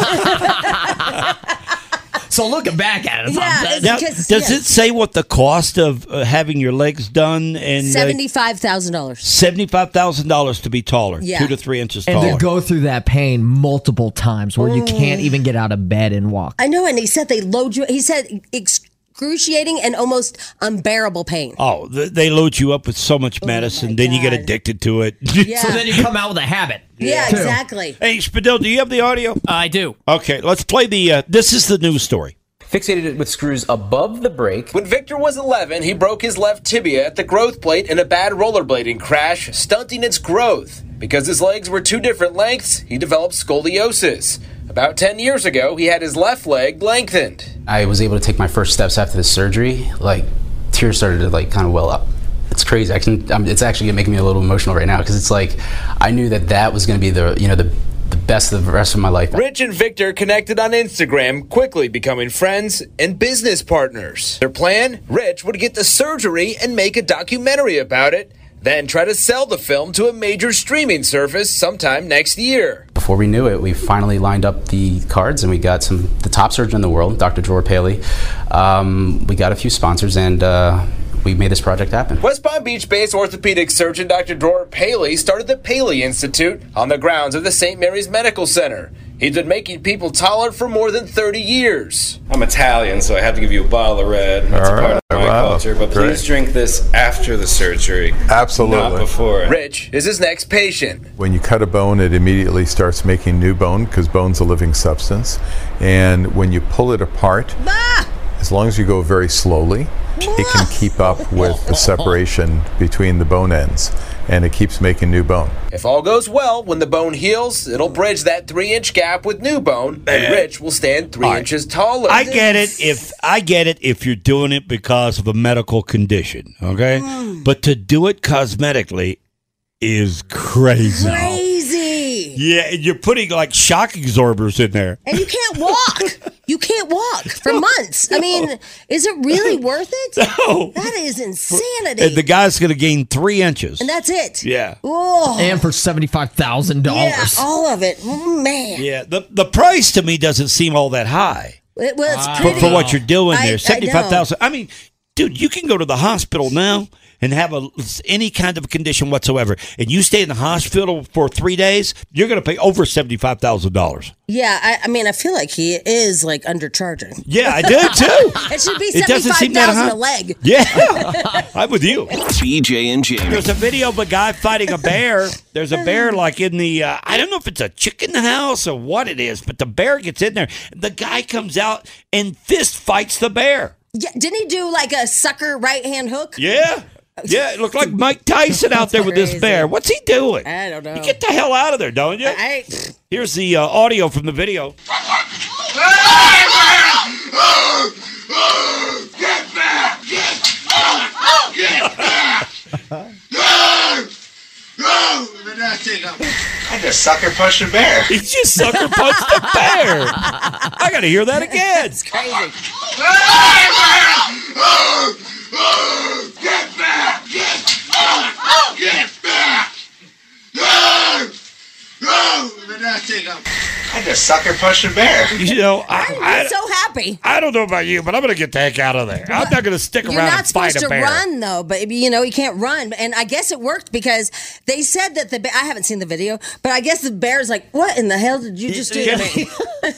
Speaker 5: So looking back at
Speaker 3: it, Yeah, it's
Speaker 4: Now,
Speaker 3: because-
Speaker 4: does
Speaker 3: yeah.
Speaker 4: it say what the cost of uh, having your legs done and uh,
Speaker 3: $75,000.
Speaker 4: seventy-five thousand dollars to be taller,
Speaker 3: Yeah.
Speaker 4: two to three inches
Speaker 5: And
Speaker 4: taller?
Speaker 5: to go through that pain multiple times where you can't
Speaker 3: Oh.
Speaker 5: even get out of bed and walk.
Speaker 3: I know and he said they load you he said excruciating and almost unbearable pain.
Speaker 4: Oh, th- they load you up with so much medicine, then you get addicted to it.
Speaker 3: Oh Yeah. So then you
Speaker 5: come out with a habit.
Speaker 3: Yeah, exactly.
Speaker 4: Hey, Spadil, do you have the audio?
Speaker 14: I do.
Speaker 4: Okay, let's play the. Uh, this is the news story.
Speaker 14: Fixated it with screws above the brake. When Victor was 11, he broke his left tibia at the growth plate in a bad rollerblading crash, stunting its growth. Because his legs were two different lengths, he developed scoliosis. About 10 years ago, he had his left leg lengthened.
Speaker 15: I was able to take my first steps after the surgery. Like tears started to like kind of well up. It's crazy. Actually, um, it's actually making me a little emotional right now because it's like I knew that that was going to be the you know the the best of the rest of my life.
Speaker 14: Rich and Victor connected on Instagram, quickly becoming friends and business partners. Their plan? Rich would get the surgery and make a documentary about it, then try to sell the film to a major streaming service sometime next year.
Speaker 15: Before we knew it, we finally lined up the cards and we got some the top surgeon in the world, Dr. Dror Paley. Um, we got a few sponsors and uh, we made this project happen.
Speaker 14: West Palm Beach based orthopedic surgeon Dr. Dror Paley started the Paley Institute on the grounds of the St. Mary's Medical Center. He's been making people taller for more than 30 years.
Speaker 16: I'm Italian, so I have to give you a bottle of red. That's a part of my
Speaker 14: wow.
Speaker 16: culture. But please
Speaker 14: Great.
Speaker 16: drink this after the surgery. Not before.
Speaker 14: Rich is his next patient.
Speaker 17: When you cut a bone, it immediately starts making new bone because bone's a living substance. And when you pull it apart, as long as you go very slowly, it can keep up with the separation between the bone ends and it keeps making new bone.
Speaker 14: If all goes well, when the bone heals, it'll bridge that three inch gap with new bone, and Rich will stand three inches taller.
Speaker 4: I get it if I get it if you're doing it because of a medical condition, okay?
Speaker 3: Hmm.
Speaker 4: But to do it cosmetically is crazy.
Speaker 3: Crazy.
Speaker 4: Yeah, and you're putting like shock absorbers in there.
Speaker 3: And you can't walk. you can't walk for months. I mean, is it really worth it?
Speaker 4: No.
Speaker 3: That is insanity.
Speaker 4: And Uh, the guy's going to gain three inches.
Speaker 3: And that's it.
Speaker 4: Yeah.
Speaker 3: Oh.
Speaker 5: And for seventy-five thousand
Speaker 3: yeah,
Speaker 5: dollars.
Speaker 3: all of it. Mm, Man.
Speaker 4: Yeah, the the price to me doesn't seem all that high
Speaker 3: It, well, it's
Speaker 4: for,
Speaker 3: pretty.
Speaker 4: for what you're doing
Speaker 3: I- I know.
Speaker 4: there. Seventy five thousand. I mean, dude, you can go to the hospital now and have a any kind of condition whatsoever, and you stay in the hospital for three days, you're going to pay over seventy five thousand dollars.
Speaker 3: Yeah, I, I mean, I feel like he is like undercharging.
Speaker 4: Yeah, I do too.
Speaker 3: it should be
Speaker 4: It doesn't
Speaker 3: seventy-five
Speaker 4: seem that
Speaker 3: thousand
Speaker 4: high.
Speaker 3: a leg.
Speaker 4: Yeah, I'm with you.
Speaker 2: BJ and Jamie.
Speaker 4: There's a video of a guy fighting a bear. There's a bear like in the uh, I don't know if it's a chicken house or what it is, but the bear gets in there. The guy comes out and fist fights the bear.
Speaker 3: Yeah, didn't he do like a sucker right hand hook?
Speaker 4: Yeah. Yeah, it looked like Mike Tyson out there with this bear. What's he doing?
Speaker 3: I don't know.
Speaker 4: You get the hell out of there, don't you?
Speaker 3: I-
Speaker 4: Here's the uh, audio from the video.
Speaker 10: I just sucker punched a bear.
Speaker 4: He just sucker punched the bear. I got to hear that again. It's
Speaker 3: crazy.
Speaker 10: I just sucker push a bear.
Speaker 4: You know, I,
Speaker 3: I'm so happy.
Speaker 4: I don't know about you, but I'm going to get the heck out of there. I'm not going to stick
Speaker 3: You're
Speaker 4: around
Speaker 3: not
Speaker 4: and fight
Speaker 3: supposed
Speaker 4: a
Speaker 3: to
Speaker 4: bear.
Speaker 3: run though, but you know you can't run. And I guess it worked because they said that the ba- I haven't seen the video, but I guess the bear's like, "What in the hell did you just do to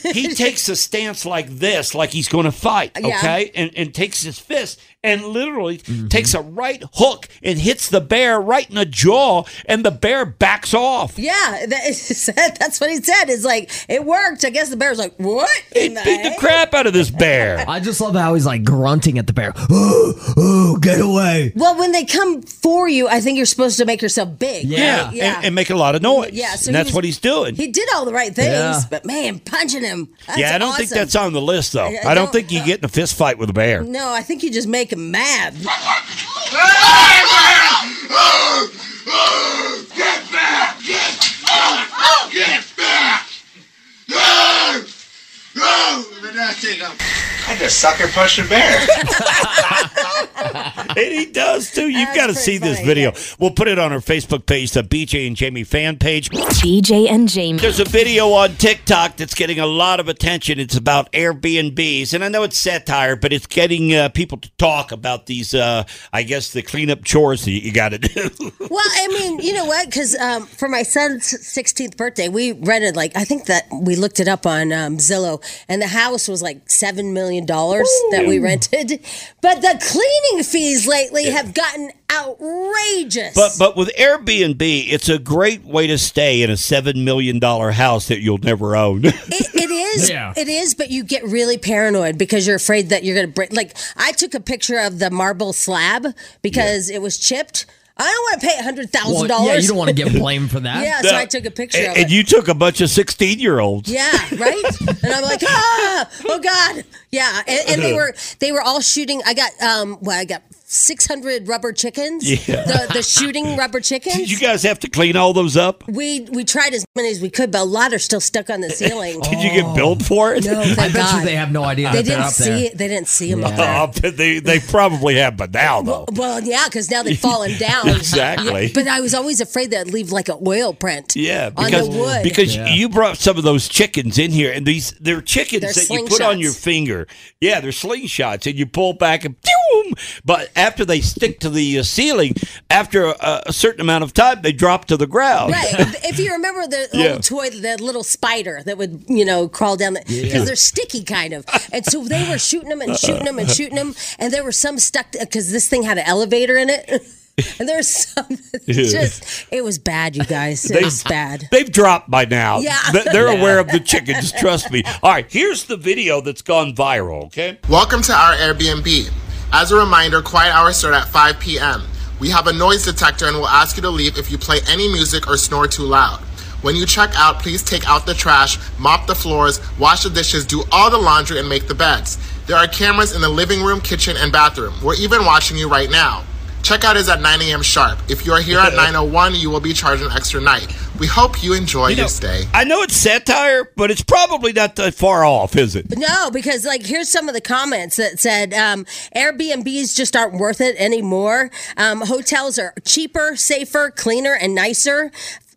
Speaker 3: me?"
Speaker 4: he takes a stance like this, like he's going to fight,
Speaker 3: Yeah.
Speaker 4: okay? And, and takes his fist and literally takes a right hook and hits the bear right in the jaw, and the bear backs off.
Speaker 3: Yeah, that is, that's what he said. It's like it worked. I guess the bear's like, "What?" in the
Speaker 4: Beat the crap out of this bear.
Speaker 5: I just love how he's like grunting at the bear. Ooh, ooh, get away.
Speaker 3: Well, when they come for you, I think you're supposed to make yourself big.
Speaker 4: Yeah,
Speaker 3: right? yeah.
Speaker 4: And, and make a lot of noise.
Speaker 3: Yeah,
Speaker 4: and
Speaker 3: so he
Speaker 4: that's
Speaker 3: was-
Speaker 4: what he's doing.
Speaker 3: he did all the right things,
Speaker 4: Yeah.
Speaker 3: but man, punching him. That's
Speaker 4: yeah, I don't think
Speaker 3: awesome.
Speaker 4: that's on the list though. I
Speaker 3: I-
Speaker 4: don't,
Speaker 3: I don't-
Speaker 4: think you get in a fist fight with a bear.
Speaker 3: No, I think you just make him mad.
Speaker 10: I just sucker push a bear.
Speaker 4: and he does too. You've got to see this video. We'll put it on our Facebook page, the BJ and Jamie fan page.
Speaker 18: BJ and Jamie.
Speaker 4: There's a video on TikTok that's getting a lot of attention. It's about Airbnbs, and I know it's satire, but it's getting uh, people to talk about these. Uh, I guess the cleanup chores that you got to do.
Speaker 3: Well, I mean, you know what? Because um, for my son's 16th birthday, we rented like I think that we looked it up on um, Zillow, and the house was like seven million dollars that we
Speaker 4: Ooh.
Speaker 3: rented. But the cleaning fees lately have gotten outrageous.
Speaker 4: But but with Airbnb, it's a great way to stay in a seven million dollar house that you'll never own.
Speaker 3: It is.
Speaker 4: Yeah.
Speaker 3: It is, but you get really paranoid because you're afraid that you're going to break. Like, I took a picture of the marble slab because it was chipped. I don't want to pay $100,000.
Speaker 5: Well, yeah, you don't want to get blamed for that.
Speaker 3: Yeah, so I took a picture
Speaker 4: and,
Speaker 3: of
Speaker 4: and
Speaker 3: it.
Speaker 4: you took a bunch of sixteen year olds.
Speaker 3: Yeah, right. and I'm like, ah, oh god, yeah. And, and they were they were all shooting. I got um, well, I got 600 rubber chickens.
Speaker 4: Yeah.
Speaker 3: The, the shooting rubber
Speaker 4: Did
Speaker 3: chickens.
Speaker 4: you guys have to clean all those up?
Speaker 3: We we tried as many as we could, but a lot are still stuck on the ceiling.
Speaker 4: Did you
Speaker 5: Oh.
Speaker 4: get billed for it?
Speaker 3: No, thank God. They didn't
Speaker 4: up
Speaker 3: see
Speaker 4: there.
Speaker 3: it. They didn't see him up there.
Speaker 4: Oh, they they probably have, but now though.
Speaker 3: Well, yeah, because now they've fallen down.
Speaker 4: Exactly.
Speaker 3: Yeah, but I was always afraid that would leave like an oil print.
Speaker 4: Yeah,
Speaker 3: on
Speaker 4: because
Speaker 3: the wood.
Speaker 4: because you brought some of those chickens in here, and these they're chickens
Speaker 3: They're
Speaker 4: that you put on
Speaker 3: slingshots.
Speaker 4: your finger. Yeah, they're slingshots, and you pull back and boom. But after they stick to the uh, ceiling, after a, a certain amount of time, they drop to the ground.
Speaker 3: Right. if you remember the
Speaker 4: Yeah.
Speaker 3: little toy, the little spider that would, you know, crawl down the, because
Speaker 4: Yeah.
Speaker 3: they're sticky kind of. And so they were shooting them and shooting them
Speaker 4: Uh.
Speaker 3: and shooting them. And there were some stuck because this thing had an elevator in it. And there was some, it's just, it was bad, you guys. It was bad.
Speaker 4: They've dropped by now.
Speaker 3: Yeah.
Speaker 4: They- They're
Speaker 3: Yeah.
Speaker 4: aware of the chickens. Trust me. All right, here's the video that's gone viral. Okay.
Speaker 19: Welcome to our Airbnb. As a reminder, quiet hours start at 5 p.m. We have a noise detector and will ask you to leave if you play any music or snore too loud. When you check out, please take out the trash, mop the floors, wash the dishes, do all the laundry, and make the beds. There are cameras in the living room, kitchen, and bathroom. We're even watching you right now. Checkout is at 9 a.m. sharp. If you are here at 9:01, you will be charged an extra night. We hope you enjoy
Speaker 4: You know,
Speaker 19: your stay.
Speaker 4: I know it's satire, but it's probably not that far off, is it?
Speaker 3: No, because like here's some of the comments that said um, Airbnbs just aren't worth it anymore. Um, hotels are cheaper, safer, cleaner, and nicer.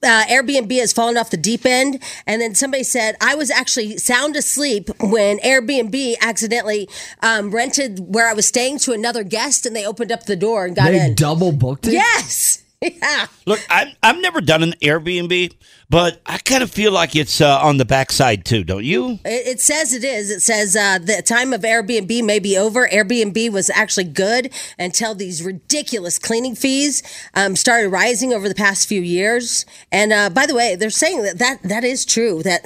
Speaker 3: Uh, Airbnb has fallen off the deep end. And then somebody said, I was actually sound asleep when Airbnb accidentally um, rented where I was staying to another guest and they opened up the door and got
Speaker 5: they
Speaker 3: in.
Speaker 5: double booked it.
Speaker 3: Yes. Yeah.
Speaker 4: Look, I've, I've never done an Airbnb, but I kind of feel like it's uh, on the backside too, don't you?
Speaker 3: It, it says it is. It says uh, the time of Airbnb may be over. Airbnb was actually good until these ridiculous cleaning fees um, started rising over the past few years. And uh, by the way, they're saying that, that that is true. That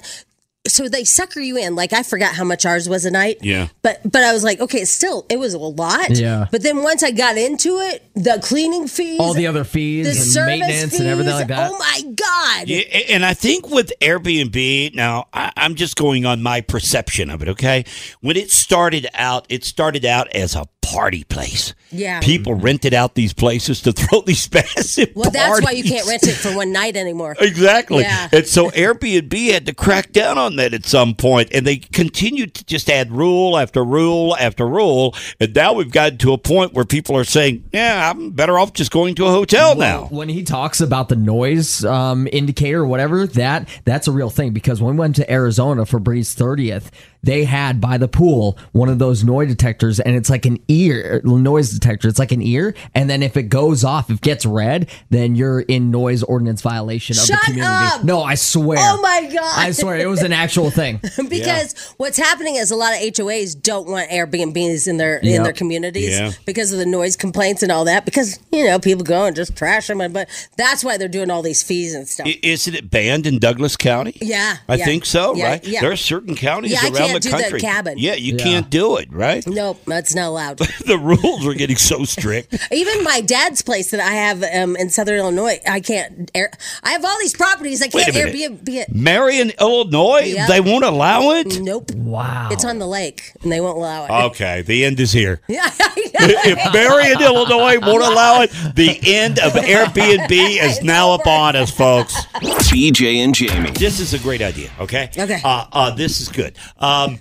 Speaker 3: so they sucker you in. Like I forgot how much ours was a night.
Speaker 4: Yeah.
Speaker 3: But but I was like, okay, it's still it was a lot.
Speaker 5: Yeah.
Speaker 3: But then once I got into it, the cleaning fees,
Speaker 5: All the other
Speaker 3: the
Speaker 5: fees and
Speaker 3: service
Speaker 5: maintenance
Speaker 3: fees,
Speaker 5: and everything like that.
Speaker 3: Oh my god!
Speaker 4: Yeah, a- and I think with Airbnb, now I, I'm just going on my perception of it, okay? When it started out, it started out as a party place.
Speaker 3: Yeah.
Speaker 4: People rented out these places to throw these massive
Speaker 3: Well, that's why you
Speaker 4: parties.
Speaker 3: can't rent it for one night anymore.
Speaker 4: Exactly.
Speaker 3: Yeah.
Speaker 4: And so Airbnb had to crack down on that at some point, and they continued to just add rule after rule after rule. And now we've gotten to a point where people are saying, yeah, I'm better off just going to a hotel now.
Speaker 5: When he talks about the noise um, indicator, or whatever that that's a real thing because when we went to Arizona for Bree's thirtieth, they had by the pool one of those noise detectors, and it's like an ear uh, noise detector. It's like an ear, and then if it goes off, if it gets red, then you're in noise ordinance violation of
Speaker 3: Shut
Speaker 5: the community.
Speaker 3: up!
Speaker 5: No, I swear.
Speaker 3: Oh my God.
Speaker 5: I swear it was an actual thing
Speaker 3: because what's happening is a lot of HOAs don't want Airbnbs in their in
Speaker 5: Yep.
Speaker 3: their communities
Speaker 5: Yeah.
Speaker 3: because of the noise complaints and all that. Because you know people go and just trash them, and- but that's why they're doing all these fees and stuff.
Speaker 4: I- Isn't it banned in Douglas County?
Speaker 3: yeah,
Speaker 4: I
Speaker 3: yeah.
Speaker 4: think so,
Speaker 3: Yeah,
Speaker 4: right?
Speaker 3: Yeah.
Speaker 4: There are certain counties
Speaker 3: Yeah, I
Speaker 4: around
Speaker 3: can't
Speaker 4: the
Speaker 3: do that
Speaker 4: country.
Speaker 3: cabin.
Speaker 4: Yeah, you
Speaker 3: Yeah.
Speaker 4: can't do it, right?
Speaker 3: Nope, that's not allowed.
Speaker 4: the rules are getting so strict.
Speaker 3: Even my dad's place that I have um, in Southern Illinois, I can't. Air, I have all these properties. I
Speaker 4: Wait
Speaker 3: can't
Speaker 4: a minute.
Speaker 3: Airbnb it.
Speaker 4: Marion, Illinois,
Speaker 3: Yep.
Speaker 4: they won't allow it?
Speaker 3: Nope.
Speaker 5: Wow.
Speaker 3: It's on the lake, and they won't allow Uh, it.
Speaker 4: Okay, the end is here.
Speaker 3: Yeah, I know.
Speaker 4: if Marion, Illinois won't allow it, the end of Airbnb is now upon us, folks.
Speaker 20: BJ and Jamie.
Speaker 4: This is a great idea, okay?
Speaker 20: Okay.
Speaker 4: Uh, uh, this is good. Um,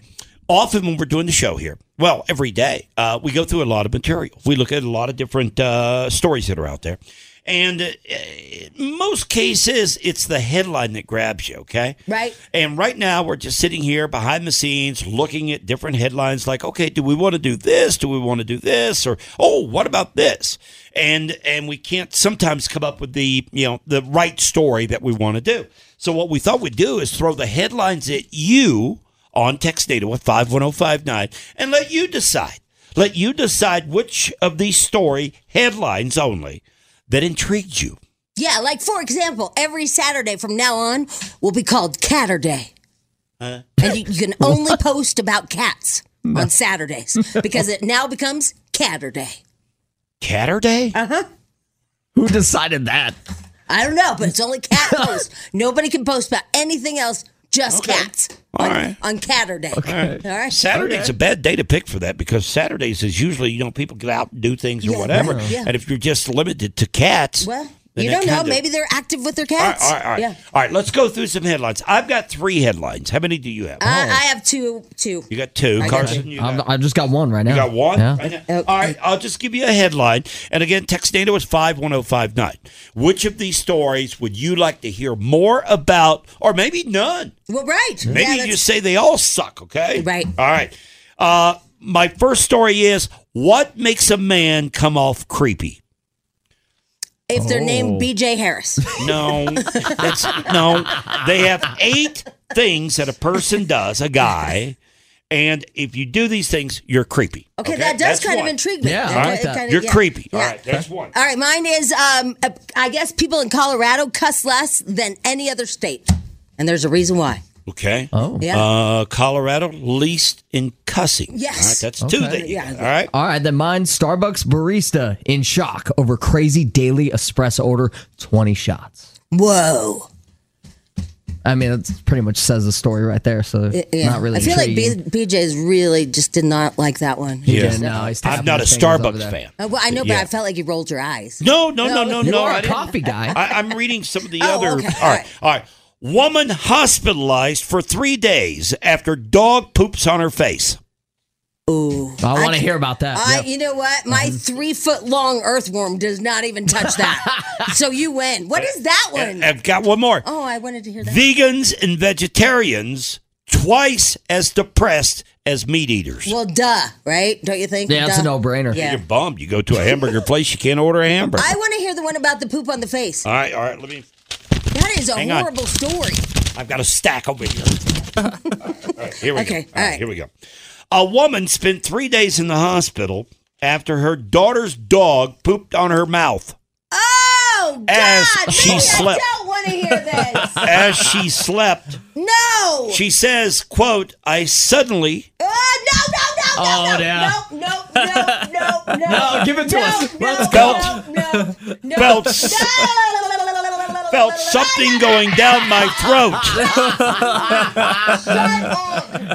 Speaker 4: often when we're doing the show here, well, every day, uh, we go through a lot of material. We look at a lot of different uh, stories that are out there. And uh, in most cases, it's the headline that grabs you, okay?
Speaker 3: Right.
Speaker 4: And right now, we're just sitting here behind the scenes looking at different headlines like, okay, do we want to do this? Do we want to do this? Or, oh, what about this? And, and we can't sometimes come up with the, you know, the right story that we want to do. So what we thought we'd do is throw the headlines at you on text data with 51059 and let you decide. Let you decide which of these story headlines only that intrigued you.
Speaker 3: Yeah, like for example, every Saturday from now on will be called Catter Day.
Speaker 4: Huh?
Speaker 3: And you, you can only post about cats on Saturdays because it now becomes Catter Day.
Speaker 4: Catter Day?
Speaker 3: Uh huh.
Speaker 5: who decided that.
Speaker 3: I don't know, but it's only cat posts. Nobody can post about anything else, just cats
Speaker 4: All right.
Speaker 3: on Catter Day. All right.
Speaker 4: Saturday's a bad day to pick for that because Saturdays is usually, you know, people get out and do things or
Speaker 3: Yeah,
Speaker 4: whatever.
Speaker 3: right, yeah.
Speaker 4: And if you're just limited to cats.
Speaker 3: Well,
Speaker 4: then
Speaker 3: you
Speaker 4: that
Speaker 3: don't know.
Speaker 4: kinda-
Speaker 3: Maybe they're active with their
Speaker 4: All right,
Speaker 3: cats.
Speaker 4: all right, all right.
Speaker 3: Yeah.
Speaker 4: All right, let's go through some headlines. I've got three headlines. How many do you have?
Speaker 3: I, I have two. Two.
Speaker 4: You got two.
Speaker 3: I got
Speaker 4: Carson,
Speaker 3: you.
Speaker 4: you
Speaker 5: I've, I've just got one right now.
Speaker 4: You got one?
Speaker 5: Yeah.
Speaker 4: Right now. All right, I'll just give you a headline. And again, text data was 51059. Which of these stories would you like to hear more about, or maybe none?
Speaker 3: Well, right.
Speaker 4: Maybe
Speaker 3: Yeah,
Speaker 4: you
Speaker 3: that's-
Speaker 4: say they all suck, okay?
Speaker 3: Right.
Speaker 4: All right. Uh, my first story is What makes a man come off creepy?
Speaker 3: if they're
Speaker 4: Oh.
Speaker 3: named BJ Harris.
Speaker 4: No, that's, no. They have eight things that a person does, a guy, and if you do these things, you're creepy.
Speaker 3: Okay, that does
Speaker 4: That's
Speaker 3: kind
Speaker 4: one.
Speaker 3: of intrigue me. That
Speaker 4: All
Speaker 3: do-
Speaker 4: right.
Speaker 3: it kinda-
Speaker 4: you're
Speaker 3: yeah.
Speaker 4: creepy. All
Speaker 3: Yeah.
Speaker 4: right, that's one.
Speaker 3: All right, mine is um, I guess people in Colorado cuss less than any other state. And there's a reason why.
Speaker 4: Okay.
Speaker 5: Oh.
Speaker 3: Yeah.
Speaker 4: Uh, Colorado least in cussing.
Speaker 3: Yes.
Speaker 4: All right, that's
Speaker 5: Okay.
Speaker 4: two that you
Speaker 3: Yeah.
Speaker 4: got. All right.
Speaker 5: All right, then mine Starbucks barista in shock over crazy daily espresso order, 20 shots.
Speaker 3: Whoa.
Speaker 5: I mean, it pretty much says the story right there, so
Speaker 3: Y- yeah.
Speaker 5: not really
Speaker 3: I feel
Speaker 5: intriguing.
Speaker 3: like B- BJ's really just did not like that one.
Speaker 5: He Yeah. didn't, no, he's tapping
Speaker 4: I'm not a
Speaker 5: his fingers over
Speaker 4: Starbucks
Speaker 5: there.
Speaker 4: fan.
Speaker 3: Uh, well, I know, but
Speaker 4: Yeah.
Speaker 3: I felt like you rolled your eyes.
Speaker 4: No, no, no, no, no.
Speaker 3: You are
Speaker 4: I
Speaker 3: a
Speaker 4: didn't.
Speaker 3: coffee guy.
Speaker 4: I, I'm reading some of the
Speaker 3: Oh,
Speaker 4: other.
Speaker 3: okay.
Speaker 4: All right. All right. Woman hospitalized for three days after dog poops on her face.
Speaker 3: Ooh.
Speaker 5: I want to hear about that.
Speaker 3: I,
Speaker 5: Yep.
Speaker 3: You know what? My
Speaker 4: Mm-hmm.
Speaker 3: three foot long earthworm does not even touch that. so you win. What is that one?
Speaker 4: I've got one more.
Speaker 3: Oh, I wanted to hear that.
Speaker 4: Vegans and vegetarians twice as depressed as meat eaters.
Speaker 3: well, duh, right? Don't you think? Duh.
Speaker 4: You're
Speaker 3: Yeah.
Speaker 4: bummed. You go to a hamburger place, you can't order a hamburger.
Speaker 3: I want to hear the one about the poop on the face.
Speaker 4: all right, all right. Let me.
Speaker 3: That is a
Speaker 4: Uh, Hang on.
Speaker 3: horrible story.
Speaker 4: I've got a stack over here. All right, here we
Speaker 3: Okay,
Speaker 4: go.
Speaker 3: all right.
Speaker 4: Here we go. A woman spent three days in the hospital after her daughter's dog pooped on her mouth
Speaker 3: Oh, God.
Speaker 4: as she
Speaker 3: man,
Speaker 4: slept.
Speaker 3: I don't want to hear this.
Speaker 4: As she slept,
Speaker 3: No. Uh,
Speaker 4: she says, "quote I suddenly."
Speaker 3: no, no, no,
Speaker 4: Oh,
Speaker 3: no,
Speaker 4: yeah.
Speaker 3: no, no, no, no, no.
Speaker 4: No, give it to
Speaker 3: no,
Speaker 4: us.
Speaker 3: No,
Speaker 4: Let's go.
Speaker 3: No, no, no.
Speaker 4: Felt, felt something going down my throat.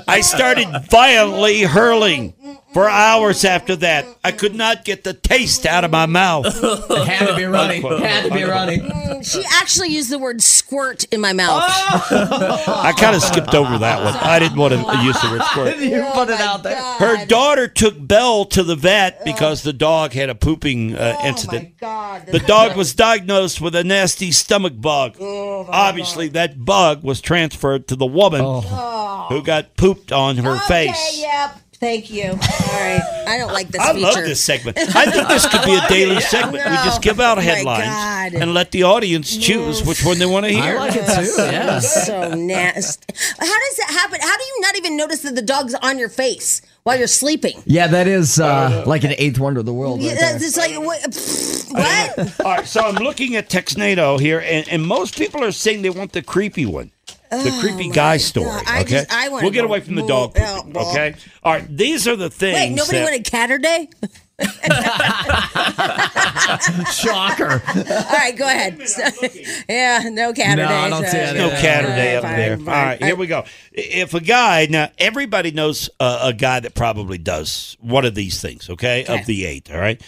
Speaker 4: I started violently hurling. for hours after that. I could not get the taste out of my mouth. it
Speaker 5: had to be running.
Speaker 4: Uh,
Speaker 5: It had to be running.
Speaker 3: Mm, She actually used the word squirt in my mouth.
Speaker 4: Oh! I kind of skipped over that one. I didn't want to use the word squirt.
Speaker 5: you put it out there.
Speaker 4: Her daughter took Belle to the vet because the dog had a pooping uh,
Speaker 3: Oh,
Speaker 4: incident. The dog was diagnosed with a nasty stomach bug.
Speaker 3: Oh,
Speaker 4: Obviously, that bug was transferred to the woman who got pooped on her face.
Speaker 3: Oh. Okay, yep. Thank you. All right. I don't like this
Speaker 4: I
Speaker 3: feature.
Speaker 4: love this segment. I think this could be a daily segment. We just give out
Speaker 3: No. My
Speaker 4: headlines
Speaker 3: God.
Speaker 4: and let the audience choose which one they want to hear.
Speaker 3: So nasty. How does that happen? How do you not even notice that the dog's on your face while you're sleeping?
Speaker 5: Yeah, that is uh, like an eighth wonder of the world. Right
Speaker 3: Yeah,
Speaker 5: there.
Speaker 3: it's like what? pfft, what?
Speaker 4: All right, so I'm looking at Texnado here, and, and most people are saying they want the creepy one. The
Speaker 3: Oh,
Speaker 4: creepy
Speaker 3: my
Speaker 4: guy story.
Speaker 3: God. I
Speaker 4: okay,
Speaker 3: just- I wanna
Speaker 4: we'll get
Speaker 3: go
Speaker 4: away from the
Speaker 3: move
Speaker 4: dog. pooping,
Speaker 3: out, Bob.
Speaker 4: okay, all right. These are the things.
Speaker 3: Wait, nobody
Speaker 4: that-
Speaker 3: wanted Catter Day?
Speaker 5: Shocker.
Speaker 3: All right, go ahead. yeah, no Catter Day. so-
Speaker 4: There's no Catterday up
Speaker 3: Fine,
Speaker 4: there.
Speaker 3: fine.
Speaker 4: All right, here we go. I- If a guy now, everybody knows uh, a guy that probably does one of these things. Okay,
Speaker 3: Okay.
Speaker 4: of the eight. All right,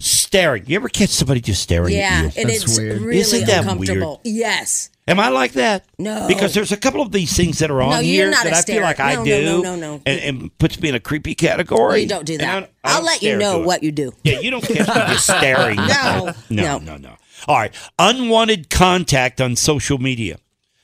Speaker 4: staring. You ever catch somebody just staring
Speaker 3: Yeah,
Speaker 4: at you?
Speaker 3: and it's really
Speaker 4: Isn't that
Speaker 3: uncomfortable.
Speaker 4: weird?
Speaker 3: Yes.
Speaker 4: Am I like that?
Speaker 3: No.
Speaker 4: Because there's a couple of these things that are on
Speaker 3: No, you're
Speaker 4: here
Speaker 3: not
Speaker 4: that
Speaker 3: a
Speaker 4: I feel
Speaker 3: starer.
Speaker 4: like I
Speaker 3: No, no,
Speaker 4: do.
Speaker 3: no, no, no.
Speaker 4: And, and puts me in a creepy category.
Speaker 3: you don't do
Speaker 4: And
Speaker 3: that.
Speaker 4: I don't- I
Speaker 3: I'll
Speaker 4: don't
Speaker 3: let you
Speaker 4: stare
Speaker 3: know
Speaker 4: do it.
Speaker 3: what you do.
Speaker 4: Yeah, you don't catch me just staring.
Speaker 3: No,
Speaker 4: no, no, no. All right. Unwanted contact on social media.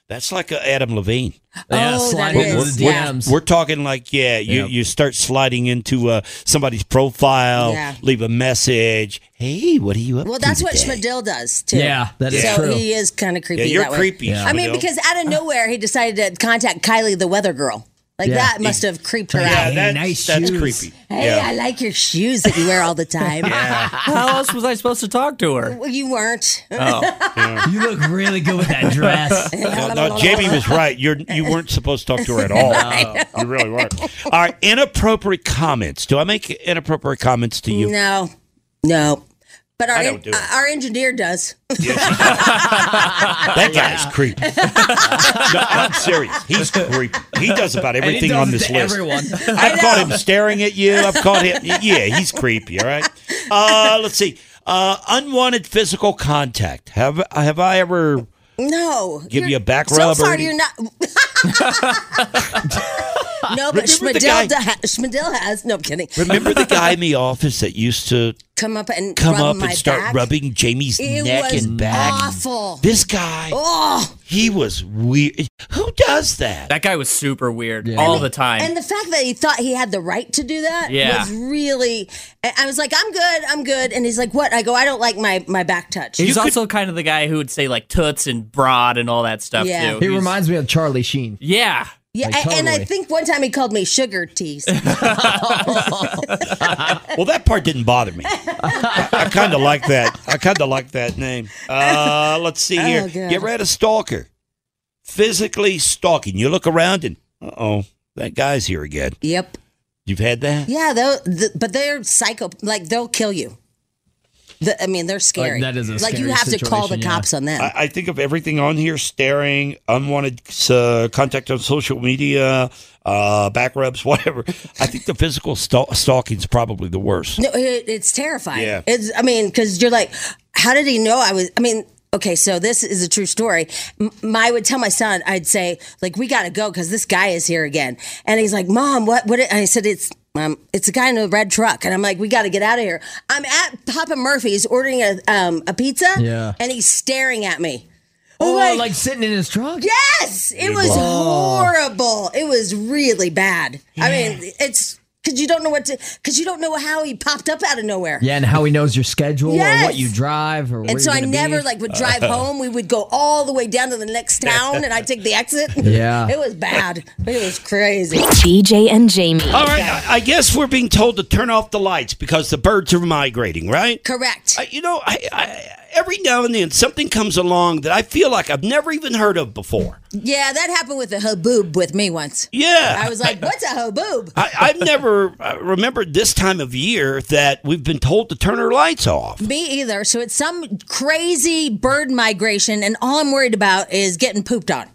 Speaker 4: That's like a Adam Levine.
Speaker 5: Yeah, Oh, slide that into is, the
Speaker 4: we're-
Speaker 5: DMs.
Speaker 4: We're, talking like, yeah, you,
Speaker 5: Yep.
Speaker 4: you start sliding into uh, somebody's profile,
Speaker 3: Yeah.
Speaker 4: leave a message. Hey, what are you up
Speaker 3: Well,
Speaker 4: to
Speaker 3: that's what
Speaker 4: today?
Speaker 3: Schmidl does too.
Speaker 4: Yeah, that is
Speaker 3: so
Speaker 4: true.
Speaker 3: he is kind of creepy.
Speaker 4: Yeah, you're
Speaker 3: that way.
Speaker 4: creepy, Yeah.
Speaker 3: I mean,
Speaker 4: Schmidl.
Speaker 3: because out of nowhere he decided to contact Kylie, the weather girl. Like
Speaker 4: Yeah.
Speaker 3: that must have creeped her out.
Speaker 4: nice that's creepy.
Speaker 3: Hey,
Speaker 4: yeah.
Speaker 3: I like your shoes that you wear all the time.
Speaker 6: How else was I supposed to talk to her?
Speaker 3: Well, you weren't.
Speaker 5: You look really good with that dress.
Speaker 4: Oh, no, no, Jamie was right. You're you weren't supposed to talk to her at all.
Speaker 3: I
Speaker 4: You really weren't. All right, inappropriate comments. Do I make inappropriate comments to you?
Speaker 3: No, no. But our
Speaker 4: I don't do it.
Speaker 3: our engineer does.
Speaker 4: That guy's creepy. no, I'm serious. He's creepy. He does about
Speaker 5: And he
Speaker 4: everything
Speaker 5: does
Speaker 4: on
Speaker 5: it
Speaker 4: this
Speaker 5: to
Speaker 4: list.
Speaker 5: everyone. I
Speaker 4: I've caught him staring at you. I've caught him. Yeah, he's creepy. All right. Uh, let's see. Uh, unwanted physical contact. Have have I ever?
Speaker 3: No.
Speaker 4: Give you a back
Speaker 3: so
Speaker 4: rub or
Speaker 3: sorry,
Speaker 4: any-
Speaker 3: you're not. no, but
Speaker 4: Remember the guy-
Speaker 3: Schmidl, da- Schmidl has. No, I'm kidding.
Speaker 4: Remember the guy in the office that used to
Speaker 3: Come up and
Speaker 4: come
Speaker 3: rub
Speaker 4: up
Speaker 3: my
Speaker 4: and start
Speaker 3: back?
Speaker 4: rubbing Jamie's
Speaker 3: It
Speaker 4: neck
Speaker 3: was
Speaker 4: and back.
Speaker 3: awful.
Speaker 4: This guy,
Speaker 3: Oh.
Speaker 4: he was weird. Who does that?
Speaker 6: That guy was super weird all the time.
Speaker 3: And the fact that he thought he had the right to do that
Speaker 6: Yeah.
Speaker 3: was really. I I was like, I'm good, I'm good, and he's like, What? I go, I don't like my my back touch.
Speaker 6: He's also kind of the guy who would say like toots and broad and all that stuff
Speaker 3: Yeah.
Speaker 6: too.
Speaker 5: He
Speaker 6: He's-
Speaker 5: reminds me of Charlie Sheen.
Speaker 6: yeah.
Speaker 3: yeah,
Speaker 5: Like,
Speaker 3: a- and I
Speaker 5: totally.
Speaker 3: think one time he called me sugar tease.
Speaker 4: well, that part didn't bother me. I, I kind of like that. I kind of like that name. Uh, let's see
Speaker 3: Oh,
Speaker 4: here.
Speaker 3: God.
Speaker 4: you ever had a stalker? Physically stalking. You look around and, uh oh, that guy's here again.
Speaker 3: Yep.
Speaker 4: You've had that?
Speaker 3: yeah, though, th- but they're psycho. Like they'll kill you. The, I mean, they're scary.
Speaker 4: that is a
Speaker 3: like you
Speaker 4: scary
Speaker 3: have to call the
Speaker 4: situation, yeah.
Speaker 3: cops on them.
Speaker 4: I, I think of everything on here staring, unwanted uh, contact on social media, uh, back rubs, whatever. I think the physical stalking stalking's probably the worst.
Speaker 3: No, it, it's terrifying.
Speaker 4: Yeah.
Speaker 3: It's, I mean, because you're like, how did he know I was? I mean, okay, so this is a true story. M- I would tell my son, I'd say, like, we got to go because this guy is here again. And he's like, Mom, what? What? it-" And I said, it's. Um, it's a guy in a red truck, and I'm like, we got to get out of here. I'm at Papa Murphy's ordering a um, a pizza,
Speaker 5: Yeah.
Speaker 3: and he's staring at me.
Speaker 5: Oh,
Speaker 3: my-
Speaker 5: like sitting in his trunk.
Speaker 3: Yes, it
Speaker 5: Good
Speaker 3: was
Speaker 5: luck.
Speaker 3: horrible. It was really bad. I mean, it's because you don't know what to because you don't know how he popped up out of nowhere.
Speaker 5: Yeah, and how he knows your schedule or
Speaker 3: Yes.
Speaker 5: what you drive or. where
Speaker 3: And so
Speaker 5: you're
Speaker 3: I
Speaker 5: gonna
Speaker 3: never
Speaker 5: be. Uh-huh.
Speaker 3: like would drive home. We would go all the way down to the next town, and I would take the exit.
Speaker 5: Yeah.
Speaker 3: it was bad. It was crazy.
Speaker 21: BJ and Jamie.
Speaker 4: All right, I, I guess we're being told to turn off the lights because the birds are migrating, right?
Speaker 3: Correct.
Speaker 4: I, you know, I, I, every now and then something comes along that I feel like I've never even heard of before.
Speaker 3: Yeah, that happened with a haboob with me once.
Speaker 4: Yeah.
Speaker 3: I was like, "What's a haboob?"
Speaker 4: I, I've never uh, remembered this time of year that we've been told to turn our lights off.
Speaker 3: Me either. So it's some crazy bird migration, and all I'm worried about is getting pooped on.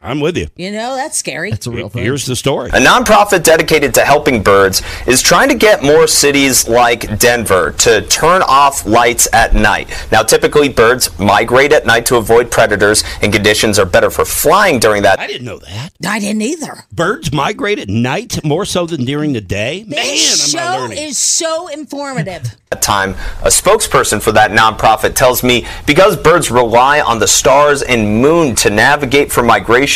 Speaker 4: I'm with you.
Speaker 3: You know, that's scary. That's
Speaker 4: a real thing. Here's the story.
Speaker 22: A nonprofit dedicated to helping birds is trying to get more cities like Denver to turn off lights at night. Now, typically, birds migrate at night to avoid predators, and conditions are better for flying during that.
Speaker 4: I didn't know that.
Speaker 3: I didn't either.
Speaker 4: Birds migrate at night more so than during the day.
Speaker 3: This show is so informative.
Speaker 22: At time, a spokesperson for that nonprofit tells me because birds rely on the stars and moon to navigate for migration,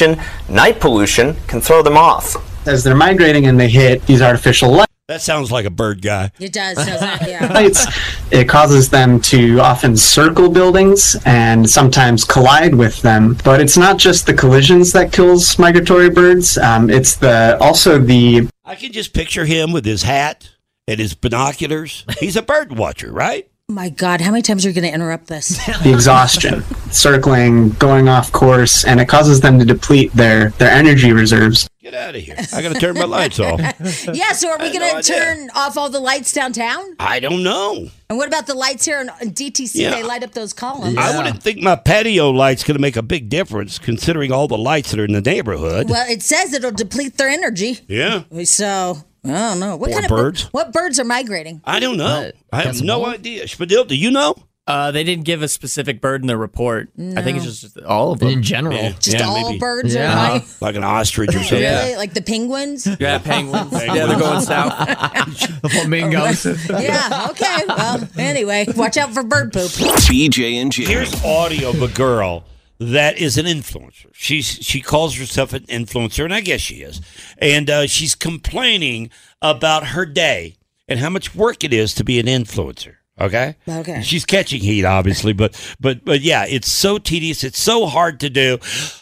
Speaker 22: night pollution can throw them off.
Speaker 23: As they're migrating and they hit these artificial lights,
Speaker 4: That sounds like a bird guy.
Speaker 3: It does, doesn't it? Yeah.
Speaker 23: lights, it causes them to often circle buildings and sometimes collide with them. But it's not just the collisions that kills migratory birds. Um, it's the also the
Speaker 4: I can just picture him with his hat and his binoculars. He's a bird watcher, right?
Speaker 3: My God, how many times are you going to interrupt this?
Speaker 23: the exhaustion, circling, going off course, and it causes them to deplete their their energy reserves.
Speaker 4: Get out of here! I gotta turn my lights off.
Speaker 3: yeah, so are we going to turn off all the lights downtown?
Speaker 4: I don't know.
Speaker 3: And what about the lights here in in DTC?
Speaker 4: Yeah.
Speaker 3: They light up those columns.
Speaker 4: I wouldn't think my patio light's gonna make a big difference considering all the lights that are in the neighborhood.
Speaker 3: Well, it says it'll deplete their energy.
Speaker 4: Yeah.
Speaker 3: So I don't know what
Speaker 4: Or
Speaker 3: kind
Speaker 4: birds.
Speaker 3: of what birds are migrating.
Speaker 4: I don't know. I have no idea. Spadil, do you know?
Speaker 6: Uh, they didn't give a specific bird in the report. I think it's just all of
Speaker 5: In
Speaker 6: them
Speaker 5: general.
Speaker 3: Just all birds are like,
Speaker 4: like an ostrich or something.
Speaker 3: really like the penguins.
Speaker 6: Yeah, penguins. Yeah, they're going south.
Speaker 5: the flamingos.
Speaker 3: yeah. Okay. Well, anyway, watch out for bird poop.
Speaker 4: BJ and Jamie. Here's audio of a girl that is an influencer. She's she calls herself an influencer, and I guess she is. And uh, she's complaining about her day and how much work it is to be an influencer. Okay.
Speaker 3: Okay.
Speaker 4: She's catching heat, obviously, but but but yeah, it's so tedious. It's so hard to do.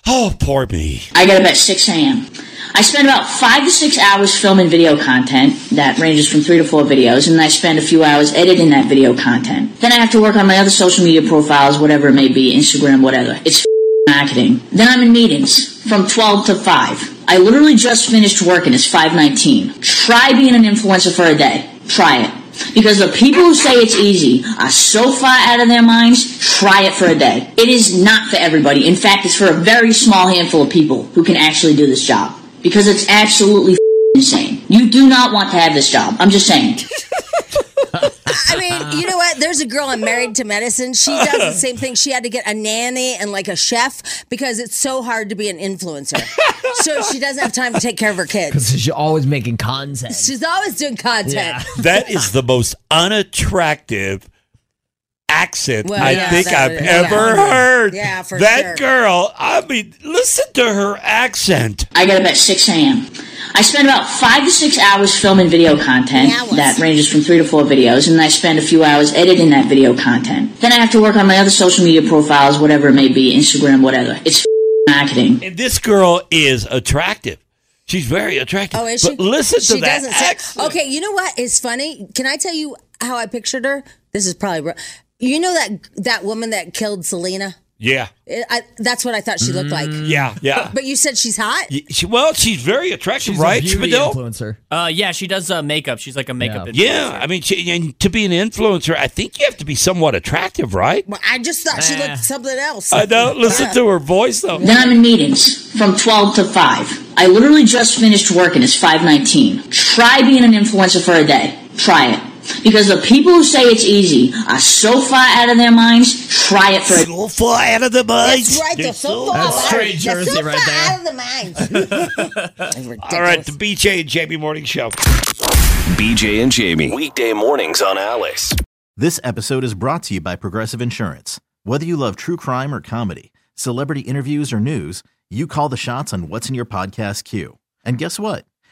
Speaker 4: Oh, poor me.
Speaker 24: I get up at 6 a.m. I spend about five to six hours filming video content that ranges from three to four videos, and then I spend a few hours editing that video content. Then I have to work on my other social media profiles, whatever it may be, Instagram, whatever. It's marketing. Then I'm in meetings from 12 to 5. I literally just finished work and it's 5:19. Try being an influencer for a day. Try it. Because the people who say it's easy are so far out of their minds, try it for a day. It is not for everybody. In fact, it's for a very small handful of people who can actually do this job. Because it's absolutely insane. You do not want to have this job. I'm just saying.
Speaker 3: I mean, you know what? There's a girl on Married to Medicine. She does the same thing. She had to get a nanny and like a chef because it's so hard to be an influencer. so she doesn't have time to take care of her kids.
Speaker 5: Because you're always making content.
Speaker 3: She's always doing content.
Speaker 4: That is the most unattractive accent
Speaker 3: Well,
Speaker 4: I
Speaker 3: yeah,
Speaker 4: think
Speaker 3: that-
Speaker 4: I've
Speaker 3: yeah.
Speaker 4: ever heard.
Speaker 24: Yeah, for
Speaker 4: that
Speaker 24: sure.
Speaker 4: girl. I mean, listen to her accent.
Speaker 24: I get up at 6 a.m. I spend about five to six hours filming video content that ranges from three to four videos, and then I spend a few hours editing that video content. Then I have to work on my other social media profiles, whatever it may be, Instagram, whatever. It's marketing.
Speaker 4: And this girl is attractive. She's very attractive.
Speaker 3: Oh, is
Speaker 4: but
Speaker 3: she?
Speaker 4: listen to
Speaker 3: She
Speaker 4: that
Speaker 3: doesn't say-
Speaker 4: accent.
Speaker 3: okay, you know what is funny? Can I tell you how I pictured her? This is probably wrong. You know that that woman that killed Selena?
Speaker 4: Yeah.
Speaker 3: It- I, that's what I thought she looked like.
Speaker 4: Yeah, yeah.
Speaker 3: But you said she's hot.
Speaker 4: Y- She, well, she's very attractive,
Speaker 6: Mm. She's a
Speaker 4: right,
Speaker 6: beauty
Speaker 4: Spadil?
Speaker 5: influencer.
Speaker 6: Uh, yeah, she does uh, makeup. She's like a makeup. influencer.
Speaker 4: Yeah, I mean, she, and to be an influencer, I think you have to be somewhat attractive, right?
Speaker 3: Well, I just thought she looked something else. Uh,
Speaker 4: I know. Listen to her voice, though.
Speaker 24: Then I'm in meetings from 12 to 5. I literally just finished work and it's 519. Try being an influencer for a day. Try it. Because the people who say it's easy are so far out of their minds, try it for a
Speaker 4: So far out of their minds.
Speaker 3: That's right, they're so far That's out- straight they're so Jersey right far there. out of the
Speaker 4: All right, the BJ and Jamie Morning Show.
Speaker 2: BJ and Jamie. Weekday mornings on Alice.
Speaker 1: This episode is brought to you by Progressive Insurance. Whether you love true crime or comedy, celebrity interviews or news, you call the shots on what's in your podcast queue. And guess what?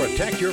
Speaker 25: Protect your